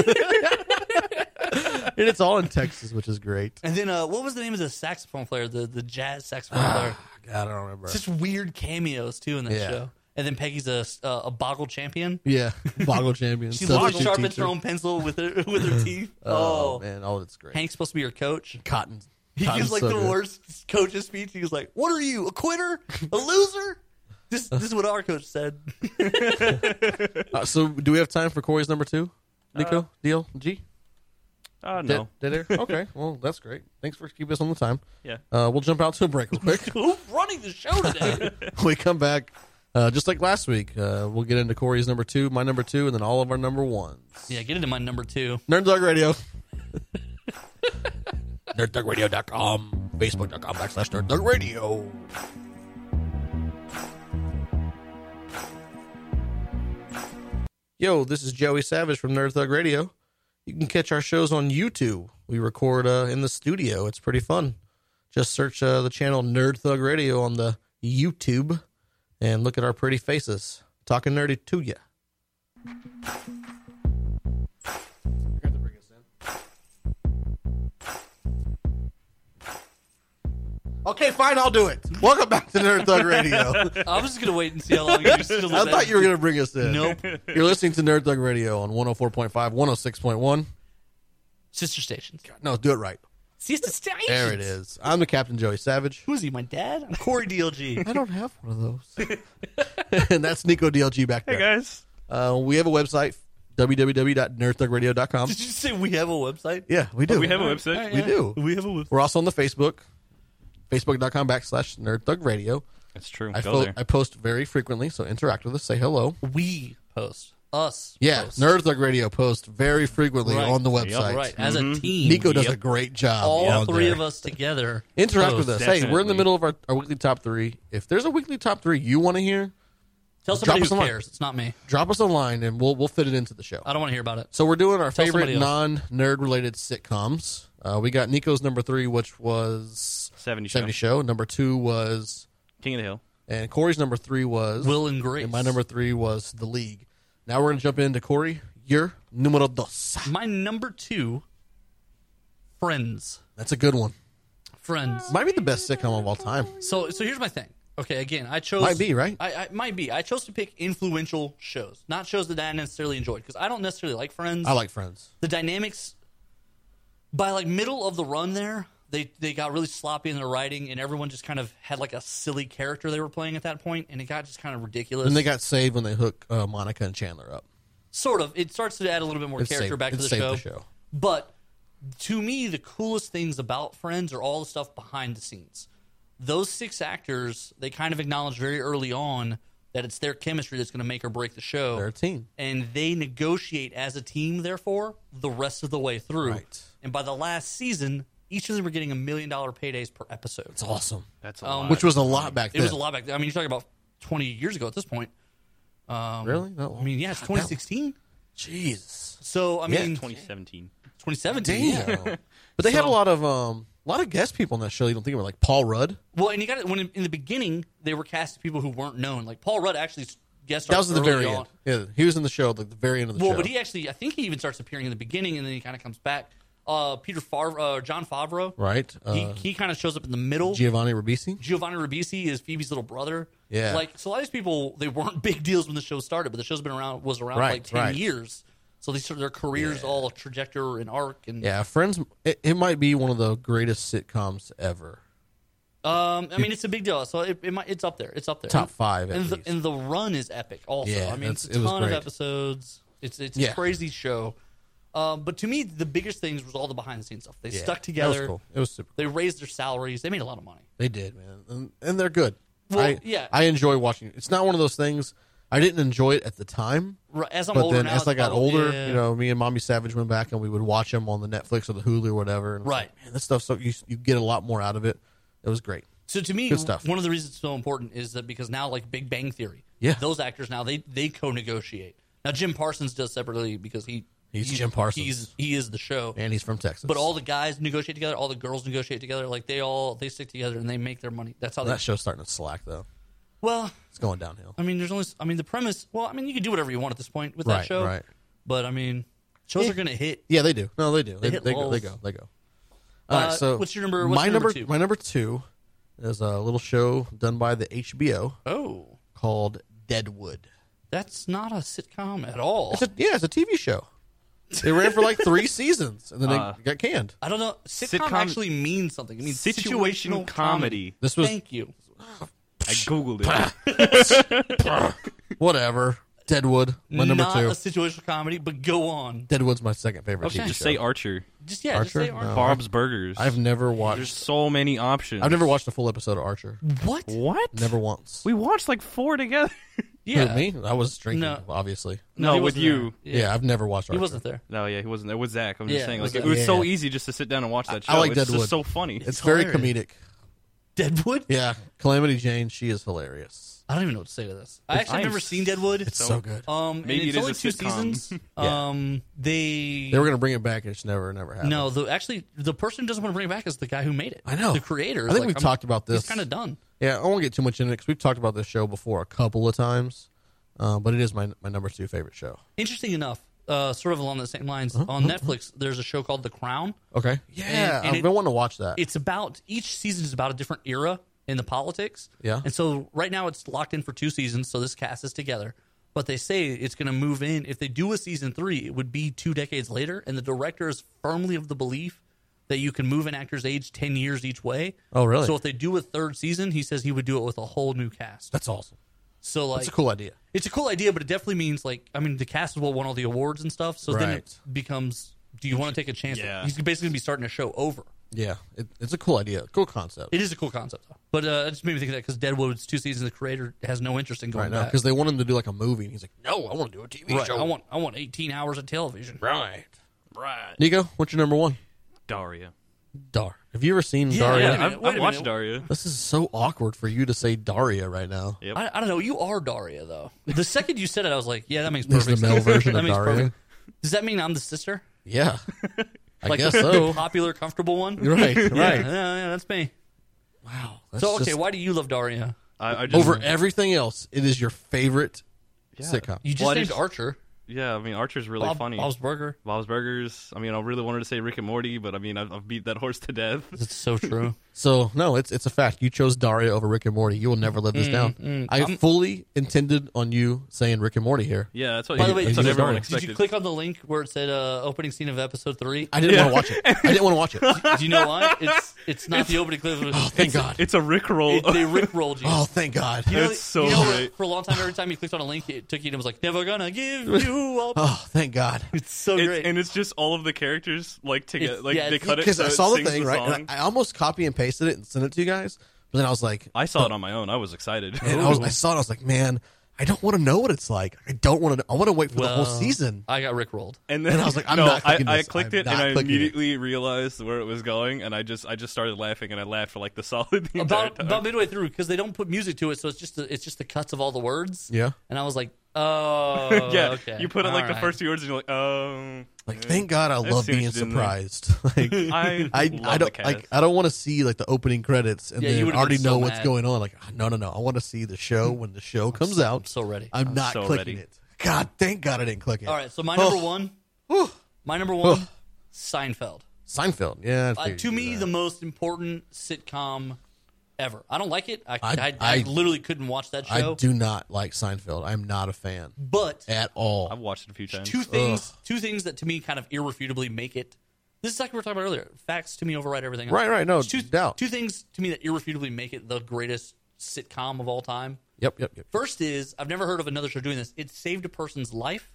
[SPEAKER 1] it's all in Texas, which is great.
[SPEAKER 3] and then uh, what was the name of the saxophone player, the the jazz saxophone player?
[SPEAKER 1] Ah, God, I don't remember.
[SPEAKER 3] Just weird cameos too in that
[SPEAKER 1] Yeah.
[SPEAKER 3] show. And then Peggy's a uh, a boggle champion.
[SPEAKER 1] Yeah, Boggle Champion.
[SPEAKER 3] She loves
[SPEAKER 1] substitute
[SPEAKER 3] sharpens
[SPEAKER 1] teacher.
[SPEAKER 3] her own pencil with her with her teeth.
[SPEAKER 1] Oh,
[SPEAKER 3] Oh,
[SPEAKER 1] man, oh, it's great.
[SPEAKER 3] Hank's supposed to be her coach.
[SPEAKER 1] Cotton.
[SPEAKER 3] He
[SPEAKER 1] Cotton's
[SPEAKER 3] gives like
[SPEAKER 1] so
[SPEAKER 3] the
[SPEAKER 1] good.
[SPEAKER 3] worst coach's speech. He was like, "What are you, a quitter, a loser?" This this is what our coach said.
[SPEAKER 1] Uh, so, do we have time for Corey's number two?
[SPEAKER 3] Uh,
[SPEAKER 1] Nico, deal, G,
[SPEAKER 2] Oh
[SPEAKER 1] dead,
[SPEAKER 2] no.
[SPEAKER 1] dead air. Okay, well, that's great. Thanks for keeping us on the time.
[SPEAKER 2] Yeah.
[SPEAKER 1] Uh, we'll jump out to a break real quick.
[SPEAKER 3] Who's running the show today?
[SPEAKER 1] we come back, uh, just like last week. Uh, we'll get into Corey's number two, my number two, and then all of our number ones.
[SPEAKER 3] yeah, get into my number two.
[SPEAKER 1] Nerd Dog Radio. NerdDogRadio.com, Facebook.com backslash Nerd Dog Radio. Yo, this is Joey Savage from Nerd Thug Radio. You can catch our shows on YouTube. We record uh, in the studio. It's pretty fun. Just search uh, the channel Nerd Thug Radio on the YouTube and look at our pretty faces. Talking nerdy to ya. Okay, fine, I'll do it. Welcome back to Nerd Thug Radio.
[SPEAKER 3] I was just gonna wait and see how long you still.
[SPEAKER 1] I thought you were going to bring us in.
[SPEAKER 3] Nope.
[SPEAKER 1] You're listening to Nerd Thug Radio on 104.5, 106.1.
[SPEAKER 3] Sister stations.
[SPEAKER 1] No, do it right.
[SPEAKER 3] Sister stations.
[SPEAKER 1] There it is. I'm the Captain Joey Savage.
[SPEAKER 3] Who is he? My dad? I'm Corey DLG.
[SPEAKER 1] I don't have one of those. and that's Nico DLG back
[SPEAKER 2] Hey
[SPEAKER 1] there.
[SPEAKER 2] guys.
[SPEAKER 1] Uh, we have a website, www.nerdthugradio.com.
[SPEAKER 3] Did you say we have a website?
[SPEAKER 1] Yeah, we do.
[SPEAKER 2] Oh, We have a website.
[SPEAKER 1] We do.
[SPEAKER 3] We have a website.
[SPEAKER 1] We're also on the Facebook, facebook.com backslash Nerd Thug Radio.
[SPEAKER 2] That's true.
[SPEAKER 1] I,
[SPEAKER 2] Go
[SPEAKER 1] fo-
[SPEAKER 2] there.
[SPEAKER 1] I post very frequently, so interact with us. Say hello.
[SPEAKER 3] We post us.
[SPEAKER 1] Yeah,
[SPEAKER 3] post.
[SPEAKER 1] Nerd Thug Radio posts very frequently
[SPEAKER 3] Right.
[SPEAKER 1] on the
[SPEAKER 2] Yep,
[SPEAKER 1] website.
[SPEAKER 3] Right, as a team,
[SPEAKER 1] Mm-hmm. Nico does
[SPEAKER 3] Yep.
[SPEAKER 1] a great job.
[SPEAKER 3] all
[SPEAKER 1] on
[SPEAKER 3] three
[SPEAKER 1] there.
[SPEAKER 3] of us Oh, together.
[SPEAKER 1] Interact
[SPEAKER 3] post.
[SPEAKER 1] with us. Hey, we're in the
[SPEAKER 2] definitely.
[SPEAKER 1] middle of our, our weekly top three. If there's a weekly top three you want to hear,
[SPEAKER 3] Tell
[SPEAKER 1] Drop
[SPEAKER 3] somebody
[SPEAKER 1] us a
[SPEAKER 3] who
[SPEAKER 1] line.
[SPEAKER 3] cares. It's not me.
[SPEAKER 1] drop us a line and we'll we'll fit it into the show.
[SPEAKER 3] I don't want to hear about it.
[SPEAKER 1] So we're doing our
[SPEAKER 3] Tell
[SPEAKER 1] favorite
[SPEAKER 3] somebody else.
[SPEAKER 1] non-nerd related sitcoms. Uh, we got Nico's number three, which was
[SPEAKER 2] 70 show.
[SPEAKER 1] Seventy Show. Number two was,
[SPEAKER 2] King of the Hill.
[SPEAKER 1] and Corey's number three was
[SPEAKER 3] Will and Grace.
[SPEAKER 1] and my number three was The League. Now we're gonna jump into Corey. Your numero dos.
[SPEAKER 3] my number two, Friends.
[SPEAKER 1] That's a good one.
[SPEAKER 3] Friends.
[SPEAKER 1] Might be the best sitcom of all time.
[SPEAKER 3] so so here's my thing. Okay, again, I chose
[SPEAKER 1] Might be, right?
[SPEAKER 3] I, I might be. I chose to pick influential shows, not shows that I necessarily enjoyed because I don't necessarily like Friends.
[SPEAKER 1] I like Friends.
[SPEAKER 3] the dynamics. By like middle of the run, there they they got really sloppy in their writing, and everyone just kind of had like a silly character they were playing at that point, and it got just kind of ridiculous.
[SPEAKER 1] And they got saved when they hook uh, Monica and Chandler up.
[SPEAKER 3] sort of it starts to add a little bit more
[SPEAKER 1] It
[SPEAKER 3] character
[SPEAKER 1] saved-
[SPEAKER 3] back to
[SPEAKER 1] it
[SPEAKER 3] the
[SPEAKER 1] saved
[SPEAKER 3] show.
[SPEAKER 1] the show.
[SPEAKER 3] But to me, the coolest things about Friends are all the stuff behind the scenes. Those six actors, they kind of acknowledge very early on that it's their chemistry that's going to make or break the show.
[SPEAKER 1] They're a team.
[SPEAKER 3] And they negotiate as a team, therefore, the rest of the way through.
[SPEAKER 1] Right.
[SPEAKER 3] And by the last season, each of them were getting a million dollar paydays per episode.
[SPEAKER 1] It's awesome.
[SPEAKER 2] That's a
[SPEAKER 3] Um,
[SPEAKER 2] lot.
[SPEAKER 1] Which was a lot back
[SPEAKER 3] It
[SPEAKER 1] then.
[SPEAKER 3] was a lot back then. I mean, you're talking about 20 years ago at this point. Um,
[SPEAKER 1] Really? That
[SPEAKER 3] I
[SPEAKER 1] long?
[SPEAKER 3] mean, yeah, it's 2016.
[SPEAKER 1] Jeez.
[SPEAKER 3] So, I
[SPEAKER 1] Yeah,
[SPEAKER 3] mean,
[SPEAKER 2] 2017.
[SPEAKER 3] 2017.
[SPEAKER 1] Damn.
[SPEAKER 3] yeah.
[SPEAKER 1] but they had a lot of um a lot of guest people on that show you don't think about like Paul Rudd.
[SPEAKER 3] Well, and you got it when in, in the beginning they were casting people who weren't known. Like Paul Rudd actually s- guest
[SPEAKER 1] That was at
[SPEAKER 3] starred
[SPEAKER 1] the very
[SPEAKER 3] early
[SPEAKER 1] end.
[SPEAKER 3] on.
[SPEAKER 1] Yeah, he was in the show like the very end of the
[SPEAKER 3] Well,
[SPEAKER 1] show.
[SPEAKER 3] but he actually I think he even starts appearing in the beginning and then he kind of comes back. Uh, Peter Favre, uh, John Favreau,
[SPEAKER 1] right? Uh,
[SPEAKER 3] he, he kind of shows up in the middle.
[SPEAKER 1] Giovanni Ribisi.
[SPEAKER 3] Giovanni Ribisi is Phoebe's little brother.
[SPEAKER 1] Yeah.
[SPEAKER 3] like so a lot of these people they weren't big deals when the show started, but the show's been around was around
[SPEAKER 1] Right,
[SPEAKER 3] for like ten
[SPEAKER 1] right.
[SPEAKER 3] years. So they sort of their careers all trajectory and arc and
[SPEAKER 1] Yeah, Friends. It, it might be one of the greatest sitcoms ever.
[SPEAKER 3] Um, I mean, it's a big deal. So it, it might, it's up there. It's up there.
[SPEAKER 1] Top five, at
[SPEAKER 3] and, the,
[SPEAKER 1] least.
[SPEAKER 3] and the run is epic. Also,
[SPEAKER 1] Yeah,
[SPEAKER 3] I mean, it's
[SPEAKER 1] that's-
[SPEAKER 3] a
[SPEAKER 1] it was
[SPEAKER 3] ton of
[SPEAKER 1] great.
[SPEAKER 3] episodes. It's it's
[SPEAKER 1] Yeah.
[SPEAKER 3] a crazy show. Um, but to me, the biggest things was all the behind the scenes stuff. They
[SPEAKER 1] Yeah,
[SPEAKER 3] stuck
[SPEAKER 1] That
[SPEAKER 3] together.
[SPEAKER 1] was cool. It was super.
[SPEAKER 3] They raised their salaries. They made a lot of money.
[SPEAKER 1] They did, man, and, and they're good.
[SPEAKER 3] Well,
[SPEAKER 1] I,
[SPEAKER 3] yeah.
[SPEAKER 1] I enjoy watching. it. It's not one of those things. I didn't enjoy it at the time,
[SPEAKER 3] Ri- As I'm
[SPEAKER 1] but
[SPEAKER 3] older
[SPEAKER 1] then
[SPEAKER 3] now,
[SPEAKER 1] as I
[SPEAKER 3] it's
[SPEAKER 1] got
[SPEAKER 3] probably-
[SPEAKER 1] older,
[SPEAKER 3] yeah.
[SPEAKER 1] you know, me and Mommy Savage went back and we would watch them on the Netflix or the Hulu or whatever. And it's
[SPEAKER 3] Right.
[SPEAKER 1] like, man, this stuff. So you you get a lot more out of it. It was great.
[SPEAKER 3] So to me,
[SPEAKER 1] Good stuff.
[SPEAKER 3] one of the reasons it's so important is that because now, like Big Bang Theory,
[SPEAKER 1] Yeah.
[SPEAKER 3] those actors now they they co-negotiate. Now Jim Parsons does separately because he
[SPEAKER 1] He's Jim Parsons.
[SPEAKER 3] He's he is the show.
[SPEAKER 1] And he's from Texas,
[SPEAKER 3] But all the guys negotiate together. All the girls negotiate together. Like they all they stick together and they make their money. That's how they.
[SPEAKER 1] that show's starting to slack though.
[SPEAKER 3] well,
[SPEAKER 1] It's going downhill.
[SPEAKER 3] I mean, there's only. I mean, the premise. Well, I mean, you can do whatever you want at this point with
[SPEAKER 1] Right,
[SPEAKER 3] that show.
[SPEAKER 1] right.
[SPEAKER 3] But I mean, shows are gonna hit.
[SPEAKER 1] Yeah, they do. No, they do. They,
[SPEAKER 3] hit
[SPEAKER 1] they go. They go.
[SPEAKER 3] lulls.
[SPEAKER 1] They go. All right.
[SPEAKER 3] Uh,
[SPEAKER 1] So
[SPEAKER 3] what's your number- what's
[SPEAKER 1] my
[SPEAKER 3] your number two?
[SPEAKER 1] My number two is a little show done by the HBO
[SPEAKER 3] Oh,
[SPEAKER 1] called Deadwood.
[SPEAKER 3] that's not a sitcom at all.
[SPEAKER 1] It's a, yeah, it's a TV show. They ran for like three seasons and then
[SPEAKER 2] Uh,
[SPEAKER 1] they got canned.
[SPEAKER 3] I don't know. Sitcom,
[SPEAKER 2] Sitcom-
[SPEAKER 3] actually means something. It means
[SPEAKER 2] Situational comedy.
[SPEAKER 1] This was
[SPEAKER 3] Thank you.
[SPEAKER 2] I googled it.
[SPEAKER 1] whatever. Deadwood, my number
[SPEAKER 3] not
[SPEAKER 1] two.
[SPEAKER 3] a situational comedy, but go on.
[SPEAKER 1] Deadwood's my second favorite
[SPEAKER 3] Okay.
[SPEAKER 1] TV
[SPEAKER 2] just
[SPEAKER 1] show.
[SPEAKER 2] say Archer.
[SPEAKER 3] Just yeah,
[SPEAKER 1] Archer?
[SPEAKER 3] just say Arnold.
[SPEAKER 1] No.
[SPEAKER 2] Bob's Burgers.
[SPEAKER 1] I've never
[SPEAKER 2] There's
[SPEAKER 1] watched.
[SPEAKER 2] so many options.
[SPEAKER 1] I've never watched a full episode of Archer.
[SPEAKER 3] What?
[SPEAKER 2] What?
[SPEAKER 1] Never once.
[SPEAKER 2] We watched like four together.
[SPEAKER 1] Who,
[SPEAKER 3] Yeah.
[SPEAKER 1] me? I was drinking,
[SPEAKER 3] No.
[SPEAKER 1] obviously.
[SPEAKER 2] No,
[SPEAKER 3] he
[SPEAKER 2] with
[SPEAKER 3] wasn't
[SPEAKER 2] you.
[SPEAKER 3] there.
[SPEAKER 1] Yeah. I've never watched Archer.
[SPEAKER 3] he wasn't there.
[SPEAKER 2] No, yeah, he wasn't there with Zach. I'm
[SPEAKER 3] Yeah,
[SPEAKER 2] just saying,
[SPEAKER 3] it
[SPEAKER 2] like,
[SPEAKER 3] was
[SPEAKER 2] it was so
[SPEAKER 1] Yeah.
[SPEAKER 2] easy just to sit down and watch that show.
[SPEAKER 1] I like
[SPEAKER 2] it's
[SPEAKER 1] Deadwood.
[SPEAKER 2] just so funny.
[SPEAKER 1] It's very
[SPEAKER 3] hilarious.
[SPEAKER 1] comedic.
[SPEAKER 3] Deadwood?
[SPEAKER 1] Yeah, Calamity Jane. She is hilarious.
[SPEAKER 3] I don't even know what to say to this. I actually
[SPEAKER 2] I
[SPEAKER 3] have
[SPEAKER 2] am
[SPEAKER 3] never seen Deadwood.
[SPEAKER 1] It's so good.
[SPEAKER 3] um, and
[SPEAKER 2] Maybe
[SPEAKER 3] it's
[SPEAKER 2] it is
[SPEAKER 3] only
[SPEAKER 2] a
[SPEAKER 3] two
[SPEAKER 2] sitcom.
[SPEAKER 3] seasons.
[SPEAKER 1] Yeah.
[SPEAKER 3] Um, they
[SPEAKER 1] They were gonna bring it back, and it's never, never happened.
[SPEAKER 3] no, the actually the person who doesn't want to bring it back is the guy who made it.
[SPEAKER 1] I know.
[SPEAKER 3] the creator.
[SPEAKER 1] I think
[SPEAKER 3] Like,
[SPEAKER 1] we've
[SPEAKER 3] I'm-
[SPEAKER 1] talked about this.
[SPEAKER 3] He's kind of done.
[SPEAKER 1] Yeah, I won't get too much into it because we've talked about this show before a couple of times, uh, but it is my my number two favorite show.
[SPEAKER 3] Interesting enough, uh, sort of along the same lines,
[SPEAKER 1] Uh-huh.
[SPEAKER 3] on Netflix there's a show called The Crown.
[SPEAKER 1] Okay. Yeah,
[SPEAKER 3] and
[SPEAKER 1] I've
[SPEAKER 3] it-
[SPEAKER 1] been wanting to watch that.
[SPEAKER 3] it's about each season is about a different era in the politics.
[SPEAKER 1] Yeah.
[SPEAKER 3] And so right now it's locked in for two seasons, so this cast is together. But they say it's going to move in. If they do a season three, it would be two decades later. And the director is firmly of the belief that you can move an actor's age 10 years each way.
[SPEAKER 1] Oh, really?
[SPEAKER 3] So if they do a third season, he says he would do it with a whole new cast.
[SPEAKER 1] That's awesome.
[SPEAKER 3] So, like,
[SPEAKER 1] That's a cool idea.
[SPEAKER 3] it's a cool idea, but it definitely means like I mean the cast is what won all the awards and stuff. So then it
[SPEAKER 1] Right.
[SPEAKER 3] becomes do you want to take a chance?
[SPEAKER 2] Yeah.
[SPEAKER 3] He's basically gonna be starting a show over.
[SPEAKER 1] Yeah, it, it's a cool idea. Cool concept.
[SPEAKER 3] It is a cool concept, though. But uh, it just made me think of that because Deadwood's two seasons. The creator has no interest in
[SPEAKER 1] right
[SPEAKER 3] going
[SPEAKER 1] now
[SPEAKER 3] back.
[SPEAKER 1] because they want him to do like a movie, and he's like, "No, I want to do a TV
[SPEAKER 3] right,
[SPEAKER 1] show."
[SPEAKER 3] I want I want 18 hours of television.
[SPEAKER 1] right.
[SPEAKER 2] Right.
[SPEAKER 1] Nico, what's your number one?
[SPEAKER 2] Daria.
[SPEAKER 1] Dar. Have you ever seen
[SPEAKER 3] Wait
[SPEAKER 1] Daria?
[SPEAKER 3] a
[SPEAKER 2] Yeah,
[SPEAKER 3] minute,
[SPEAKER 2] I've,
[SPEAKER 3] wait a
[SPEAKER 2] I've watched
[SPEAKER 3] minute.
[SPEAKER 2] Daria.
[SPEAKER 1] This is so awkward for you to say Daria right now.
[SPEAKER 2] Yep.
[SPEAKER 3] I, I don't know. You are Daria, though. The second you said it, I was like, yeah, that makes
[SPEAKER 1] This
[SPEAKER 3] perfect
[SPEAKER 1] is the male
[SPEAKER 3] sense.
[SPEAKER 1] version
[SPEAKER 3] That
[SPEAKER 1] of
[SPEAKER 3] makes
[SPEAKER 1] Daria.
[SPEAKER 3] perfect- Does that mean I'm the sister?
[SPEAKER 1] Yeah, I
[SPEAKER 3] Like
[SPEAKER 1] guess
[SPEAKER 3] the, the
[SPEAKER 1] so.
[SPEAKER 3] popular, comfortable one?
[SPEAKER 1] right, right.
[SPEAKER 3] Yeah, yeah, yeah, that's me.
[SPEAKER 1] Wow.
[SPEAKER 3] so, okay, why do you love Daria?
[SPEAKER 2] I, I just,
[SPEAKER 1] over everything else, it is your favorite
[SPEAKER 2] yeah.
[SPEAKER 1] sitcom.
[SPEAKER 3] You just
[SPEAKER 2] Well, I
[SPEAKER 3] named
[SPEAKER 2] just-
[SPEAKER 3] Archer.
[SPEAKER 2] Yeah, I mean, Archer's really
[SPEAKER 3] Bob-
[SPEAKER 2] funny.
[SPEAKER 3] Bob's Burger.
[SPEAKER 2] Bob's Burgers. I mean, I really wanted to say Rick and Morty, but I mean, I've, I've beat that horse to death.
[SPEAKER 3] That's so true.
[SPEAKER 1] So no, it's it's a fact. You chose Daria over Rick and Morty. You will never
[SPEAKER 3] Mm,
[SPEAKER 1] live this down. I fully intended on you saying Rick and Morty here.
[SPEAKER 2] Yeah, that's what,
[SPEAKER 3] By the way,
[SPEAKER 2] that's
[SPEAKER 1] did
[SPEAKER 2] what
[SPEAKER 1] you-
[SPEAKER 2] everyone
[SPEAKER 1] did you
[SPEAKER 2] expected.
[SPEAKER 3] Did you click on the link where it said uh, opening scene of episode three?
[SPEAKER 1] I didn't want to watch it. I didn't want to watch it.
[SPEAKER 3] do you know why? It's it's not the opening clip.
[SPEAKER 1] Oh, thank God.
[SPEAKER 2] It's a Rickroll.
[SPEAKER 3] It, they rickrolled you.
[SPEAKER 1] oh, thank God.
[SPEAKER 3] You know,
[SPEAKER 2] That's so
[SPEAKER 3] you know,
[SPEAKER 2] great.
[SPEAKER 3] For a long time, every time you clicked on a link, it took you and it was like, never gonna give you up.
[SPEAKER 1] Oh, thank God.
[SPEAKER 3] It's so
[SPEAKER 2] It's-
[SPEAKER 3] Oh, great.
[SPEAKER 2] and it's just all of the characters like together.
[SPEAKER 3] It's-
[SPEAKER 2] Like
[SPEAKER 3] yeah,
[SPEAKER 2] they
[SPEAKER 3] it's-
[SPEAKER 2] cut it
[SPEAKER 1] Because
[SPEAKER 2] so
[SPEAKER 1] I
[SPEAKER 2] it
[SPEAKER 1] saw the
[SPEAKER 2] sings
[SPEAKER 1] thing
[SPEAKER 2] the
[SPEAKER 1] right,
[SPEAKER 2] song.
[SPEAKER 1] and I, I almost copy and pasted it and sent it to you guys. But then I was like,
[SPEAKER 2] I saw it on my own. I was excited.
[SPEAKER 1] and I, was, I saw it. I was like, man, I don't want to know what it's like. I don't want to. I want to wait for the whole
[SPEAKER 3] Well,
[SPEAKER 1] season.
[SPEAKER 3] I got rickrolled.
[SPEAKER 2] And then
[SPEAKER 1] And I was like, I'm
[SPEAKER 2] no,
[SPEAKER 1] not
[SPEAKER 2] I,
[SPEAKER 1] clicking
[SPEAKER 2] I
[SPEAKER 1] this.
[SPEAKER 2] clicked
[SPEAKER 1] I'm
[SPEAKER 2] it,
[SPEAKER 1] not
[SPEAKER 2] and I
[SPEAKER 1] clicking it.
[SPEAKER 2] immediately realized where it was going, and I just, I just started laughing, and I laughed for like the solid the entire
[SPEAKER 3] About
[SPEAKER 2] time.
[SPEAKER 3] about midway through because they don't put music to it, so it's just the, it's just the cuts of all the words.
[SPEAKER 1] Yeah.
[SPEAKER 3] And I was like, oh,
[SPEAKER 2] yeah,
[SPEAKER 3] okay.
[SPEAKER 2] you put it like
[SPEAKER 3] All
[SPEAKER 2] the
[SPEAKER 3] right.
[SPEAKER 2] first few words, and you're like, um,
[SPEAKER 1] Like, thank God, I love
[SPEAKER 2] see what
[SPEAKER 1] being
[SPEAKER 2] you did in there.
[SPEAKER 1] surprised. like,
[SPEAKER 2] I,
[SPEAKER 1] I,
[SPEAKER 2] love
[SPEAKER 1] I
[SPEAKER 2] the
[SPEAKER 1] don't
[SPEAKER 2] cast.
[SPEAKER 1] like I don't want to see like the opening credits and
[SPEAKER 3] Yeah, you
[SPEAKER 1] then
[SPEAKER 3] would've
[SPEAKER 1] already
[SPEAKER 3] been so
[SPEAKER 1] know what's
[SPEAKER 3] mad. Mm-hmm.
[SPEAKER 1] going on. Like no no no, I want to see the show when the show comes
[SPEAKER 3] I'm
[SPEAKER 1] out.
[SPEAKER 3] so ready.
[SPEAKER 1] I'm, not
[SPEAKER 2] so
[SPEAKER 1] clicking
[SPEAKER 2] ready.
[SPEAKER 1] it. God, thank God I didn't click it.
[SPEAKER 3] all right, so my number
[SPEAKER 1] Oh.
[SPEAKER 3] one,
[SPEAKER 1] Whew.
[SPEAKER 3] my number one, Seinfeld.
[SPEAKER 1] Seinfeld. Yeah, I
[SPEAKER 3] Uh,
[SPEAKER 1] figured
[SPEAKER 3] to
[SPEAKER 1] you'd
[SPEAKER 3] me,
[SPEAKER 1] do
[SPEAKER 3] the
[SPEAKER 1] that.
[SPEAKER 3] most important sitcom ever. I don't like it. I
[SPEAKER 1] I-
[SPEAKER 3] I, I,
[SPEAKER 1] I-
[SPEAKER 3] literally couldn't watch that show.
[SPEAKER 1] I do not like Seinfeld. I'm not a fan
[SPEAKER 3] but
[SPEAKER 1] at all.
[SPEAKER 2] I've watched it a few times.
[SPEAKER 3] two things two things that to me kind of irrefutably make it this is like we were talking about earlier facts to me override everything else.
[SPEAKER 1] Right, right, no
[SPEAKER 3] It's two,
[SPEAKER 1] doubt.
[SPEAKER 3] two things to me that irrefutably make it the greatest sitcom of all time
[SPEAKER 1] yep, yep, yep.
[SPEAKER 3] first is i've never heard of another show doing this it saved a person's life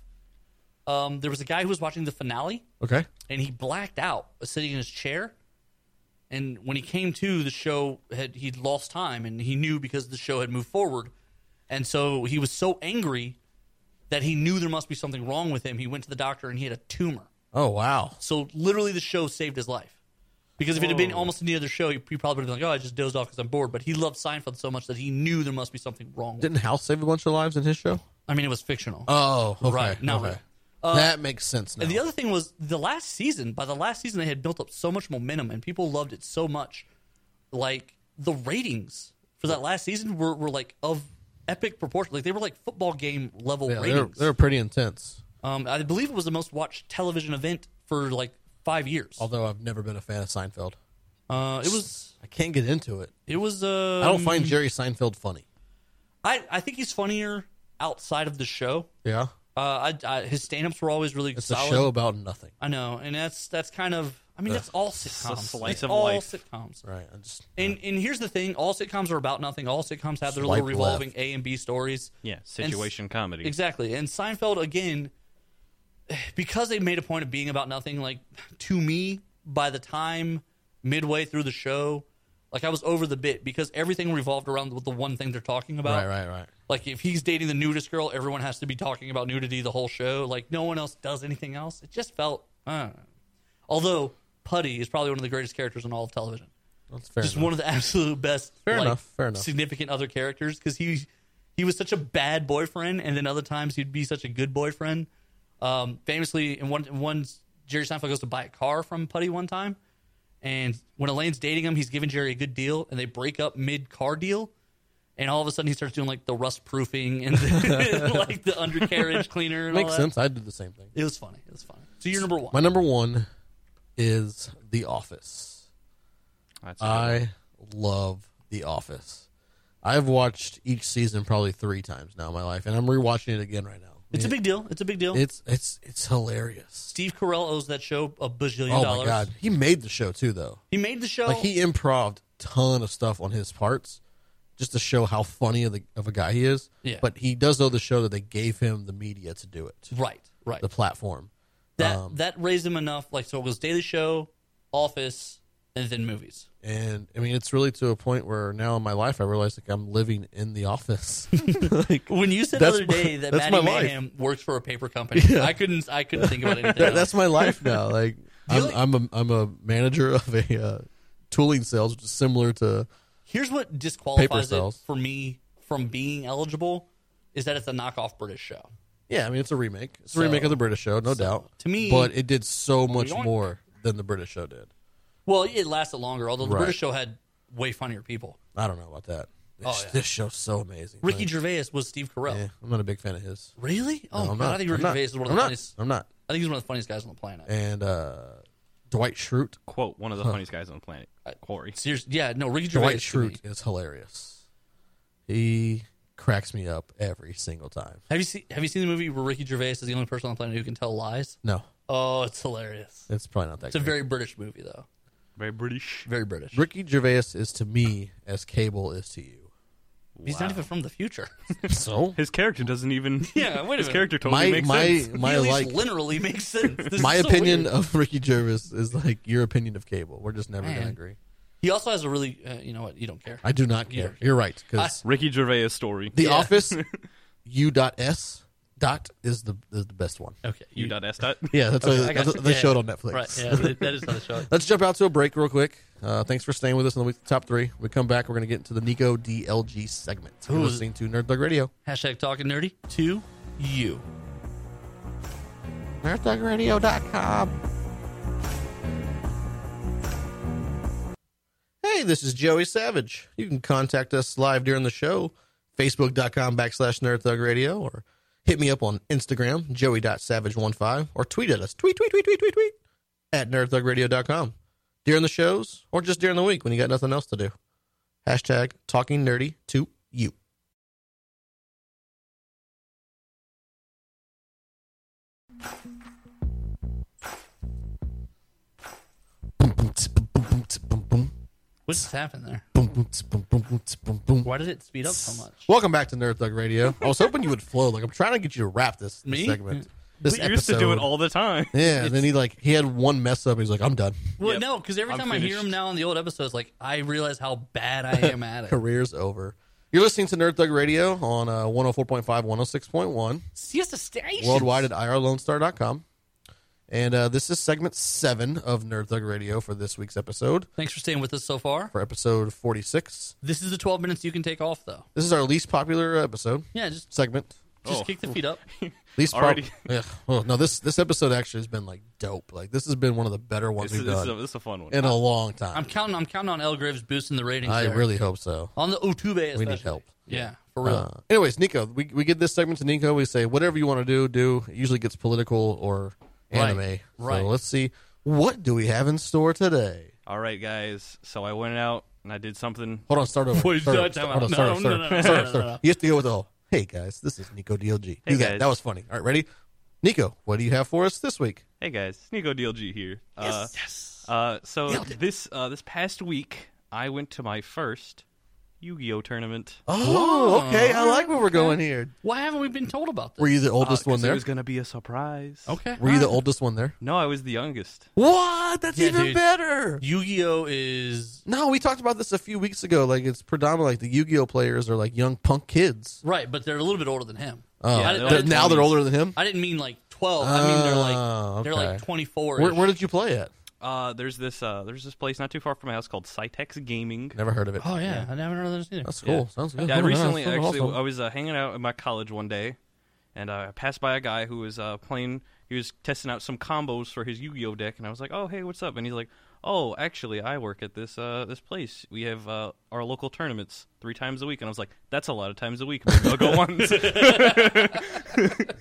[SPEAKER 3] Um, there was a guy who was watching the finale
[SPEAKER 1] Okay.
[SPEAKER 3] and he blacked out was sitting in his chair and when he came to the show had he'd lost time and he knew because the show had moved forward and so he was so angry that he knew there must be something wrong with him he went to the doctor and he had a tumor
[SPEAKER 1] Oh wow.
[SPEAKER 3] so literally the show saved his life because if it had been
[SPEAKER 2] Whoa.
[SPEAKER 3] almost any other show he, he probably would have been like oh i just dozed off because i'm bored but he loved seinfeld so much that he knew there must be something wrong with him.
[SPEAKER 1] Didn't House save a bunch of lives in his show?
[SPEAKER 3] i mean it was fictional
[SPEAKER 1] Oh, okay,
[SPEAKER 3] Right, no.
[SPEAKER 1] okay. that makes sense now.
[SPEAKER 3] And the other thing was the last season. By the last season, they had built up so much momentum, and people loved it so much. Like the ratings for that last season were, were like of epic proportion. Like they were like football game level
[SPEAKER 1] yeah, they're,
[SPEAKER 3] ratings.
[SPEAKER 1] they're pretty intense.
[SPEAKER 3] Um, I believe it was the most watched television event for like five years.
[SPEAKER 1] Although I've never been a fan of Seinfeld.
[SPEAKER 3] Uh, it was.
[SPEAKER 1] I can't get into it.
[SPEAKER 3] It was. Uh,
[SPEAKER 1] I don't find Jerry Seinfeld funny.
[SPEAKER 3] I I think he's funnier outside of the show.
[SPEAKER 1] Yeah,
[SPEAKER 3] Uh, I, I, his stand-ups were always really
[SPEAKER 1] it's
[SPEAKER 3] solid.
[SPEAKER 1] a show about nothing.
[SPEAKER 3] I know, and that's that's kind of. I mean, that's all sitcoms.
[SPEAKER 2] slice
[SPEAKER 3] That's
[SPEAKER 2] of
[SPEAKER 3] all
[SPEAKER 2] life.
[SPEAKER 3] sitcoms.
[SPEAKER 1] Right. I just
[SPEAKER 3] And and here's the thing: all sitcoms are about nothing. All sitcoms have their
[SPEAKER 1] Swipe
[SPEAKER 3] little revolving
[SPEAKER 1] left.
[SPEAKER 3] A and B stories.
[SPEAKER 2] Yeah,
[SPEAKER 3] And s-
[SPEAKER 2] situation comedy.
[SPEAKER 3] Exactly. And Seinfeld again, because they made a point of being about nothing. Like to me, by the time midway through the show, like I was over the bit because everything revolved around the one thing they're talking about.
[SPEAKER 1] right, right, right.
[SPEAKER 3] Like if he's dating the nudist girl, everyone has to be talking about nudity the whole show. Like no one else does anything else. It just felt. Uh. Although Putty is probably one of the greatest characters in all of television
[SPEAKER 1] That's fair.
[SPEAKER 3] just
[SPEAKER 1] enough.
[SPEAKER 3] one of the absolute best.
[SPEAKER 1] Fair
[SPEAKER 3] like,
[SPEAKER 1] enough, fair enough.
[SPEAKER 3] Significant other characters because he he was such a bad boyfriend, and then other times he'd be such a good boyfriend. Um, famously, in one one Jerry Seinfeld goes to buy a car from Putty one time, and when Elaine's dating him, he's giving Jerry a good deal, and they break up mid car deal. And all of a sudden, he starts doing like the rust proofing and the, like the undercarriage cleaner. And all
[SPEAKER 1] makes
[SPEAKER 3] that.
[SPEAKER 1] sense. I did the same thing.
[SPEAKER 3] It was funny. It was funny. So you're number one.
[SPEAKER 1] My number one is The Office.
[SPEAKER 2] That's a
[SPEAKER 1] Uh,
[SPEAKER 2] good one.
[SPEAKER 1] I love The Office. I've watched each season probably three times now in my life, and I'm rewatching it again right now.
[SPEAKER 3] it's a big deal. It's a big deal.
[SPEAKER 1] It's it's it's hilarious.
[SPEAKER 3] Steve Carell owes that show a bajillion
[SPEAKER 1] Oh
[SPEAKER 3] dollars. Oh.
[SPEAKER 1] my god, he made the show too, though.
[SPEAKER 3] He made the show.
[SPEAKER 1] Like he improved ton of stuff on his parts, just to show how funny of, the, of a guy he is.
[SPEAKER 3] Yeah.
[SPEAKER 1] But he does owe the show that they gave him the media to do it,
[SPEAKER 3] Right, right.
[SPEAKER 1] the platform.
[SPEAKER 3] that that raised him enough. Like so, it was Daily Show, Office, and then movies.
[SPEAKER 1] And I mean, it's really to a point where now in my life I realize like I'm living in the office. like
[SPEAKER 3] When you said the
[SPEAKER 1] That's
[SPEAKER 3] other
[SPEAKER 1] my-
[SPEAKER 3] day that
[SPEAKER 1] that's
[SPEAKER 3] Maddie
[SPEAKER 1] my life.
[SPEAKER 3] Mayhem works for a paper company, I couldn't I couldn't think about anything.
[SPEAKER 1] that,
[SPEAKER 3] else.
[SPEAKER 1] that's my life now. Like I'm,
[SPEAKER 3] only-
[SPEAKER 1] I'm a I'm a manager of a uh, tooling sales, which is similar to
[SPEAKER 3] Here's what
[SPEAKER 1] Paper
[SPEAKER 3] disqualifies it
[SPEAKER 1] sells.
[SPEAKER 3] for me from being eligible is that it's a knockoff British show.
[SPEAKER 1] yeah. I mean, it's a remake. It's a
[SPEAKER 3] So-
[SPEAKER 1] remake of the British show, no doubt.
[SPEAKER 3] to me-
[SPEAKER 1] but it did so much
[SPEAKER 3] yoink.
[SPEAKER 1] more than the British show did.
[SPEAKER 3] Well, it lasted longer, although the
[SPEAKER 1] Right.
[SPEAKER 3] British show had way funnier people.
[SPEAKER 1] I don't know about that. This,
[SPEAKER 3] Oh, yeah.
[SPEAKER 1] this show's so amazing.
[SPEAKER 3] Ricky
[SPEAKER 1] Like,
[SPEAKER 3] Gervais was Steve Carell.
[SPEAKER 1] yeah, I'm not a big fan of his.
[SPEAKER 3] Really? Oh
[SPEAKER 1] No, I'm
[SPEAKER 3] god,
[SPEAKER 1] not.
[SPEAKER 3] I think
[SPEAKER 1] I'm
[SPEAKER 3] Ricky
[SPEAKER 1] not.
[SPEAKER 3] Gervais is one of
[SPEAKER 1] I'm not.
[SPEAKER 3] the funniest.
[SPEAKER 1] I'm not.
[SPEAKER 3] I think he's one of the funniest guys on the planet.
[SPEAKER 1] And uh, Dwight Schrute.
[SPEAKER 2] Quote, one of the funniest guys on the planet.
[SPEAKER 3] Uh,
[SPEAKER 2] Corey.
[SPEAKER 3] Seriously, yeah, no, Ricky Gervais.
[SPEAKER 1] Dwight
[SPEAKER 3] to me-
[SPEAKER 1] Schrute is hilarious. He cracks me up every single time.
[SPEAKER 3] Have you seen Have you seen the movie where Ricky Gervais is the only person on the planet who can tell lies?
[SPEAKER 1] No,
[SPEAKER 3] Oh, it's hilarious.
[SPEAKER 1] it's probably not that.
[SPEAKER 3] It's a
[SPEAKER 1] great.
[SPEAKER 3] very British movie, though.
[SPEAKER 2] Very British.
[SPEAKER 3] Very British.
[SPEAKER 1] Ricky Gervais is to me as Cable is to you.
[SPEAKER 3] He's not even from the future.
[SPEAKER 1] So
[SPEAKER 2] His character doesn't even.
[SPEAKER 3] Yeah, wait a
[SPEAKER 2] His
[SPEAKER 3] minute.
[SPEAKER 2] character totally
[SPEAKER 1] my
[SPEAKER 2] makes
[SPEAKER 1] my
[SPEAKER 2] sense.
[SPEAKER 1] my
[SPEAKER 3] At least
[SPEAKER 1] like
[SPEAKER 3] literally makes sense. This
[SPEAKER 1] my
[SPEAKER 3] is so
[SPEAKER 1] opinion
[SPEAKER 3] weird.
[SPEAKER 1] of Ricky Gervais is like your opinion of Cable. We're just never
[SPEAKER 3] Man.
[SPEAKER 1] gonna agree.
[SPEAKER 3] He also has a really, uh, you know what? You don't care.
[SPEAKER 1] I do not care. You're right because
[SPEAKER 2] Ricky Gervais story.
[SPEAKER 1] The Office U dot S dot is the is the best one.
[SPEAKER 3] okay,
[SPEAKER 2] you dot S dot.
[SPEAKER 1] Yeah, that's
[SPEAKER 3] Okay,
[SPEAKER 1] what,
[SPEAKER 3] I got
[SPEAKER 1] that's
[SPEAKER 3] you.
[SPEAKER 1] what they
[SPEAKER 3] Yeah.
[SPEAKER 1] showed on Netflix.
[SPEAKER 3] Right. Yeah, that that is how the show.
[SPEAKER 1] Let's jump out to a break real quick. Uh, thanks for staying with us on the week's top three. When we come back, we're going to get into the Nico DLG segment. You're
[SPEAKER 3] Ooh.
[SPEAKER 1] listening to Nerd Dog Radio.
[SPEAKER 3] Hashtag talking nerdy to you.
[SPEAKER 1] NerdDogRadio.com. Hey, this is Joey Savage. You can contact us live during the show, facebook.com backslash nerdthugradio, or hit me up on Instagram, joey.savage15, or tweet at us, tweet, tweet, tweet, tweet, tweet, tweet, at nerdthugradio.com. During the shows, or just during the week when you got nothing else to do. Hashtag talking nerdy to you. Boom, boom, tsk, boom, boom, boom, tsk, boom, boom.
[SPEAKER 3] What just happened there?
[SPEAKER 1] Boom, boom, tsk, boom, boom, boom, tsk, boom, boom.
[SPEAKER 3] Why did it speed up so much?
[SPEAKER 1] Welcome back to Nerd Thug Radio. I was hoping you would flow. Like I'm trying to get you to wrap this, this
[SPEAKER 3] Me?
[SPEAKER 1] segment. this
[SPEAKER 2] we used to do it
[SPEAKER 1] episode.
[SPEAKER 2] all the time.
[SPEAKER 1] Yeah, and then he like he had one mess up. He's like, I'm done.
[SPEAKER 3] Well,
[SPEAKER 2] Yep.
[SPEAKER 3] no, because every
[SPEAKER 2] I'm
[SPEAKER 3] time I hear
[SPEAKER 2] finished.
[SPEAKER 3] him now on the old episodes, like I realize how bad I am at it.
[SPEAKER 1] Career's over. You're listening to Nerd Thug Radio on uh, 104.5, 106.1,
[SPEAKER 3] Siesta Station
[SPEAKER 1] worldwide at irlonestar.com. And uh, this is segment seven of Nerd Thug Radio for this week's episode,
[SPEAKER 3] Thanks for staying with us so far.
[SPEAKER 1] for episode 46.
[SPEAKER 3] This is the 12 minutes you can take off, though.
[SPEAKER 1] This is our least popular episode
[SPEAKER 3] Yeah, just
[SPEAKER 1] segment.
[SPEAKER 3] just
[SPEAKER 2] Oh.
[SPEAKER 3] kick the feet up.
[SPEAKER 1] Least pop-
[SPEAKER 2] Already.
[SPEAKER 1] Ugh. Oh, no, this this episode actually has been like dope. Like this has been one of the better ones
[SPEAKER 2] This is,
[SPEAKER 1] we've
[SPEAKER 2] this, is
[SPEAKER 1] done
[SPEAKER 2] a, this is a fun one.
[SPEAKER 1] in a long
[SPEAKER 3] I'm
[SPEAKER 1] time.
[SPEAKER 3] counting. I'm counting on El Graves boosting the ratings.
[SPEAKER 1] I
[SPEAKER 3] there.
[SPEAKER 1] really hope so.
[SPEAKER 3] on the Otube.
[SPEAKER 1] We need
[SPEAKER 3] especially.
[SPEAKER 1] help.
[SPEAKER 3] Yeah, for real.
[SPEAKER 1] Uh, anyways, Nico, we, we give this segment to Nico. We say whatever you want to do, do. It usually gets political or
[SPEAKER 3] Right,
[SPEAKER 1] anime.
[SPEAKER 3] right.
[SPEAKER 1] So let's see what do we have in store today.
[SPEAKER 2] All right, guys. So I went out and I did something.
[SPEAKER 1] Hold on, start over.
[SPEAKER 3] Wait,
[SPEAKER 1] start
[SPEAKER 3] no,
[SPEAKER 1] over.
[SPEAKER 3] time
[SPEAKER 1] Hold
[SPEAKER 3] out.
[SPEAKER 1] on, start
[SPEAKER 3] No,
[SPEAKER 1] over,
[SPEAKER 3] no,
[SPEAKER 1] start over,
[SPEAKER 3] no, no,
[SPEAKER 1] start
[SPEAKER 3] no,
[SPEAKER 1] over,
[SPEAKER 3] no,
[SPEAKER 1] start over.
[SPEAKER 3] no.
[SPEAKER 1] You have to go with the whole. Hey guys, this is Nico DLG. Do
[SPEAKER 2] Hey,
[SPEAKER 1] that.
[SPEAKER 2] guys.
[SPEAKER 1] That was funny. All right, ready? Nico, what do you have for us this week?
[SPEAKER 2] Hey guys, Nico DLG here. Uh,
[SPEAKER 3] yes.
[SPEAKER 2] Uh, so this uh, this past week, I went to my first Yu-Gi-Oh tournament.
[SPEAKER 1] Oh, okay. I like where we're going here.
[SPEAKER 3] Why haven't we been told about this?
[SPEAKER 1] Were you the oldest
[SPEAKER 2] Uh, 'cause
[SPEAKER 1] Oh, one
[SPEAKER 2] It
[SPEAKER 1] there?
[SPEAKER 2] was gonna be a surprise.
[SPEAKER 3] okay. Uh-huh.
[SPEAKER 1] Were you the
[SPEAKER 3] all right.
[SPEAKER 1] oldest one there?
[SPEAKER 2] No, I was the youngest.
[SPEAKER 1] What? That's
[SPEAKER 3] Yeah,
[SPEAKER 1] even
[SPEAKER 3] dude.
[SPEAKER 1] better.
[SPEAKER 3] Yu-Gi-Oh is
[SPEAKER 1] No, we talked about this a few weeks ago. Like it's predominantly like the Yu-Gi-Oh players are like young punk kids.
[SPEAKER 3] right, but they're a little bit older than him.
[SPEAKER 1] Oh,
[SPEAKER 2] Yeah,
[SPEAKER 3] I,
[SPEAKER 2] they're
[SPEAKER 3] I
[SPEAKER 1] They're-
[SPEAKER 2] like
[SPEAKER 3] didn't-
[SPEAKER 1] now they're
[SPEAKER 2] 20s.
[SPEAKER 1] older than him.
[SPEAKER 3] I didn't mean like 12. I mean they're like
[SPEAKER 1] Oh,
[SPEAKER 3] they're
[SPEAKER 1] okay.
[SPEAKER 3] like 24.
[SPEAKER 1] Where, where did you play it?
[SPEAKER 2] Uh, there's this uh, there's this place not too far from my house called Cytex Gaming.
[SPEAKER 1] Never heard of it.
[SPEAKER 3] Oh yeah, I never heard of this either.
[SPEAKER 1] That's cool. Sounds good.
[SPEAKER 2] Yeah, I
[SPEAKER 1] Oh,
[SPEAKER 2] recently
[SPEAKER 1] sounds
[SPEAKER 2] actually
[SPEAKER 1] awesome.
[SPEAKER 2] I was uh, hanging out at my college one day, and uh, I passed by a guy who was uh, playing. He was testing out some combos for his Yu-Gi-Oh deck, and I was like, "Oh, hey, what's up?" And he's like, "Oh, actually, I work at this uh, this place. We have uh, our local tournaments three times a week." And I was like, "That's a lot of times a week. Maybe I'll go once."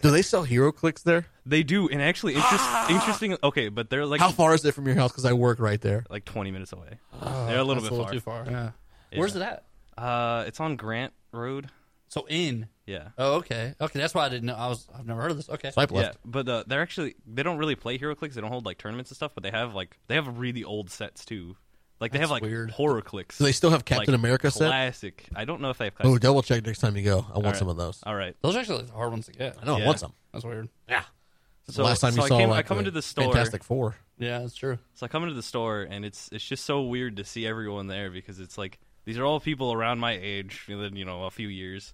[SPEAKER 1] Do they sell Hero Clicks there?
[SPEAKER 2] they do, and actually, interest, interesting. Okay, but they're like
[SPEAKER 1] How far is it from your house? Because I work right there.
[SPEAKER 2] like twenty minutes away. they're a little
[SPEAKER 3] That's
[SPEAKER 2] bit
[SPEAKER 3] a little
[SPEAKER 2] far.
[SPEAKER 3] too far. Yeah. Where's it at?
[SPEAKER 2] Uh, it's on Grant Road.
[SPEAKER 3] So in.
[SPEAKER 2] Yeah.
[SPEAKER 3] Oh, okay. Okay, that's why I didn't know. I was I've never heard of this. Okay.
[SPEAKER 1] Swipe
[SPEAKER 2] Yeah,
[SPEAKER 1] left.
[SPEAKER 2] but uh, they're actually they don't really play HeroClix. They don't hold like tournaments and stuff, but they have like they have really old sets too. Like they have like
[SPEAKER 3] weird.
[SPEAKER 2] horror clicks.
[SPEAKER 1] Do they still have Captain
[SPEAKER 2] like,
[SPEAKER 1] America set?
[SPEAKER 2] classic. I don't know if they have
[SPEAKER 1] Oh,
[SPEAKER 2] classic.
[SPEAKER 1] double check next time you go. I want
[SPEAKER 2] right.
[SPEAKER 1] some of those.
[SPEAKER 2] All right.
[SPEAKER 3] Those are actually the hard ones to get.
[SPEAKER 1] I know. I
[SPEAKER 2] Yeah.
[SPEAKER 1] want some.
[SPEAKER 3] That's weird.
[SPEAKER 1] the
[SPEAKER 2] So
[SPEAKER 1] last time
[SPEAKER 2] so
[SPEAKER 1] you
[SPEAKER 2] I
[SPEAKER 1] saw,
[SPEAKER 2] came,
[SPEAKER 1] like, uh,
[SPEAKER 2] I come into the store.
[SPEAKER 1] Fantastic Four.
[SPEAKER 3] Yeah, that's true.
[SPEAKER 2] So I come into the store and it's it's just so weird to see everyone there because it's like these are all people around my age, within, you know, a few years,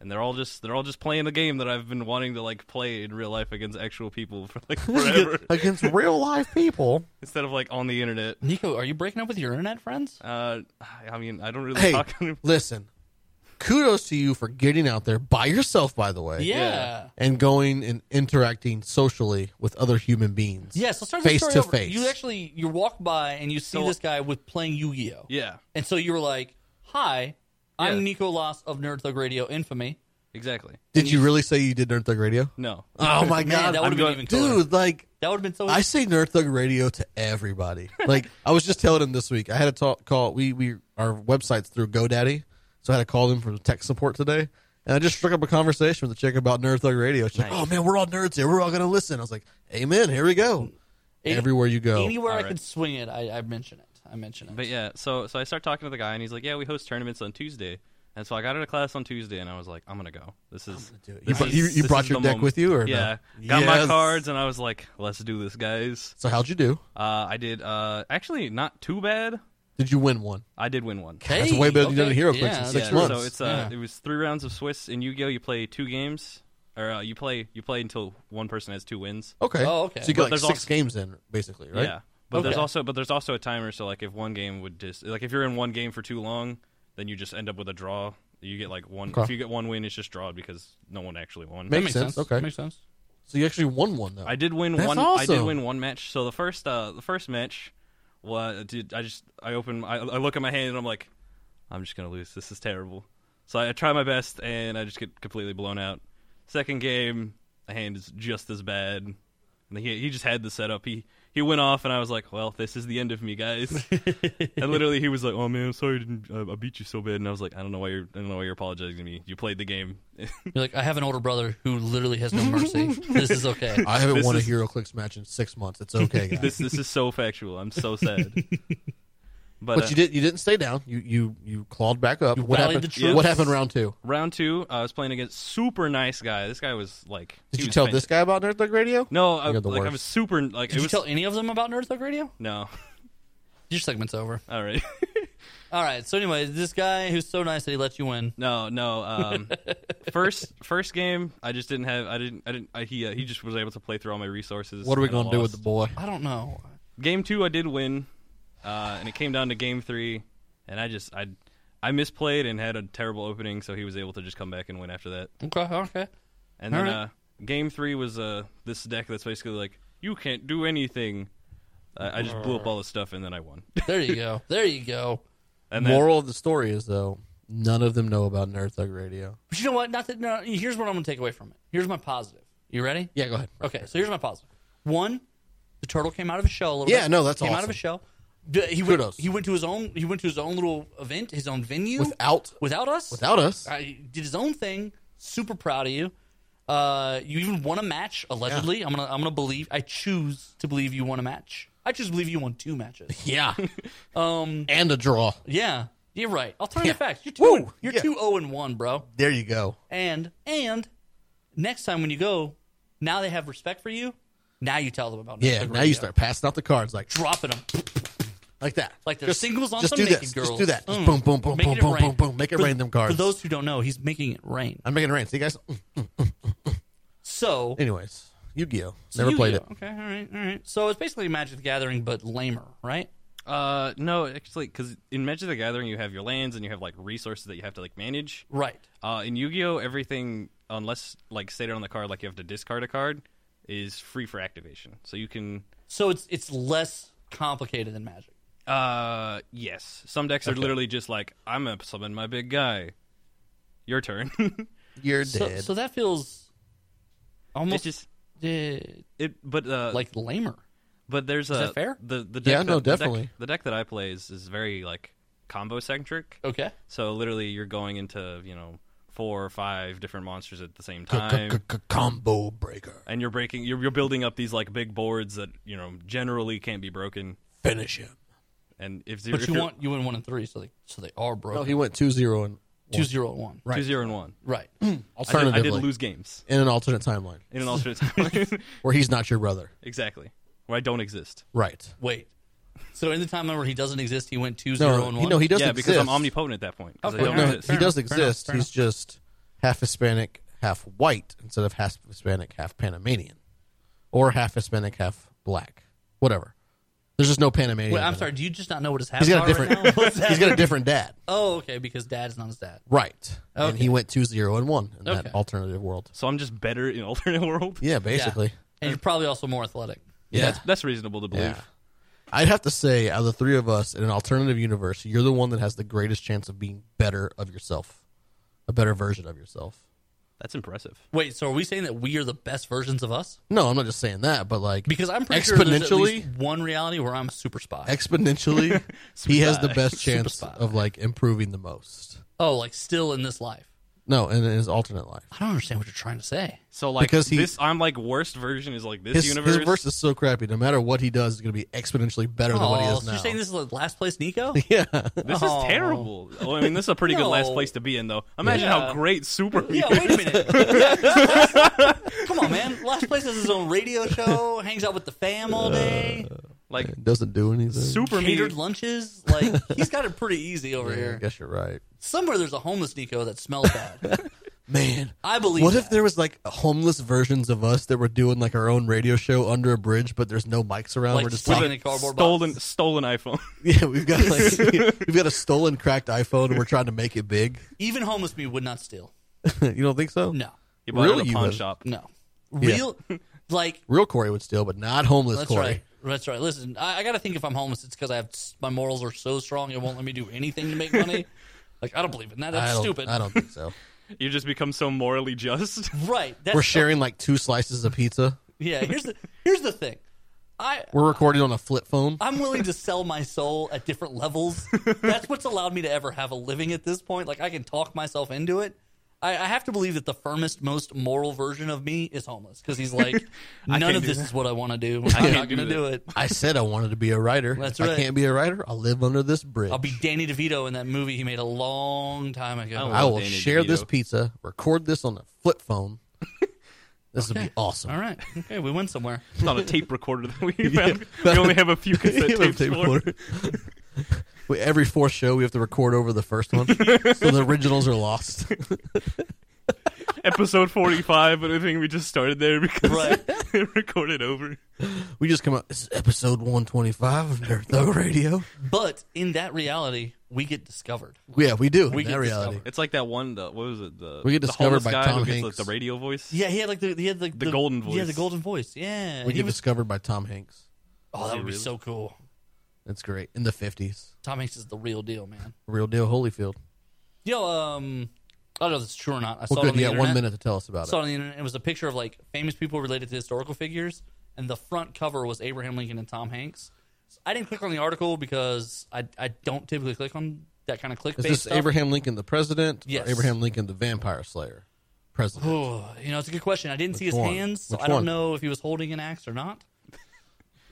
[SPEAKER 2] and they're all just they're all just playing the game that I've been wanting to like play in real life against actual people for like forever
[SPEAKER 1] Against real life people.
[SPEAKER 2] instead of like on the internet.
[SPEAKER 3] Nico, are you breaking up with your internet friends?
[SPEAKER 2] Uh, I mean, I don't really
[SPEAKER 1] Hey,
[SPEAKER 2] talk. to
[SPEAKER 1] listen. Kudos to you for getting out there by yourself, by the way.
[SPEAKER 3] Yeah.
[SPEAKER 1] And going and interacting socially with other human beings.
[SPEAKER 3] Yes, let's start the
[SPEAKER 1] Face
[SPEAKER 3] story
[SPEAKER 1] to
[SPEAKER 3] over.
[SPEAKER 1] face.
[SPEAKER 3] You actually you walk by and you see
[SPEAKER 2] So-
[SPEAKER 3] this guy with playing Yu-Gi-Oh.
[SPEAKER 2] Yeah,
[SPEAKER 3] And so you were like, "Hi, I'm
[SPEAKER 2] Yeah.
[SPEAKER 3] Nico Loss of Nerd Thug Radio Infamy."
[SPEAKER 2] exactly.
[SPEAKER 1] Did you really say you did Nerd Thug Radio?
[SPEAKER 2] No.
[SPEAKER 1] Oh my
[SPEAKER 3] Man,
[SPEAKER 1] god,
[SPEAKER 3] that would have been even cooler.
[SPEAKER 1] dude! Like
[SPEAKER 3] That would have been so.
[SPEAKER 1] I say Nerd Thug Radio to everybody. Like I was just telling him this week, I had a talk call. We we our website's through GoDaddy, so I had to call them from tech support today, and I just struck up a conversation with a chick about Nerd Thug Radio. She's like,
[SPEAKER 2] Nice.
[SPEAKER 1] "Oh man, we're all nerds here. We're all gonna listen." I was like, "Amen." Here we go.
[SPEAKER 3] Any-
[SPEAKER 1] Everywhere you go,
[SPEAKER 3] Anywhere I
[SPEAKER 2] Alright.
[SPEAKER 3] could swing it, I, I mention it. I mention it.
[SPEAKER 2] But yeah, so so I start talking to the guy and he's like, "Yeah, we host tournaments on Tuesday." And so I got out of class on Tuesday and I was like, "I'm going to go. This is
[SPEAKER 1] do it. You
[SPEAKER 2] this
[SPEAKER 1] brought- you- you
[SPEAKER 2] this
[SPEAKER 1] brought
[SPEAKER 2] is
[SPEAKER 1] your
[SPEAKER 2] the
[SPEAKER 1] deck
[SPEAKER 2] moment."
[SPEAKER 1] with you or no?
[SPEAKER 2] Yeah. Got my
[SPEAKER 1] Yes.
[SPEAKER 2] cards and I was like, "Let's do this, guys."
[SPEAKER 1] so how'd you do?
[SPEAKER 2] Uh, I did uh actually not too bad.
[SPEAKER 1] Did you win one?
[SPEAKER 2] I did win one.
[SPEAKER 1] That's way better than you did at Hero Clicks in
[SPEAKER 3] that's
[SPEAKER 1] six
[SPEAKER 3] true.
[SPEAKER 2] yeah,
[SPEAKER 1] months.
[SPEAKER 2] So it's uh,
[SPEAKER 3] Yeah.
[SPEAKER 2] it was three rounds of Swiss in Yu-Gi-Oh. You play two games, or uh, you play you play until one person has two wins.
[SPEAKER 1] Okay.
[SPEAKER 3] Oh, okay.
[SPEAKER 1] So you
[SPEAKER 2] But
[SPEAKER 1] got like
[SPEAKER 2] there's
[SPEAKER 1] six
[SPEAKER 2] also-
[SPEAKER 1] games in, basically, right?
[SPEAKER 2] Yeah. But there's
[SPEAKER 3] Okay.
[SPEAKER 2] also but there's also a timer, so like if one game would just like if you're in one game for too long, then you just end up with a draw. You get like one
[SPEAKER 1] Okay.
[SPEAKER 2] if you get one win, it's just drawn because no one actually won.
[SPEAKER 1] Makes
[SPEAKER 3] That
[SPEAKER 1] sense. Okay.
[SPEAKER 3] Makes sense.
[SPEAKER 1] So you actually won one though.
[SPEAKER 2] I did win
[SPEAKER 1] That's
[SPEAKER 2] one. I did
[SPEAKER 1] awesome.
[SPEAKER 2] win one match. So the first uh the first match, was dude, I just I open I, I look at my hand and I'm like, I'm just gonna lose. This is terrible. So I, I try my best and I just get completely blown out. Second game, the hand is just as bad. And he he just had the setup. He he went off and I was like, well, this is the end of me, guys. and literally he was like, oh man, I'm sorry, I, didn't, I, I beat you so bad. And I was like, I don't know why you're I don't know why you're apologizing to me. You played the game.
[SPEAKER 3] You're like, I have an older brother who literally has no mercy. this is okay.
[SPEAKER 1] I haven't
[SPEAKER 2] This
[SPEAKER 1] won
[SPEAKER 2] is-
[SPEAKER 1] a Hero Clicks match in six months. It's okay, guys.
[SPEAKER 2] this this is so factual. I'm so sad. But,
[SPEAKER 1] But,
[SPEAKER 2] uh,
[SPEAKER 1] you did. You didn't stay down. You you you clawed back up. what
[SPEAKER 3] rallied
[SPEAKER 1] happened?
[SPEAKER 3] the troops.
[SPEAKER 1] What happened round two?
[SPEAKER 2] round two, uh, I was playing against super nice guy. This guy was like.
[SPEAKER 1] Did
[SPEAKER 2] he
[SPEAKER 1] you
[SPEAKER 2] was
[SPEAKER 1] tell
[SPEAKER 2] fan-
[SPEAKER 1] this guy about Nerd Thug Radio?
[SPEAKER 2] No, I,
[SPEAKER 1] You're the
[SPEAKER 2] like I
[SPEAKER 1] worst.
[SPEAKER 2] was super like.
[SPEAKER 3] Did
[SPEAKER 2] it
[SPEAKER 3] you
[SPEAKER 2] was,
[SPEAKER 3] tell any of them about Nerd Thug Radio?
[SPEAKER 2] No,
[SPEAKER 3] Your segment's over.
[SPEAKER 2] all right.
[SPEAKER 3] All right. So anyway, this guy who's so nice that he let you win.
[SPEAKER 2] No, no. Um, first, first game, I just didn't have. I didn't. I didn't. I, he uh, he just was able to play through all my resources.
[SPEAKER 1] What are we
[SPEAKER 2] and I
[SPEAKER 1] gonna do with the
[SPEAKER 2] lost.
[SPEAKER 1] boy?
[SPEAKER 3] I don't know.
[SPEAKER 2] game two? I did win, uh, and it came down to game three, and I just I I misplayed and had a terrible opening, so he was able to just come back and win after that.
[SPEAKER 3] Okay. Okay.
[SPEAKER 2] And then
[SPEAKER 3] All right.
[SPEAKER 2] uh, game three was uh, this deck that's basically like you can't do anything. I, I just blew up all the stuff, and then I won.
[SPEAKER 3] There you go. There you go.
[SPEAKER 2] and then,
[SPEAKER 1] Moral of the story is though, none of them know about Nerd Thug Radio.
[SPEAKER 3] But you know what? Not that. No, here's what I'm going to take away from it. Here's my positive. You ready?
[SPEAKER 1] Yeah, go ahead.
[SPEAKER 3] Okay, so here's my positive. One, the turtle came out of his shell a little
[SPEAKER 1] Yeah,
[SPEAKER 3] bit.
[SPEAKER 1] no, that's
[SPEAKER 3] came out
[SPEAKER 1] awesome.
[SPEAKER 3] of his shell. D- He went,
[SPEAKER 1] Kudos.
[SPEAKER 3] he went to his own. He went to his own little event, his own venue
[SPEAKER 1] Without
[SPEAKER 3] without us.
[SPEAKER 1] without us,
[SPEAKER 3] I did his own thing. Super proud of you. Uh, you even won a match allegedly. I'm gonna I'm gonna believe. I choose to believe you won a match. I choose to believe you won two matches.
[SPEAKER 1] yeah. um, and a draw.
[SPEAKER 3] yeah, you're right. Alternative
[SPEAKER 1] Yeah.
[SPEAKER 3] facts. You're two.
[SPEAKER 1] Woo!
[SPEAKER 3] and- you're
[SPEAKER 1] Yeah.
[SPEAKER 3] two zero and one, bro.
[SPEAKER 1] There you go.
[SPEAKER 3] And and next time when you go, now they have respect for you. Now you tell them about Netflix
[SPEAKER 1] Yeah. Now
[SPEAKER 3] Radio.
[SPEAKER 1] you start passing out the cards like
[SPEAKER 3] dropping them
[SPEAKER 1] like that.
[SPEAKER 3] like they're
[SPEAKER 1] just,
[SPEAKER 3] singles on
[SPEAKER 1] just
[SPEAKER 3] some
[SPEAKER 1] do
[SPEAKER 3] naked
[SPEAKER 1] this.
[SPEAKER 3] girls.
[SPEAKER 1] Just do that. Just
[SPEAKER 3] Mm.
[SPEAKER 1] boom, boom, boom,
[SPEAKER 3] Making
[SPEAKER 1] boom,
[SPEAKER 3] it
[SPEAKER 1] boom,
[SPEAKER 3] rain.
[SPEAKER 1] boom, boom. Make it
[SPEAKER 3] for,
[SPEAKER 1] rain them cards.
[SPEAKER 3] For those who don't know, he's making it rain.
[SPEAKER 1] I'm making it rain. See, guys. Mm.
[SPEAKER 3] So
[SPEAKER 1] Anyways, Yu-Gi-Oh.
[SPEAKER 3] so
[SPEAKER 1] Never
[SPEAKER 3] you-
[SPEAKER 1] played it.
[SPEAKER 3] Okay, all right, all right. So it's basically Magic the Gathering, but lamer, right?
[SPEAKER 2] uh, no, actually, because in Magic the Gathering, you have your lands and you have like resources that you have to like manage.
[SPEAKER 3] Right.
[SPEAKER 2] Uh, in Yu-Gi-Oh, everything unless like stated on the card, like you have to discard a card, is free for activation. So you can,
[SPEAKER 3] So it's it's less complicated than Magic.
[SPEAKER 2] uh, yes, some decks are literally just like I'm gonna summon my big guy. Your turn.
[SPEAKER 1] You're
[SPEAKER 3] So,
[SPEAKER 1] dead.
[SPEAKER 3] so that feels
[SPEAKER 2] it's
[SPEAKER 3] almost
[SPEAKER 2] just
[SPEAKER 3] uh,
[SPEAKER 2] it, but uh, like,
[SPEAKER 3] like lamer.
[SPEAKER 2] but there's a
[SPEAKER 3] that fair?
[SPEAKER 2] the the deck
[SPEAKER 1] Yeah, no,
[SPEAKER 2] that- the deck-
[SPEAKER 1] definitely.
[SPEAKER 2] the deck that I play is, is very like combo centric.
[SPEAKER 3] Okay.
[SPEAKER 2] So literally, you're going into you know four or five different monsters at the same time.
[SPEAKER 1] Combo breaker.
[SPEAKER 2] and you're breaking you're, you're building up these like big boards that you know generally can't be broken
[SPEAKER 1] Finish him.
[SPEAKER 2] and if zero
[SPEAKER 3] But
[SPEAKER 2] if
[SPEAKER 3] you
[SPEAKER 2] you're-
[SPEAKER 3] want you went one and three, so they so they are broken.
[SPEAKER 1] No, Oh, he went 2-0 and
[SPEAKER 3] two zero and one.
[SPEAKER 2] two zero and one
[SPEAKER 3] Right.
[SPEAKER 1] Hmm.
[SPEAKER 2] I did,
[SPEAKER 1] alternatively
[SPEAKER 2] I did lose games
[SPEAKER 1] in an alternate timeline
[SPEAKER 2] in an alternate timeline
[SPEAKER 1] where he's not your brother.
[SPEAKER 2] exactly where i don't exist
[SPEAKER 1] Right.
[SPEAKER 3] Wait. So in the timeline where he doesn't exist, he went two zero
[SPEAKER 1] No,
[SPEAKER 3] and
[SPEAKER 1] he,
[SPEAKER 3] one.
[SPEAKER 1] no, he doesn't
[SPEAKER 2] yeah
[SPEAKER 1] exist.
[SPEAKER 2] because i'm omnipotent at that point because
[SPEAKER 3] Okay.
[SPEAKER 2] i don't
[SPEAKER 1] No,
[SPEAKER 2] exist
[SPEAKER 1] he does
[SPEAKER 3] enough, fair
[SPEAKER 1] exist.
[SPEAKER 3] enough,
[SPEAKER 1] He's just half Hispanic, half white instead of half Hispanic, half Panamanian, or half Hispanic, half black. Whatever. There's just no Panamanian.
[SPEAKER 3] Wait, I'm
[SPEAKER 1] in it.
[SPEAKER 3] sorry. Do you just not know what his
[SPEAKER 1] He's
[SPEAKER 3] habits
[SPEAKER 1] got a
[SPEAKER 3] are
[SPEAKER 1] different.
[SPEAKER 3] right now? What's
[SPEAKER 1] he's
[SPEAKER 3] that?
[SPEAKER 1] got a different dad.
[SPEAKER 3] oh, okay. Because dad's not his dad.
[SPEAKER 1] Right. And
[SPEAKER 3] Okay.
[SPEAKER 1] he went 2-0 and one in
[SPEAKER 3] Okay.
[SPEAKER 1] that alternative world.
[SPEAKER 2] so i'm just better in alternate world
[SPEAKER 1] Yeah, basically.
[SPEAKER 3] And you're probably also more athletic.
[SPEAKER 1] Yeah.
[SPEAKER 2] that's, that's reasonable to believe
[SPEAKER 1] Yeah. I'd have to say, out of the three of us in an alternative universe, you're the one that has the greatest chance of being better of yourself, a better version of yourself.
[SPEAKER 2] that's impressive
[SPEAKER 3] Wait, so are we saying that we are the best versions of us?
[SPEAKER 1] No, I'm not just saying that, but like
[SPEAKER 3] Because I'm pretty sure there's at
[SPEAKER 1] exponentially,
[SPEAKER 3] least one reality where I'm a super spy.
[SPEAKER 1] exponentially, he has the
[SPEAKER 2] Spy.
[SPEAKER 1] best
[SPEAKER 3] Super
[SPEAKER 1] chance
[SPEAKER 3] spy.
[SPEAKER 1] of like improving the most.
[SPEAKER 3] oh, like still in this life.
[SPEAKER 1] No, in his alternate life,
[SPEAKER 3] I don't understand what you're trying to say.
[SPEAKER 2] so like
[SPEAKER 1] Because he-
[SPEAKER 2] this i'm like worst version is like this
[SPEAKER 1] his
[SPEAKER 2] universe
[SPEAKER 1] his verse is so crappy. No matter what he does, it's going to be exponentially better than what he
[SPEAKER 3] Oh,
[SPEAKER 1] is
[SPEAKER 3] so
[SPEAKER 1] now.
[SPEAKER 3] you're saying this is the last place, Nico?
[SPEAKER 1] yeah,
[SPEAKER 2] this
[SPEAKER 3] Oh.
[SPEAKER 2] is terrible oh, i mean this is a pretty good last
[SPEAKER 3] No.
[SPEAKER 2] place to be in though imagine
[SPEAKER 3] Yeah.
[SPEAKER 2] how great super
[SPEAKER 3] yeah, wait a minute. Come on, man. Last place has his own radio show, hangs out with the fam all day,
[SPEAKER 2] like
[SPEAKER 1] doesn't do anything.
[SPEAKER 2] super
[SPEAKER 3] catered
[SPEAKER 2] meter
[SPEAKER 3] lunches. Like, he's got it pretty easy over
[SPEAKER 1] Yeah, I
[SPEAKER 3] here.
[SPEAKER 1] guess you're right,
[SPEAKER 3] Somewhere there's a homeless Nico that smells bad.
[SPEAKER 1] man.
[SPEAKER 3] I believe.
[SPEAKER 1] What if
[SPEAKER 3] that.
[SPEAKER 1] there was like homeless versions of us that were doing like our own radio show under a bridge, but there's no mics around?
[SPEAKER 3] Like
[SPEAKER 1] we're just
[SPEAKER 3] with
[SPEAKER 1] talking.
[SPEAKER 3] a cardboard
[SPEAKER 2] stolen
[SPEAKER 3] box?
[SPEAKER 2] stolen iphone
[SPEAKER 1] Yeah, we've got like we've got a stolen, cracked iPhone, and we're trying to make it big.
[SPEAKER 3] Even homeless me would not steal.
[SPEAKER 1] you don't think so?
[SPEAKER 3] No,
[SPEAKER 2] you bought it
[SPEAKER 1] Really,
[SPEAKER 2] at a
[SPEAKER 1] you
[SPEAKER 2] pawn
[SPEAKER 1] would.
[SPEAKER 2] shop
[SPEAKER 3] no. Real, like
[SPEAKER 1] Real Corey would steal, but not homeless
[SPEAKER 3] that's
[SPEAKER 1] Corey.
[SPEAKER 3] right. That's right. Listen, I, I got to think if I'm homeless, it's because I have my morals are so strong it won't let me do anything to make money. like I don't believe in that.
[SPEAKER 1] I
[SPEAKER 3] That's
[SPEAKER 1] don't,
[SPEAKER 3] stupid.
[SPEAKER 1] I don't think so.
[SPEAKER 2] you just become so morally just
[SPEAKER 3] Right. That's
[SPEAKER 1] We're sharing like two slices of pizza.
[SPEAKER 3] Yeah. Here's the here's the thing. I
[SPEAKER 1] We're recording on a flip phone.
[SPEAKER 3] I'm willing to sell my soul at different levels. That's what's allowed me to ever have a living at this point. Like I can talk myself into it. I, I have to believe that the firmest, most moral version of me is homeless because he's like, none
[SPEAKER 2] can't
[SPEAKER 3] of
[SPEAKER 2] do
[SPEAKER 3] this
[SPEAKER 2] that.
[SPEAKER 3] is what I want to do. I'm not
[SPEAKER 2] do
[SPEAKER 3] going to
[SPEAKER 2] that.
[SPEAKER 3] do it.
[SPEAKER 1] I said I wanted to be a writer.
[SPEAKER 3] That's
[SPEAKER 1] if I
[SPEAKER 3] right.
[SPEAKER 1] can't be a writer, I'll live under this bridge.
[SPEAKER 3] I'll be Danny DeVito in that movie he made a long time ago.
[SPEAKER 2] Oh,
[SPEAKER 1] I will
[SPEAKER 2] Danny
[SPEAKER 1] share
[SPEAKER 2] DeVito.
[SPEAKER 1] this pizza, record this on a flip phone. This would be awesome.
[SPEAKER 3] All right. Okay, we went somewhere.
[SPEAKER 2] It's not a tape recorder that we found. We only have a few cassette tapes for. it.
[SPEAKER 1] We- every fourth show, we have to record over the first one, so the originals are lost.
[SPEAKER 2] Episode 45, but I think we just started there because
[SPEAKER 3] Right.
[SPEAKER 2] it recorded over.
[SPEAKER 1] We just come up. This is episode one twenty five of Nerd Thug Radio.
[SPEAKER 3] But in that reality, we get discovered.
[SPEAKER 1] Yeah, we do.
[SPEAKER 3] We
[SPEAKER 1] in
[SPEAKER 3] get
[SPEAKER 1] that reality.
[SPEAKER 3] discovered.
[SPEAKER 2] It's like that one, the, what was it? The,
[SPEAKER 1] We get
[SPEAKER 2] the
[SPEAKER 1] discovered
[SPEAKER 2] homeless
[SPEAKER 1] by
[SPEAKER 2] guy
[SPEAKER 1] Tom
[SPEAKER 2] who gets
[SPEAKER 1] Hanks.
[SPEAKER 2] like, the radio voice.
[SPEAKER 3] Yeah, he had like the he had like
[SPEAKER 2] The golden
[SPEAKER 3] Yeah,
[SPEAKER 2] voice.
[SPEAKER 3] the golden voice. Yeah,
[SPEAKER 1] We
[SPEAKER 3] he
[SPEAKER 1] get
[SPEAKER 3] was.
[SPEAKER 1] discovered by Tom Hanks.
[SPEAKER 3] Oh, that would be
[SPEAKER 2] Really?
[SPEAKER 3] so cool.
[SPEAKER 1] That's great. In the fifties,
[SPEAKER 3] Tom Hanks is the real deal, man.
[SPEAKER 1] real deal. Holyfield.
[SPEAKER 3] Yo, um, I don't know if it's true or not. I saw
[SPEAKER 1] Well,
[SPEAKER 3] it
[SPEAKER 1] good.
[SPEAKER 3] on the
[SPEAKER 1] You got
[SPEAKER 3] internet.
[SPEAKER 1] one minute to tell us about
[SPEAKER 3] saw it
[SPEAKER 1] it.
[SPEAKER 3] on the internet. It was a picture of like famous people related to historical figures, and the front cover was Abraham Lincoln and Tom Hanks. I didn't click on the article because I I don't typically click on that kind of clickbait.
[SPEAKER 1] Is this
[SPEAKER 3] stuff.
[SPEAKER 1] Abraham Lincoln the president? or
[SPEAKER 3] Yes.
[SPEAKER 1] Abraham Lincoln the vampire slayer. President.
[SPEAKER 3] Oh, you know, it's a good question. I didn't see his
[SPEAKER 1] one?
[SPEAKER 3] hands, so
[SPEAKER 1] Which
[SPEAKER 3] I don't
[SPEAKER 1] one?
[SPEAKER 3] know if he was holding an axe or not.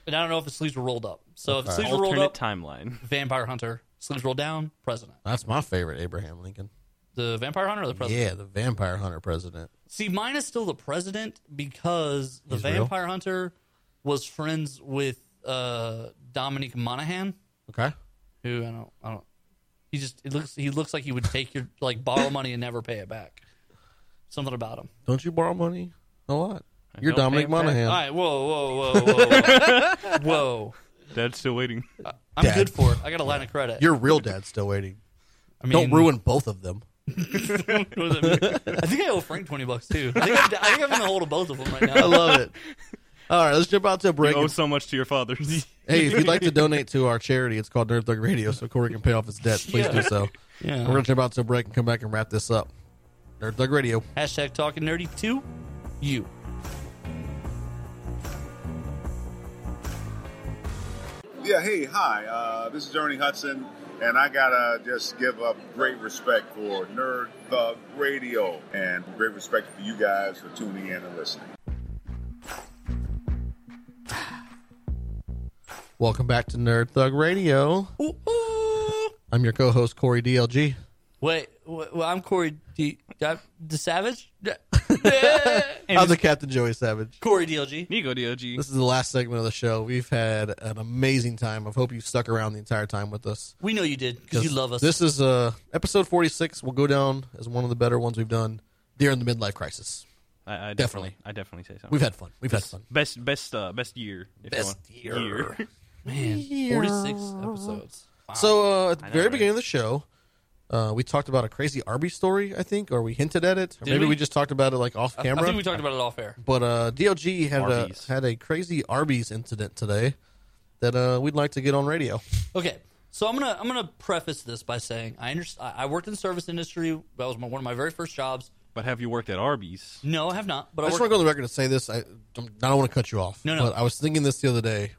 [SPEAKER 3] And I don't know if his sleeves were rolled up. So if his sleeves were rolled
[SPEAKER 2] Alternate
[SPEAKER 3] up,
[SPEAKER 2] timeline.
[SPEAKER 3] Vampire Hunter. Sleeves rolled down, President.
[SPEAKER 1] That's my favorite Abraham Lincoln.
[SPEAKER 3] The Vampire Hunter or the President?
[SPEAKER 1] Yeah, the vampire hunter president.
[SPEAKER 3] See, mine is still the President because the
[SPEAKER 1] He's real?
[SPEAKER 3] Vampire Hunter was friends with uh, Dominic Monaghan,
[SPEAKER 1] Okay.
[SPEAKER 3] who I don't, I don't. He just it looks he looks like he would take your like borrow money and never pay it back. Something about him.
[SPEAKER 1] Don't you borrow money a lot? You're
[SPEAKER 2] don't pay
[SPEAKER 1] Dominic
[SPEAKER 2] him back.
[SPEAKER 1] Monaghan.
[SPEAKER 3] All right, whoa, whoa, whoa, whoa, whoa. whoa.
[SPEAKER 2] Dad's still waiting.
[SPEAKER 3] I'm
[SPEAKER 1] Dad.
[SPEAKER 3] good for it. I got a line of credit.
[SPEAKER 1] Your real dad's still waiting.
[SPEAKER 3] I mean,
[SPEAKER 1] Don't ruin both of them.
[SPEAKER 3] what does that mean? I think I owe Frank twenty bucks too. I think, I'm, I think I'm in the hold of both of them right
[SPEAKER 1] I
[SPEAKER 3] now.
[SPEAKER 1] love it. All right, let's jump out to a break.
[SPEAKER 2] You owe so much to your fathers.
[SPEAKER 1] Hey, if you'd like to donate to our charity, it's called Nerd Thug Radio, so Corey can pay off his debts. Please do so.
[SPEAKER 3] Yeah.
[SPEAKER 1] We're going to jump out to a break and come back and wrap this up. Nerd Thug Radio.
[SPEAKER 3] Hashtag talking nerdy to you.
[SPEAKER 6] Yeah, hey, hi. Uh, this is Ernie Hudson, and I gotta just give up great respect for Nerd Thug Radio and great respect for you guys for tuning in and listening.
[SPEAKER 1] Welcome back to Nerd Thug Radio.
[SPEAKER 3] Ooh, ooh.
[SPEAKER 1] I'm your co host, Corey DLG.
[SPEAKER 3] Wait, wh- well, I'm Corey D. D- the Savage. D-
[SPEAKER 1] I'm the Captain Joey Savage.
[SPEAKER 3] Corey DLG.
[SPEAKER 2] Nigo DOG.
[SPEAKER 1] This is the last segment of the show. We've had an amazing time. I hope you stuck around the entire time with us.
[SPEAKER 3] We know you did because you love us.
[SPEAKER 1] This is uh, episode 46. Will go down as one of the better ones we've done during the midlife crisis.
[SPEAKER 2] I, I
[SPEAKER 1] Definitely.
[SPEAKER 2] definitely. I definitely say so.
[SPEAKER 1] We've had fun. We've had fun.
[SPEAKER 2] best best uh, best year. If you
[SPEAKER 1] Best
[SPEAKER 2] want.
[SPEAKER 1] year.
[SPEAKER 3] Man, 46 episodes.
[SPEAKER 1] So uh, at the very
[SPEAKER 2] right?
[SPEAKER 1] beginning of the show, uh, we talked about a crazy Arby story, I think, or we hinted at it, or maybe we?
[SPEAKER 3] we?
[SPEAKER 1] just talked about it like off
[SPEAKER 3] I
[SPEAKER 1] camera.
[SPEAKER 3] think we talked about it off air.
[SPEAKER 1] but uh, DLG had a,
[SPEAKER 2] Arby's.
[SPEAKER 1] had a crazy Arby's incident today that uh, we'd like to get on radio.
[SPEAKER 3] Okay, so I'm gonna I'm gonna preface this by saying I understand. I worked in the service industry. That was my, one of my very first jobs.
[SPEAKER 2] But have you worked at Arby's?
[SPEAKER 3] No, I have not. But
[SPEAKER 1] I
[SPEAKER 3] I
[SPEAKER 1] just want to
[SPEAKER 3] worked-
[SPEAKER 1] go on the record and say this. I, I'm- I don't want to cut you off.
[SPEAKER 3] No, no.
[SPEAKER 1] But I was thinking this the other day.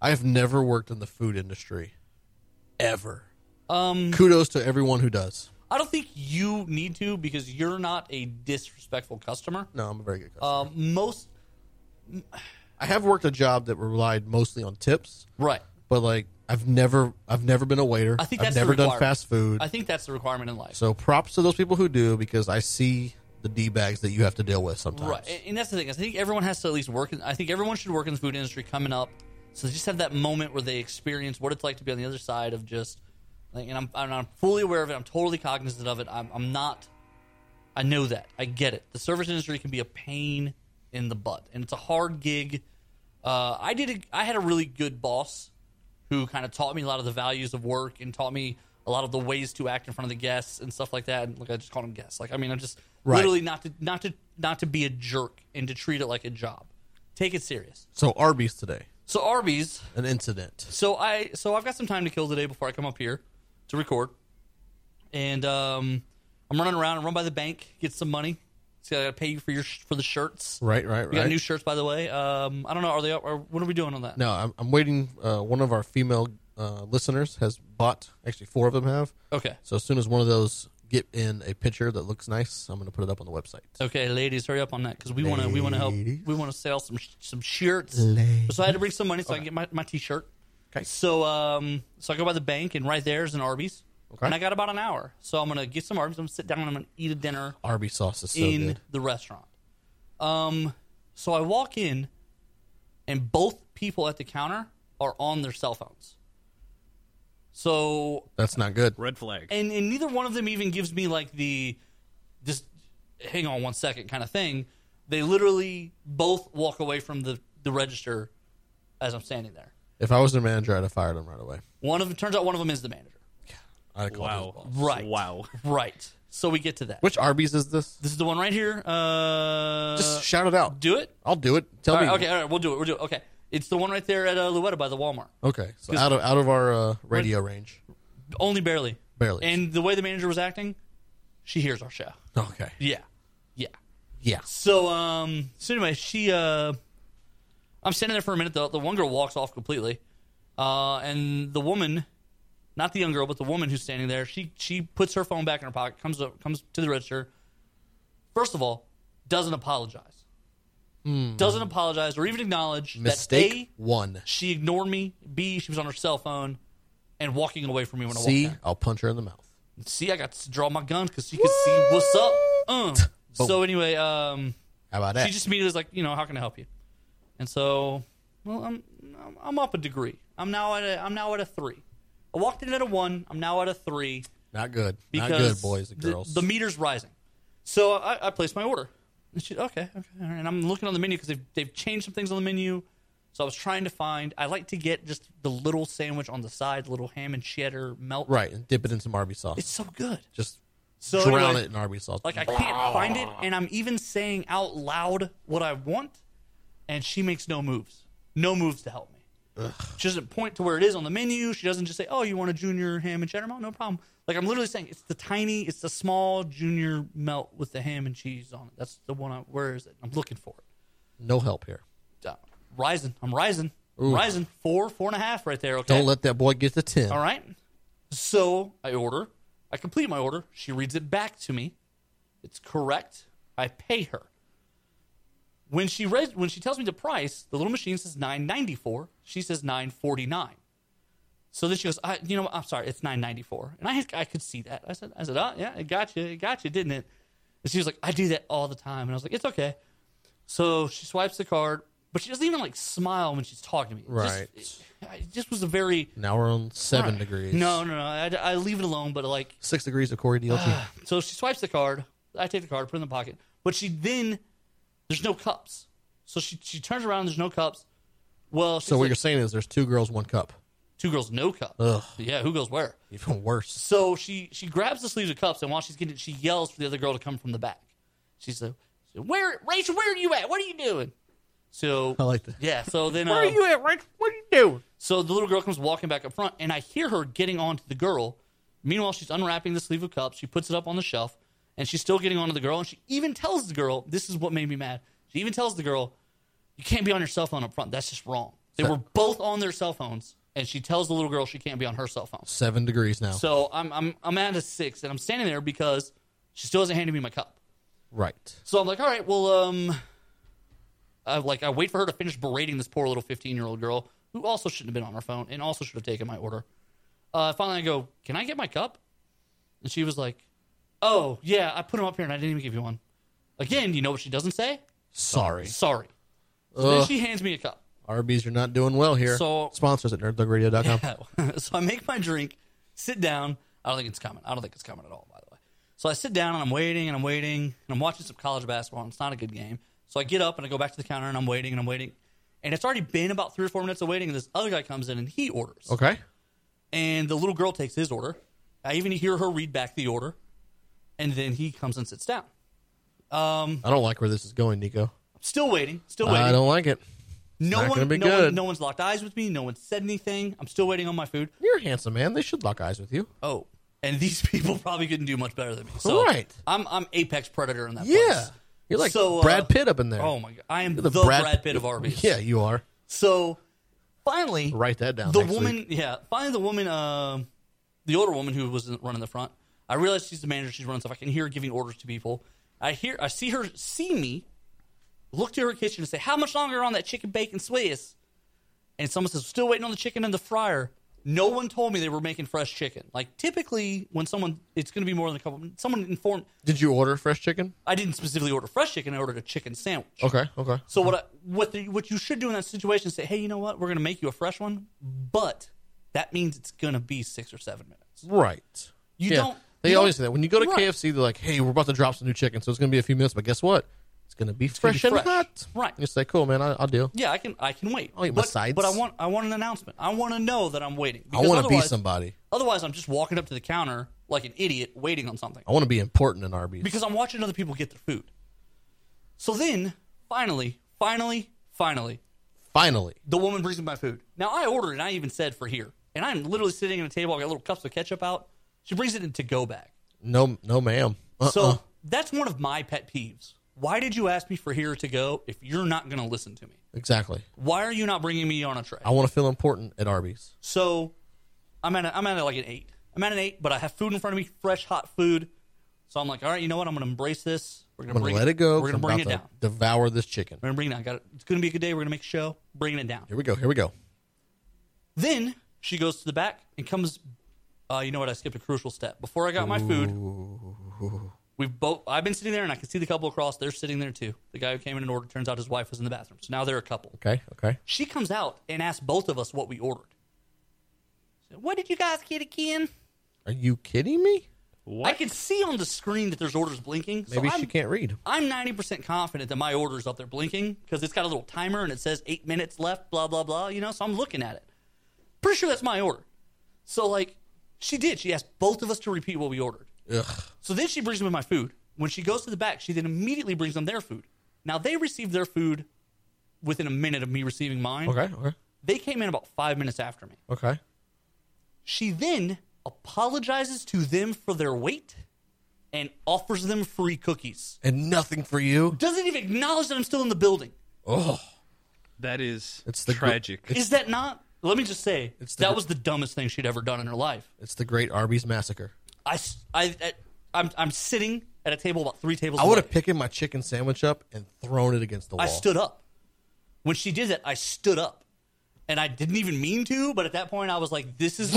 [SPEAKER 1] I have never worked in the food industry, ever. Um, Kudos to everyone who does.
[SPEAKER 3] I don't think you need to because you're not a disrespectful customer.
[SPEAKER 1] No, I'm a very good. Customer.
[SPEAKER 3] Um, most
[SPEAKER 1] I have worked a job that relied mostly on tips,
[SPEAKER 3] right.
[SPEAKER 1] but like I've never, I've never been a waiter.
[SPEAKER 3] I think
[SPEAKER 1] I've
[SPEAKER 3] that's
[SPEAKER 1] never
[SPEAKER 3] the
[SPEAKER 1] done
[SPEAKER 3] requirement.
[SPEAKER 1] fast food.
[SPEAKER 3] I think that's the requirement in life.
[SPEAKER 1] so props to those people who do because I see the d bags that you have to deal with sometimes.
[SPEAKER 3] right, and- and that's the thing. I think everyone has to at least work. In, I think everyone should work in the food industry coming up, so they just have that moment where they experience what it's like to be on the other side of just. Like, and I'm, I'm I'm fully aware of it. I'm totally cognizant of it. I'm, I'm not. I know that. I get it. The service industry can be a pain in the butt, and it's a hard gig. Uh, I did. A, I had a really good boss who kind of taught me a lot of the values of work and taught me a lot of the ways to act in front of the guests and stuff like that. And like I just called them guests. Like I mean, I'm just
[SPEAKER 1] Right.
[SPEAKER 3] literally not to not to not to be a jerk and to treat it like a job. Take it serious.
[SPEAKER 1] So Arby's today,
[SPEAKER 3] So Arby's.
[SPEAKER 1] an incident.
[SPEAKER 3] So I so I've got some time to kill today before I come up here to record, and um, I'm running around. I run by the bank, get some money. So I got to pay you for your sh- for the shirts.
[SPEAKER 1] Right, right,
[SPEAKER 3] We got
[SPEAKER 1] right.
[SPEAKER 3] new shirts, by the way. Um, I don't know. Are they? Are, what are we doing on that?
[SPEAKER 1] No, I'm, I'm waiting. Uh, one of our female uh, listeners has bought. Actually, four of them have.
[SPEAKER 3] Okay.
[SPEAKER 1] So as soon as one of those get in a picture that looks nice, I'm going to put it up on the website.
[SPEAKER 3] Okay, ladies, hurry up on that because we want to we want to help
[SPEAKER 1] Ladies.
[SPEAKER 3] we want to sell some sh- some shirts.
[SPEAKER 1] Ladies.
[SPEAKER 3] So I had to bring some money so I can get my, my t shirt.
[SPEAKER 1] Okay.
[SPEAKER 3] So um so I go by the bank and right there is an Arby's.
[SPEAKER 1] Okay.
[SPEAKER 3] And I got about an hour, so I'm gonna get some Arby's. I'm gonna sit down and I'm gonna eat a dinner
[SPEAKER 1] Arby sauce is so
[SPEAKER 3] in
[SPEAKER 1] good.
[SPEAKER 3] the restaurant. Um, so I walk in, and both people at the counter are on their cell phones. So
[SPEAKER 1] That's not good.
[SPEAKER 2] Red flag.
[SPEAKER 3] and and neither one of them even gives me like the just hang on one second kind of thing. They literally both walk away from the the register as I'm standing there.
[SPEAKER 1] If I was their manager, I'd have fired him right away.
[SPEAKER 3] One of them turns out one of them is the manager.
[SPEAKER 1] I'd have called his
[SPEAKER 2] wow.
[SPEAKER 1] boss.
[SPEAKER 3] Right.
[SPEAKER 2] Wow.
[SPEAKER 3] Right. So we get to that.
[SPEAKER 1] Which Arby's is this?
[SPEAKER 3] This is the one right here. Uh,
[SPEAKER 1] Just shout it out.
[SPEAKER 3] do it.
[SPEAKER 1] I'll do it. Tell
[SPEAKER 3] All
[SPEAKER 1] me.
[SPEAKER 3] right, okay, all right, we'll do it. We'll do it. Okay, it's the one right there at uh, Luetta by the Walmart.
[SPEAKER 1] Okay. So out of out of our uh, radio range,
[SPEAKER 3] Only barely.
[SPEAKER 1] barely.
[SPEAKER 3] And the way the manager was acting, she hears our show.
[SPEAKER 1] okay.
[SPEAKER 3] Yeah, yeah.
[SPEAKER 1] Yeah.
[SPEAKER 3] So um, so anyway, she uh, I'm standing there for a minute. The the one girl walks off completely, uh, and the woman, not the young girl, but the woman who's standing there, she she puts her phone back in her pocket, comes up, comes to the register. First of all, doesn't apologize. Doesn't apologize or even acknowledge that
[SPEAKER 1] Hmm. Mistake
[SPEAKER 3] A,
[SPEAKER 1] one.
[SPEAKER 3] She ignored me. B, she was on her cell phone and walking away from me when I
[SPEAKER 1] C.
[SPEAKER 3] walked
[SPEAKER 1] I'll punch her in the mouth.
[SPEAKER 3] in. See, I got to draw my gun because she could see what's up. Uh. So anyway, um,
[SPEAKER 1] How about that?
[SPEAKER 3] she just immediately was like, you know, how can I help you? And so, well, I'm I'm- I'm up a degree. I'm now at a I'm now at a three. I walked in at a one. I'm now at a three
[SPEAKER 1] not good. Not
[SPEAKER 3] because
[SPEAKER 1] good, boys and
[SPEAKER 3] the-
[SPEAKER 1] girls.
[SPEAKER 3] The, meter's rising. So I, I placed my order. And she, okay, okay, all right. And I'm looking on the menu because they've, they've changed some things on the menu. So I was trying to find. I like to get just the little sandwich on the side, little ham and cheddar melt.
[SPEAKER 1] right. And dip it in some Arby sauce.
[SPEAKER 3] It's so good.
[SPEAKER 1] just
[SPEAKER 3] So
[SPEAKER 1] drown
[SPEAKER 3] anyway,
[SPEAKER 1] it in Arby sauce.
[SPEAKER 3] Like I can't find it, and I'm even saying out loud what I want, and she makes no moves. No moves to help me. She doesn't point to where it is on the menu. She doesn't just say, "Oh, you want a junior ham and cheddar melt? No problem." Like I'm literally saying, it's the tiny, it's the small junior melt with the ham and cheese on it. That's the one. I, where is it? I'm looking for it.
[SPEAKER 1] no help here.
[SPEAKER 3] Uh, rising. I'm rising. I'm Rising. Four, four and a half, right there. Okay.
[SPEAKER 1] Don't let that boy get to ten.
[SPEAKER 3] All right. So I order. I complete my order. She reads it back to me. It's correct. I pay her. When she read, when she tells me the price, the little machine says nine ninety four. She says nine forty nine. So then she goes, I, you know, what? I'm sorry, it's nine ninety four, and I I could see that. I said, I said, oh yeah, it got you, it got you, didn't it? And she was like, I do that all the time, and I was like, it's okay. So she swipes the card, but she doesn't even like smile when she's talking to me.
[SPEAKER 1] Right.
[SPEAKER 3] It just, it, it just was a very
[SPEAKER 1] Now we're on seven
[SPEAKER 3] Right.
[SPEAKER 1] degrees.
[SPEAKER 3] No, Ah, no, no. I, I leave it alone. But like,
[SPEAKER 1] Six degrees of Corey DLT.
[SPEAKER 3] so she swipes the card. I take the card, put it in the pocket. But she then there's no cups. So she she turns around. There's no cups. Well, she's
[SPEAKER 1] so what
[SPEAKER 3] like,
[SPEAKER 1] you're saying is there's two girls, one cup.
[SPEAKER 3] two girls, no cup.
[SPEAKER 1] Ugh.
[SPEAKER 3] Yeah, who goes where?
[SPEAKER 1] Even worse.
[SPEAKER 3] So she she grabs the sleeves of cups, and while she's getting it, she yells for the other girl to come from the back. She's like, "Where, Rachel? Where are you at? What are you doing?" So
[SPEAKER 1] I like that.
[SPEAKER 3] Yeah. So then
[SPEAKER 1] Where are
[SPEAKER 3] um,
[SPEAKER 1] you at, Rick? What are you doing?
[SPEAKER 3] So the little girl comes walking back up front, and I hear her getting onto the girl. Meanwhile, she's unwrapping the sleeve of cups. She puts it up on the shelf, and she's still getting onto the girl. And she even tells the girl, "This is what made me mad." She even tells the girl, "You can't be on your cell phone up front. That's just wrong." They were both on their cell phones, and she tells the little girl she can't be on her cell phone.
[SPEAKER 1] Seven degrees now.
[SPEAKER 3] So I'm I'm I'm at a six, and I'm standing there because she still hasn't handed me my cup.
[SPEAKER 1] right.
[SPEAKER 3] So I'm like, all right, well, um, I like I wait for her to finish berating this poor little 15 year old girl who also shouldn't have been on her phone and also should have taken my order. Uh, finally, I go, can I get my cup? And she was like, oh yeah, I put him up here and I didn't even give you one. Again, you know what she doesn't say?
[SPEAKER 1] Sorry.
[SPEAKER 3] Sorry. So then
[SPEAKER 1] Ugh.
[SPEAKER 3] she hands me a cup.
[SPEAKER 1] Arby's, you're not doing well here.
[SPEAKER 3] So-
[SPEAKER 1] Sponsors at nerdthugradio.com.
[SPEAKER 3] so I make my drink, sit down. I don't think it's coming. I don't think it's coming at all, by the way. So I sit down and I'm waiting and I'm waiting and I'm watching some college basketball and it's not a good game. So I get up and I go back to the counter and I'm waiting and I'm waiting. And it's already been about three or four minutes of waiting and this other guy comes in and he orders.
[SPEAKER 1] Okay.
[SPEAKER 3] And the little girl takes his order. I even hear her read back the order. And then he comes and sits down. Um,
[SPEAKER 1] I don't like where this is going, Nico.
[SPEAKER 3] Still waiting. Still waiting.
[SPEAKER 1] I don't like it.
[SPEAKER 3] no
[SPEAKER 1] not
[SPEAKER 3] one,
[SPEAKER 1] gonna be
[SPEAKER 3] no
[SPEAKER 1] good.
[SPEAKER 3] one no one's locked eyes with me. No one said anything. I'm still waiting on my food.
[SPEAKER 1] You're a handsome man. They should lock eyes with you.
[SPEAKER 3] Oh, and these people probably couldn't do much better than me. So
[SPEAKER 1] Right.
[SPEAKER 3] I'm I'm apex predator in that.
[SPEAKER 1] Yeah.
[SPEAKER 3] place.
[SPEAKER 1] You're like
[SPEAKER 3] So, uh,
[SPEAKER 1] Brad Pitt up in there.
[SPEAKER 3] Oh my god, I am
[SPEAKER 1] You're
[SPEAKER 3] the, Brad, Pitt of Arby's.
[SPEAKER 1] Yeah, you are.
[SPEAKER 3] So finally,
[SPEAKER 1] Write that down.
[SPEAKER 3] the
[SPEAKER 1] Oh, next
[SPEAKER 3] woman,
[SPEAKER 1] week.
[SPEAKER 3] yeah, finally the woman, um the older woman who was running the front. I realize she's the manager. She's running stuff. I can hear her giving orders to people. I hear, I see her, see me, look to her kitchen and say, "How much longer on that chicken bacon Swiss?" And someone says, "Still waiting on the chicken in the fryer." No one told me they were making fresh chicken. Like typically, when someone, it's going to be more than a couple. Someone informed.
[SPEAKER 1] Did you order fresh chicken?
[SPEAKER 3] I didn't specifically order fresh chicken. I ordered a chicken sandwich.
[SPEAKER 1] Okay, okay.
[SPEAKER 3] So what I, what the, what you should do in that situation is say, hey, you know what? We're going to make you a fresh one, but that means it's going to be six or seven minutes.
[SPEAKER 1] Right.
[SPEAKER 3] You
[SPEAKER 1] Yeah.
[SPEAKER 3] don't.
[SPEAKER 1] They
[SPEAKER 3] you
[SPEAKER 1] always
[SPEAKER 3] don't-
[SPEAKER 1] say that when you go to
[SPEAKER 3] Right.
[SPEAKER 1] KFC, they're like, "Hey, we're about to drop some new chicken, so it's going to be a few minutes." But guess what? It's going to be
[SPEAKER 3] gonna
[SPEAKER 1] fresh
[SPEAKER 3] be
[SPEAKER 1] and
[SPEAKER 3] fresh.
[SPEAKER 1] hot.
[SPEAKER 3] Right.
[SPEAKER 1] You say, "Cool, man, I, I'll deal."
[SPEAKER 3] Yeah, I can. I can wait.
[SPEAKER 1] I'll eat my
[SPEAKER 3] but,
[SPEAKER 1] sides.
[SPEAKER 3] But I want. I want an announcement. I want to know that I'm waiting.
[SPEAKER 1] I
[SPEAKER 3] because
[SPEAKER 1] want to be
[SPEAKER 3] otherwise-
[SPEAKER 1] somebody.
[SPEAKER 3] Otherwise, I'm just walking up to the counter like an idiot, waiting on something.
[SPEAKER 1] I want to be important in Arby's.
[SPEAKER 3] because I'm watching other people get their food. So then, finally, finally, finally,
[SPEAKER 1] Finally,
[SPEAKER 3] the woman brings me my food. Now I ordered, and I even said for here, and I'm literally sitting at a table. I got little cups of ketchup out. She brings it in to go bag.
[SPEAKER 1] no, no, ma'am. Uh-uh.
[SPEAKER 3] So that's one of my pet peeves. Why did you ask me for here to go if you're not going to listen to me?
[SPEAKER 1] exactly.
[SPEAKER 3] Why are you not bringing me on a tray?
[SPEAKER 1] I want to feel important at Arby's.
[SPEAKER 3] So I'm at a, I'm at like an eight. I'm at an eight, but I have food in front of me, fresh hot food. So I'm like, all right, you know what? I'm going to embrace this. We're
[SPEAKER 1] I'm
[SPEAKER 3] going to
[SPEAKER 1] going
[SPEAKER 3] bring
[SPEAKER 1] to let it go. 'cause
[SPEAKER 3] We're going
[SPEAKER 1] I'm
[SPEAKER 3] to bring it
[SPEAKER 1] about
[SPEAKER 3] down.
[SPEAKER 1] to Devour this chicken.
[SPEAKER 3] We're going to bring it down. Got it. It's going to be a good day. We're going to make a show. Bringing it down.
[SPEAKER 1] Here we go. Here we go.
[SPEAKER 3] Then she goes to the back and comes. Uh, you know what? I skipped a crucial step. Before I got my food, we've both. I've been sitting there, and I can see the couple across. They're sitting there too. The guy who came in and ordered turns out his wife was in the bathroom. So now they're a couple.
[SPEAKER 1] Okay, okay.
[SPEAKER 3] She comes out and asks both of us what we ordered. She said, what did you guys get again?
[SPEAKER 1] Are you kidding me?
[SPEAKER 3] I can see on the screen that there's orders blinking.
[SPEAKER 1] Maybe
[SPEAKER 3] so
[SPEAKER 1] she
[SPEAKER 3] I'm,
[SPEAKER 1] can't read.
[SPEAKER 3] I'm 90% confident that my order's up there blinking because it's got a little timer and it says eight minutes left, blah, blah, blah, you know? So I'm looking at it. Pretty sure that's my order. So, like, she did. She asked both of us to repeat what we ordered.
[SPEAKER 1] Ugh.
[SPEAKER 3] So then she brings me my food. When she goes to the back, she then immediately brings them their food. Now, they received their food within a minute of me receiving mine.
[SPEAKER 1] Okay, okay,
[SPEAKER 3] They came in about five minutes after me.
[SPEAKER 1] okay.
[SPEAKER 3] She then apologizes to them for their wait and offers them free cookies.
[SPEAKER 1] And nothing for you.
[SPEAKER 3] Doesn't even acknowledge that I'm still in the building.
[SPEAKER 1] Oh,
[SPEAKER 2] That is
[SPEAKER 1] It's the gr-
[SPEAKER 2] tragic.
[SPEAKER 3] Is that not? Let me just say
[SPEAKER 1] It's the
[SPEAKER 3] that
[SPEAKER 1] gr-
[SPEAKER 3] was the dumbest thing she'd ever done in her life.
[SPEAKER 1] it's the great Arby's massacre.
[SPEAKER 3] I, s- I, am I'm sitting at a table about three tables.
[SPEAKER 1] I would have
[SPEAKER 3] away.
[SPEAKER 1] picked my chicken sandwich up and thrown it against the wall.
[SPEAKER 3] I stood up when she did that. I stood up, and I didn't even mean to. But at that point, I was like, "This is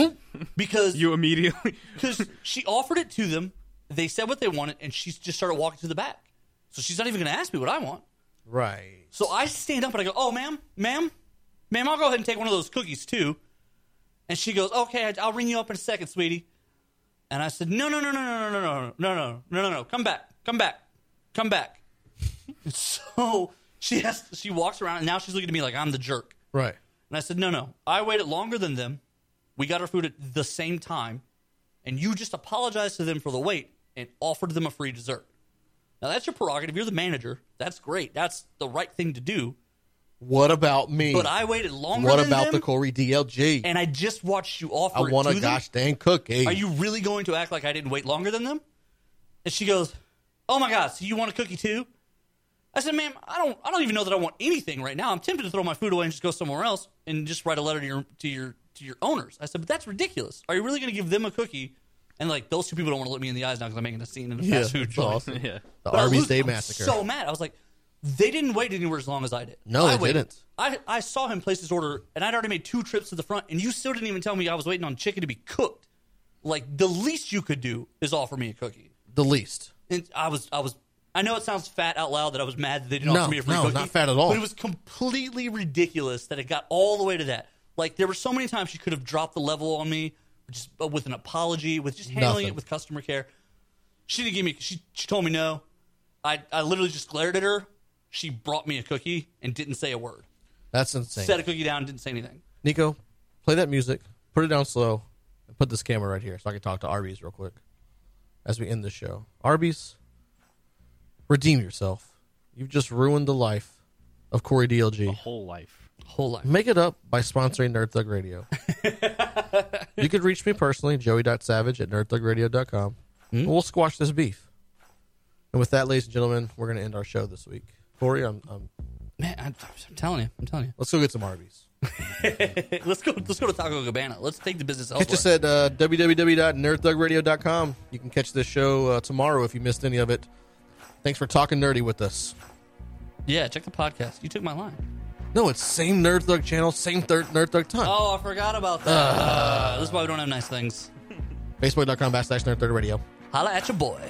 [SPEAKER 3] because
[SPEAKER 2] you immediately.
[SPEAKER 3] because she offered it to them. They said what they wanted, and she just started walking to the back. So she's not even going to ask me what I want.
[SPEAKER 1] Right.
[SPEAKER 3] So I stand up and I go, "Oh, ma'am, ma'am, ma'am, I'll go ahead and take one of those cookies too." And she goes, "Okay, I- I'll ring you up in a second, sweetie." And I said, "No, no, no, no, no, no, no, no, no, no, no, no, no, come back, come back, come back." so she has, she walks around, and now she's looking at me like I'm the jerk.
[SPEAKER 1] Right.
[SPEAKER 3] And I said, "No, no, I waited longer than them. We got our food at the same time, and you just apologized to them for the wait and offered them a free dessert." Now that's your prerogative. You're the manager. That's great. That's the right thing to do.
[SPEAKER 1] What about me?
[SPEAKER 3] But I waited longer.
[SPEAKER 1] What
[SPEAKER 3] than
[SPEAKER 1] about
[SPEAKER 3] them,
[SPEAKER 1] the Corey DLG?
[SPEAKER 3] And I just watched you offer.
[SPEAKER 1] I
[SPEAKER 3] it
[SPEAKER 1] want
[SPEAKER 3] to
[SPEAKER 1] a
[SPEAKER 3] them.
[SPEAKER 1] gosh dang cookie.
[SPEAKER 3] Are you really going to act like I didn't wait longer than them? And she goes, "Oh my God! So you want a cookie too?" I said, "Ma'am, I don't. I don't even know that I want anything right now. I'm tempted to throw my food away and just go somewhere else and just write a letter to your to your to your owners." I said, "But that's ridiculous. Are you really going to give them a cookie?" And like those two people don't want to look me in the eyes now because I'm making a scene in a fast
[SPEAKER 1] Yeah,
[SPEAKER 3] food
[SPEAKER 1] that's
[SPEAKER 3] joint.
[SPEAKER 1] awesome.
[SPEAKER 2] Yeah.
[SPEAKER 1] The
[SPEAKER 3] But I
[SPEAKER 1] Arby's
[SPEAKER 3] was-
[SPEAKER 1] Day
[SPEAKER 3] I'm
[SPEAKER 1] Massacre.
[SPEAKER 3] So mad. I was like, they didn't wait anywhere as long as I did.
[SPEAKER 1] No,
[SPEAKER 3] I
[SPEAKER 1] they
[SPEAKER 3] waited.
[SPEAKER 1] didn't.
[SPEAKER 3] I, I saw him place his order, and I'd already made two trips to the front, and you still didn't even tell me I was waiting on chicken to be cooked. Like the least you could do is offer me a cookie.
[SPEAKER 1] the least.
[SPEAKER 3] And I was, I was, I know it sounds fat out loud that I was mad that they didn't
[SPEAKER 1] No,
[SPEAKER 3] offer me a free
[SPEAKER 1] no,
[SPEAKER 3] cookie.
[SPEAKER 1] not fat at all.
[SPEAKER 3] But it was completely ridiculous that it got all the way to that. Like there were so many times she could have dropped the level on me, just uh, with an apology, with just handling
[SPEAKER 1] Nothing.
[SPEAKER 3] it with customer care. She didn't give me. She she told me no. I I literally just glared at her. She brought me a cookie and didn't say a word.
[SPEAKER 1] That's insane.
[SPEAKER 3] Set a cookie down, didn't say anything.
[SPEAKER 1] Nico, play that music. Put it down slow. And put this camera right here so I can talk to Arby's real quick as we end the show. Arby's, redeem yourself. You've just ruined the life of Corey DLG.
[SPEAKER 2] Whole life.
[SPEAKER 3] Whole life.
[SPEAKER 1] Make it up by sponsoring Nerd Thug Radio. you could reach me personally, joey.savage at nerdthugradio.com. And we'll squash this beef. And with that, ladies and gentlemen, we're going to end our show this week. Corey, I'm, I'm,
[SPEAKER 3] Man, I, I'm telling you, I'm telling you.
[SPEAKER 1] let's go get some Arby's.
[SPEAKER 3] let's go. Let's go to Taco Cabana. Let's take the business elsewhere.
[SPEAKER 1] Catch us at uh, www.nerdthugradio.com. You can catch this show uh, tomorrow if you missed any of it. Thanks for talking nerdy with us.
[SPEAKER 3] yeah, check the podcast. You took my line.
[SPEAKER 1] No, it's same Nerd Thug channel, same third Nerd Thug time.
[SPEAKER 3] Oh, I forgot about that. Uh, this is why we don't have nice things.
[SPEAKER 1] Facebook.com backslash Nerd Thug Radio.
[SPEAKER 3] Holla at your boy.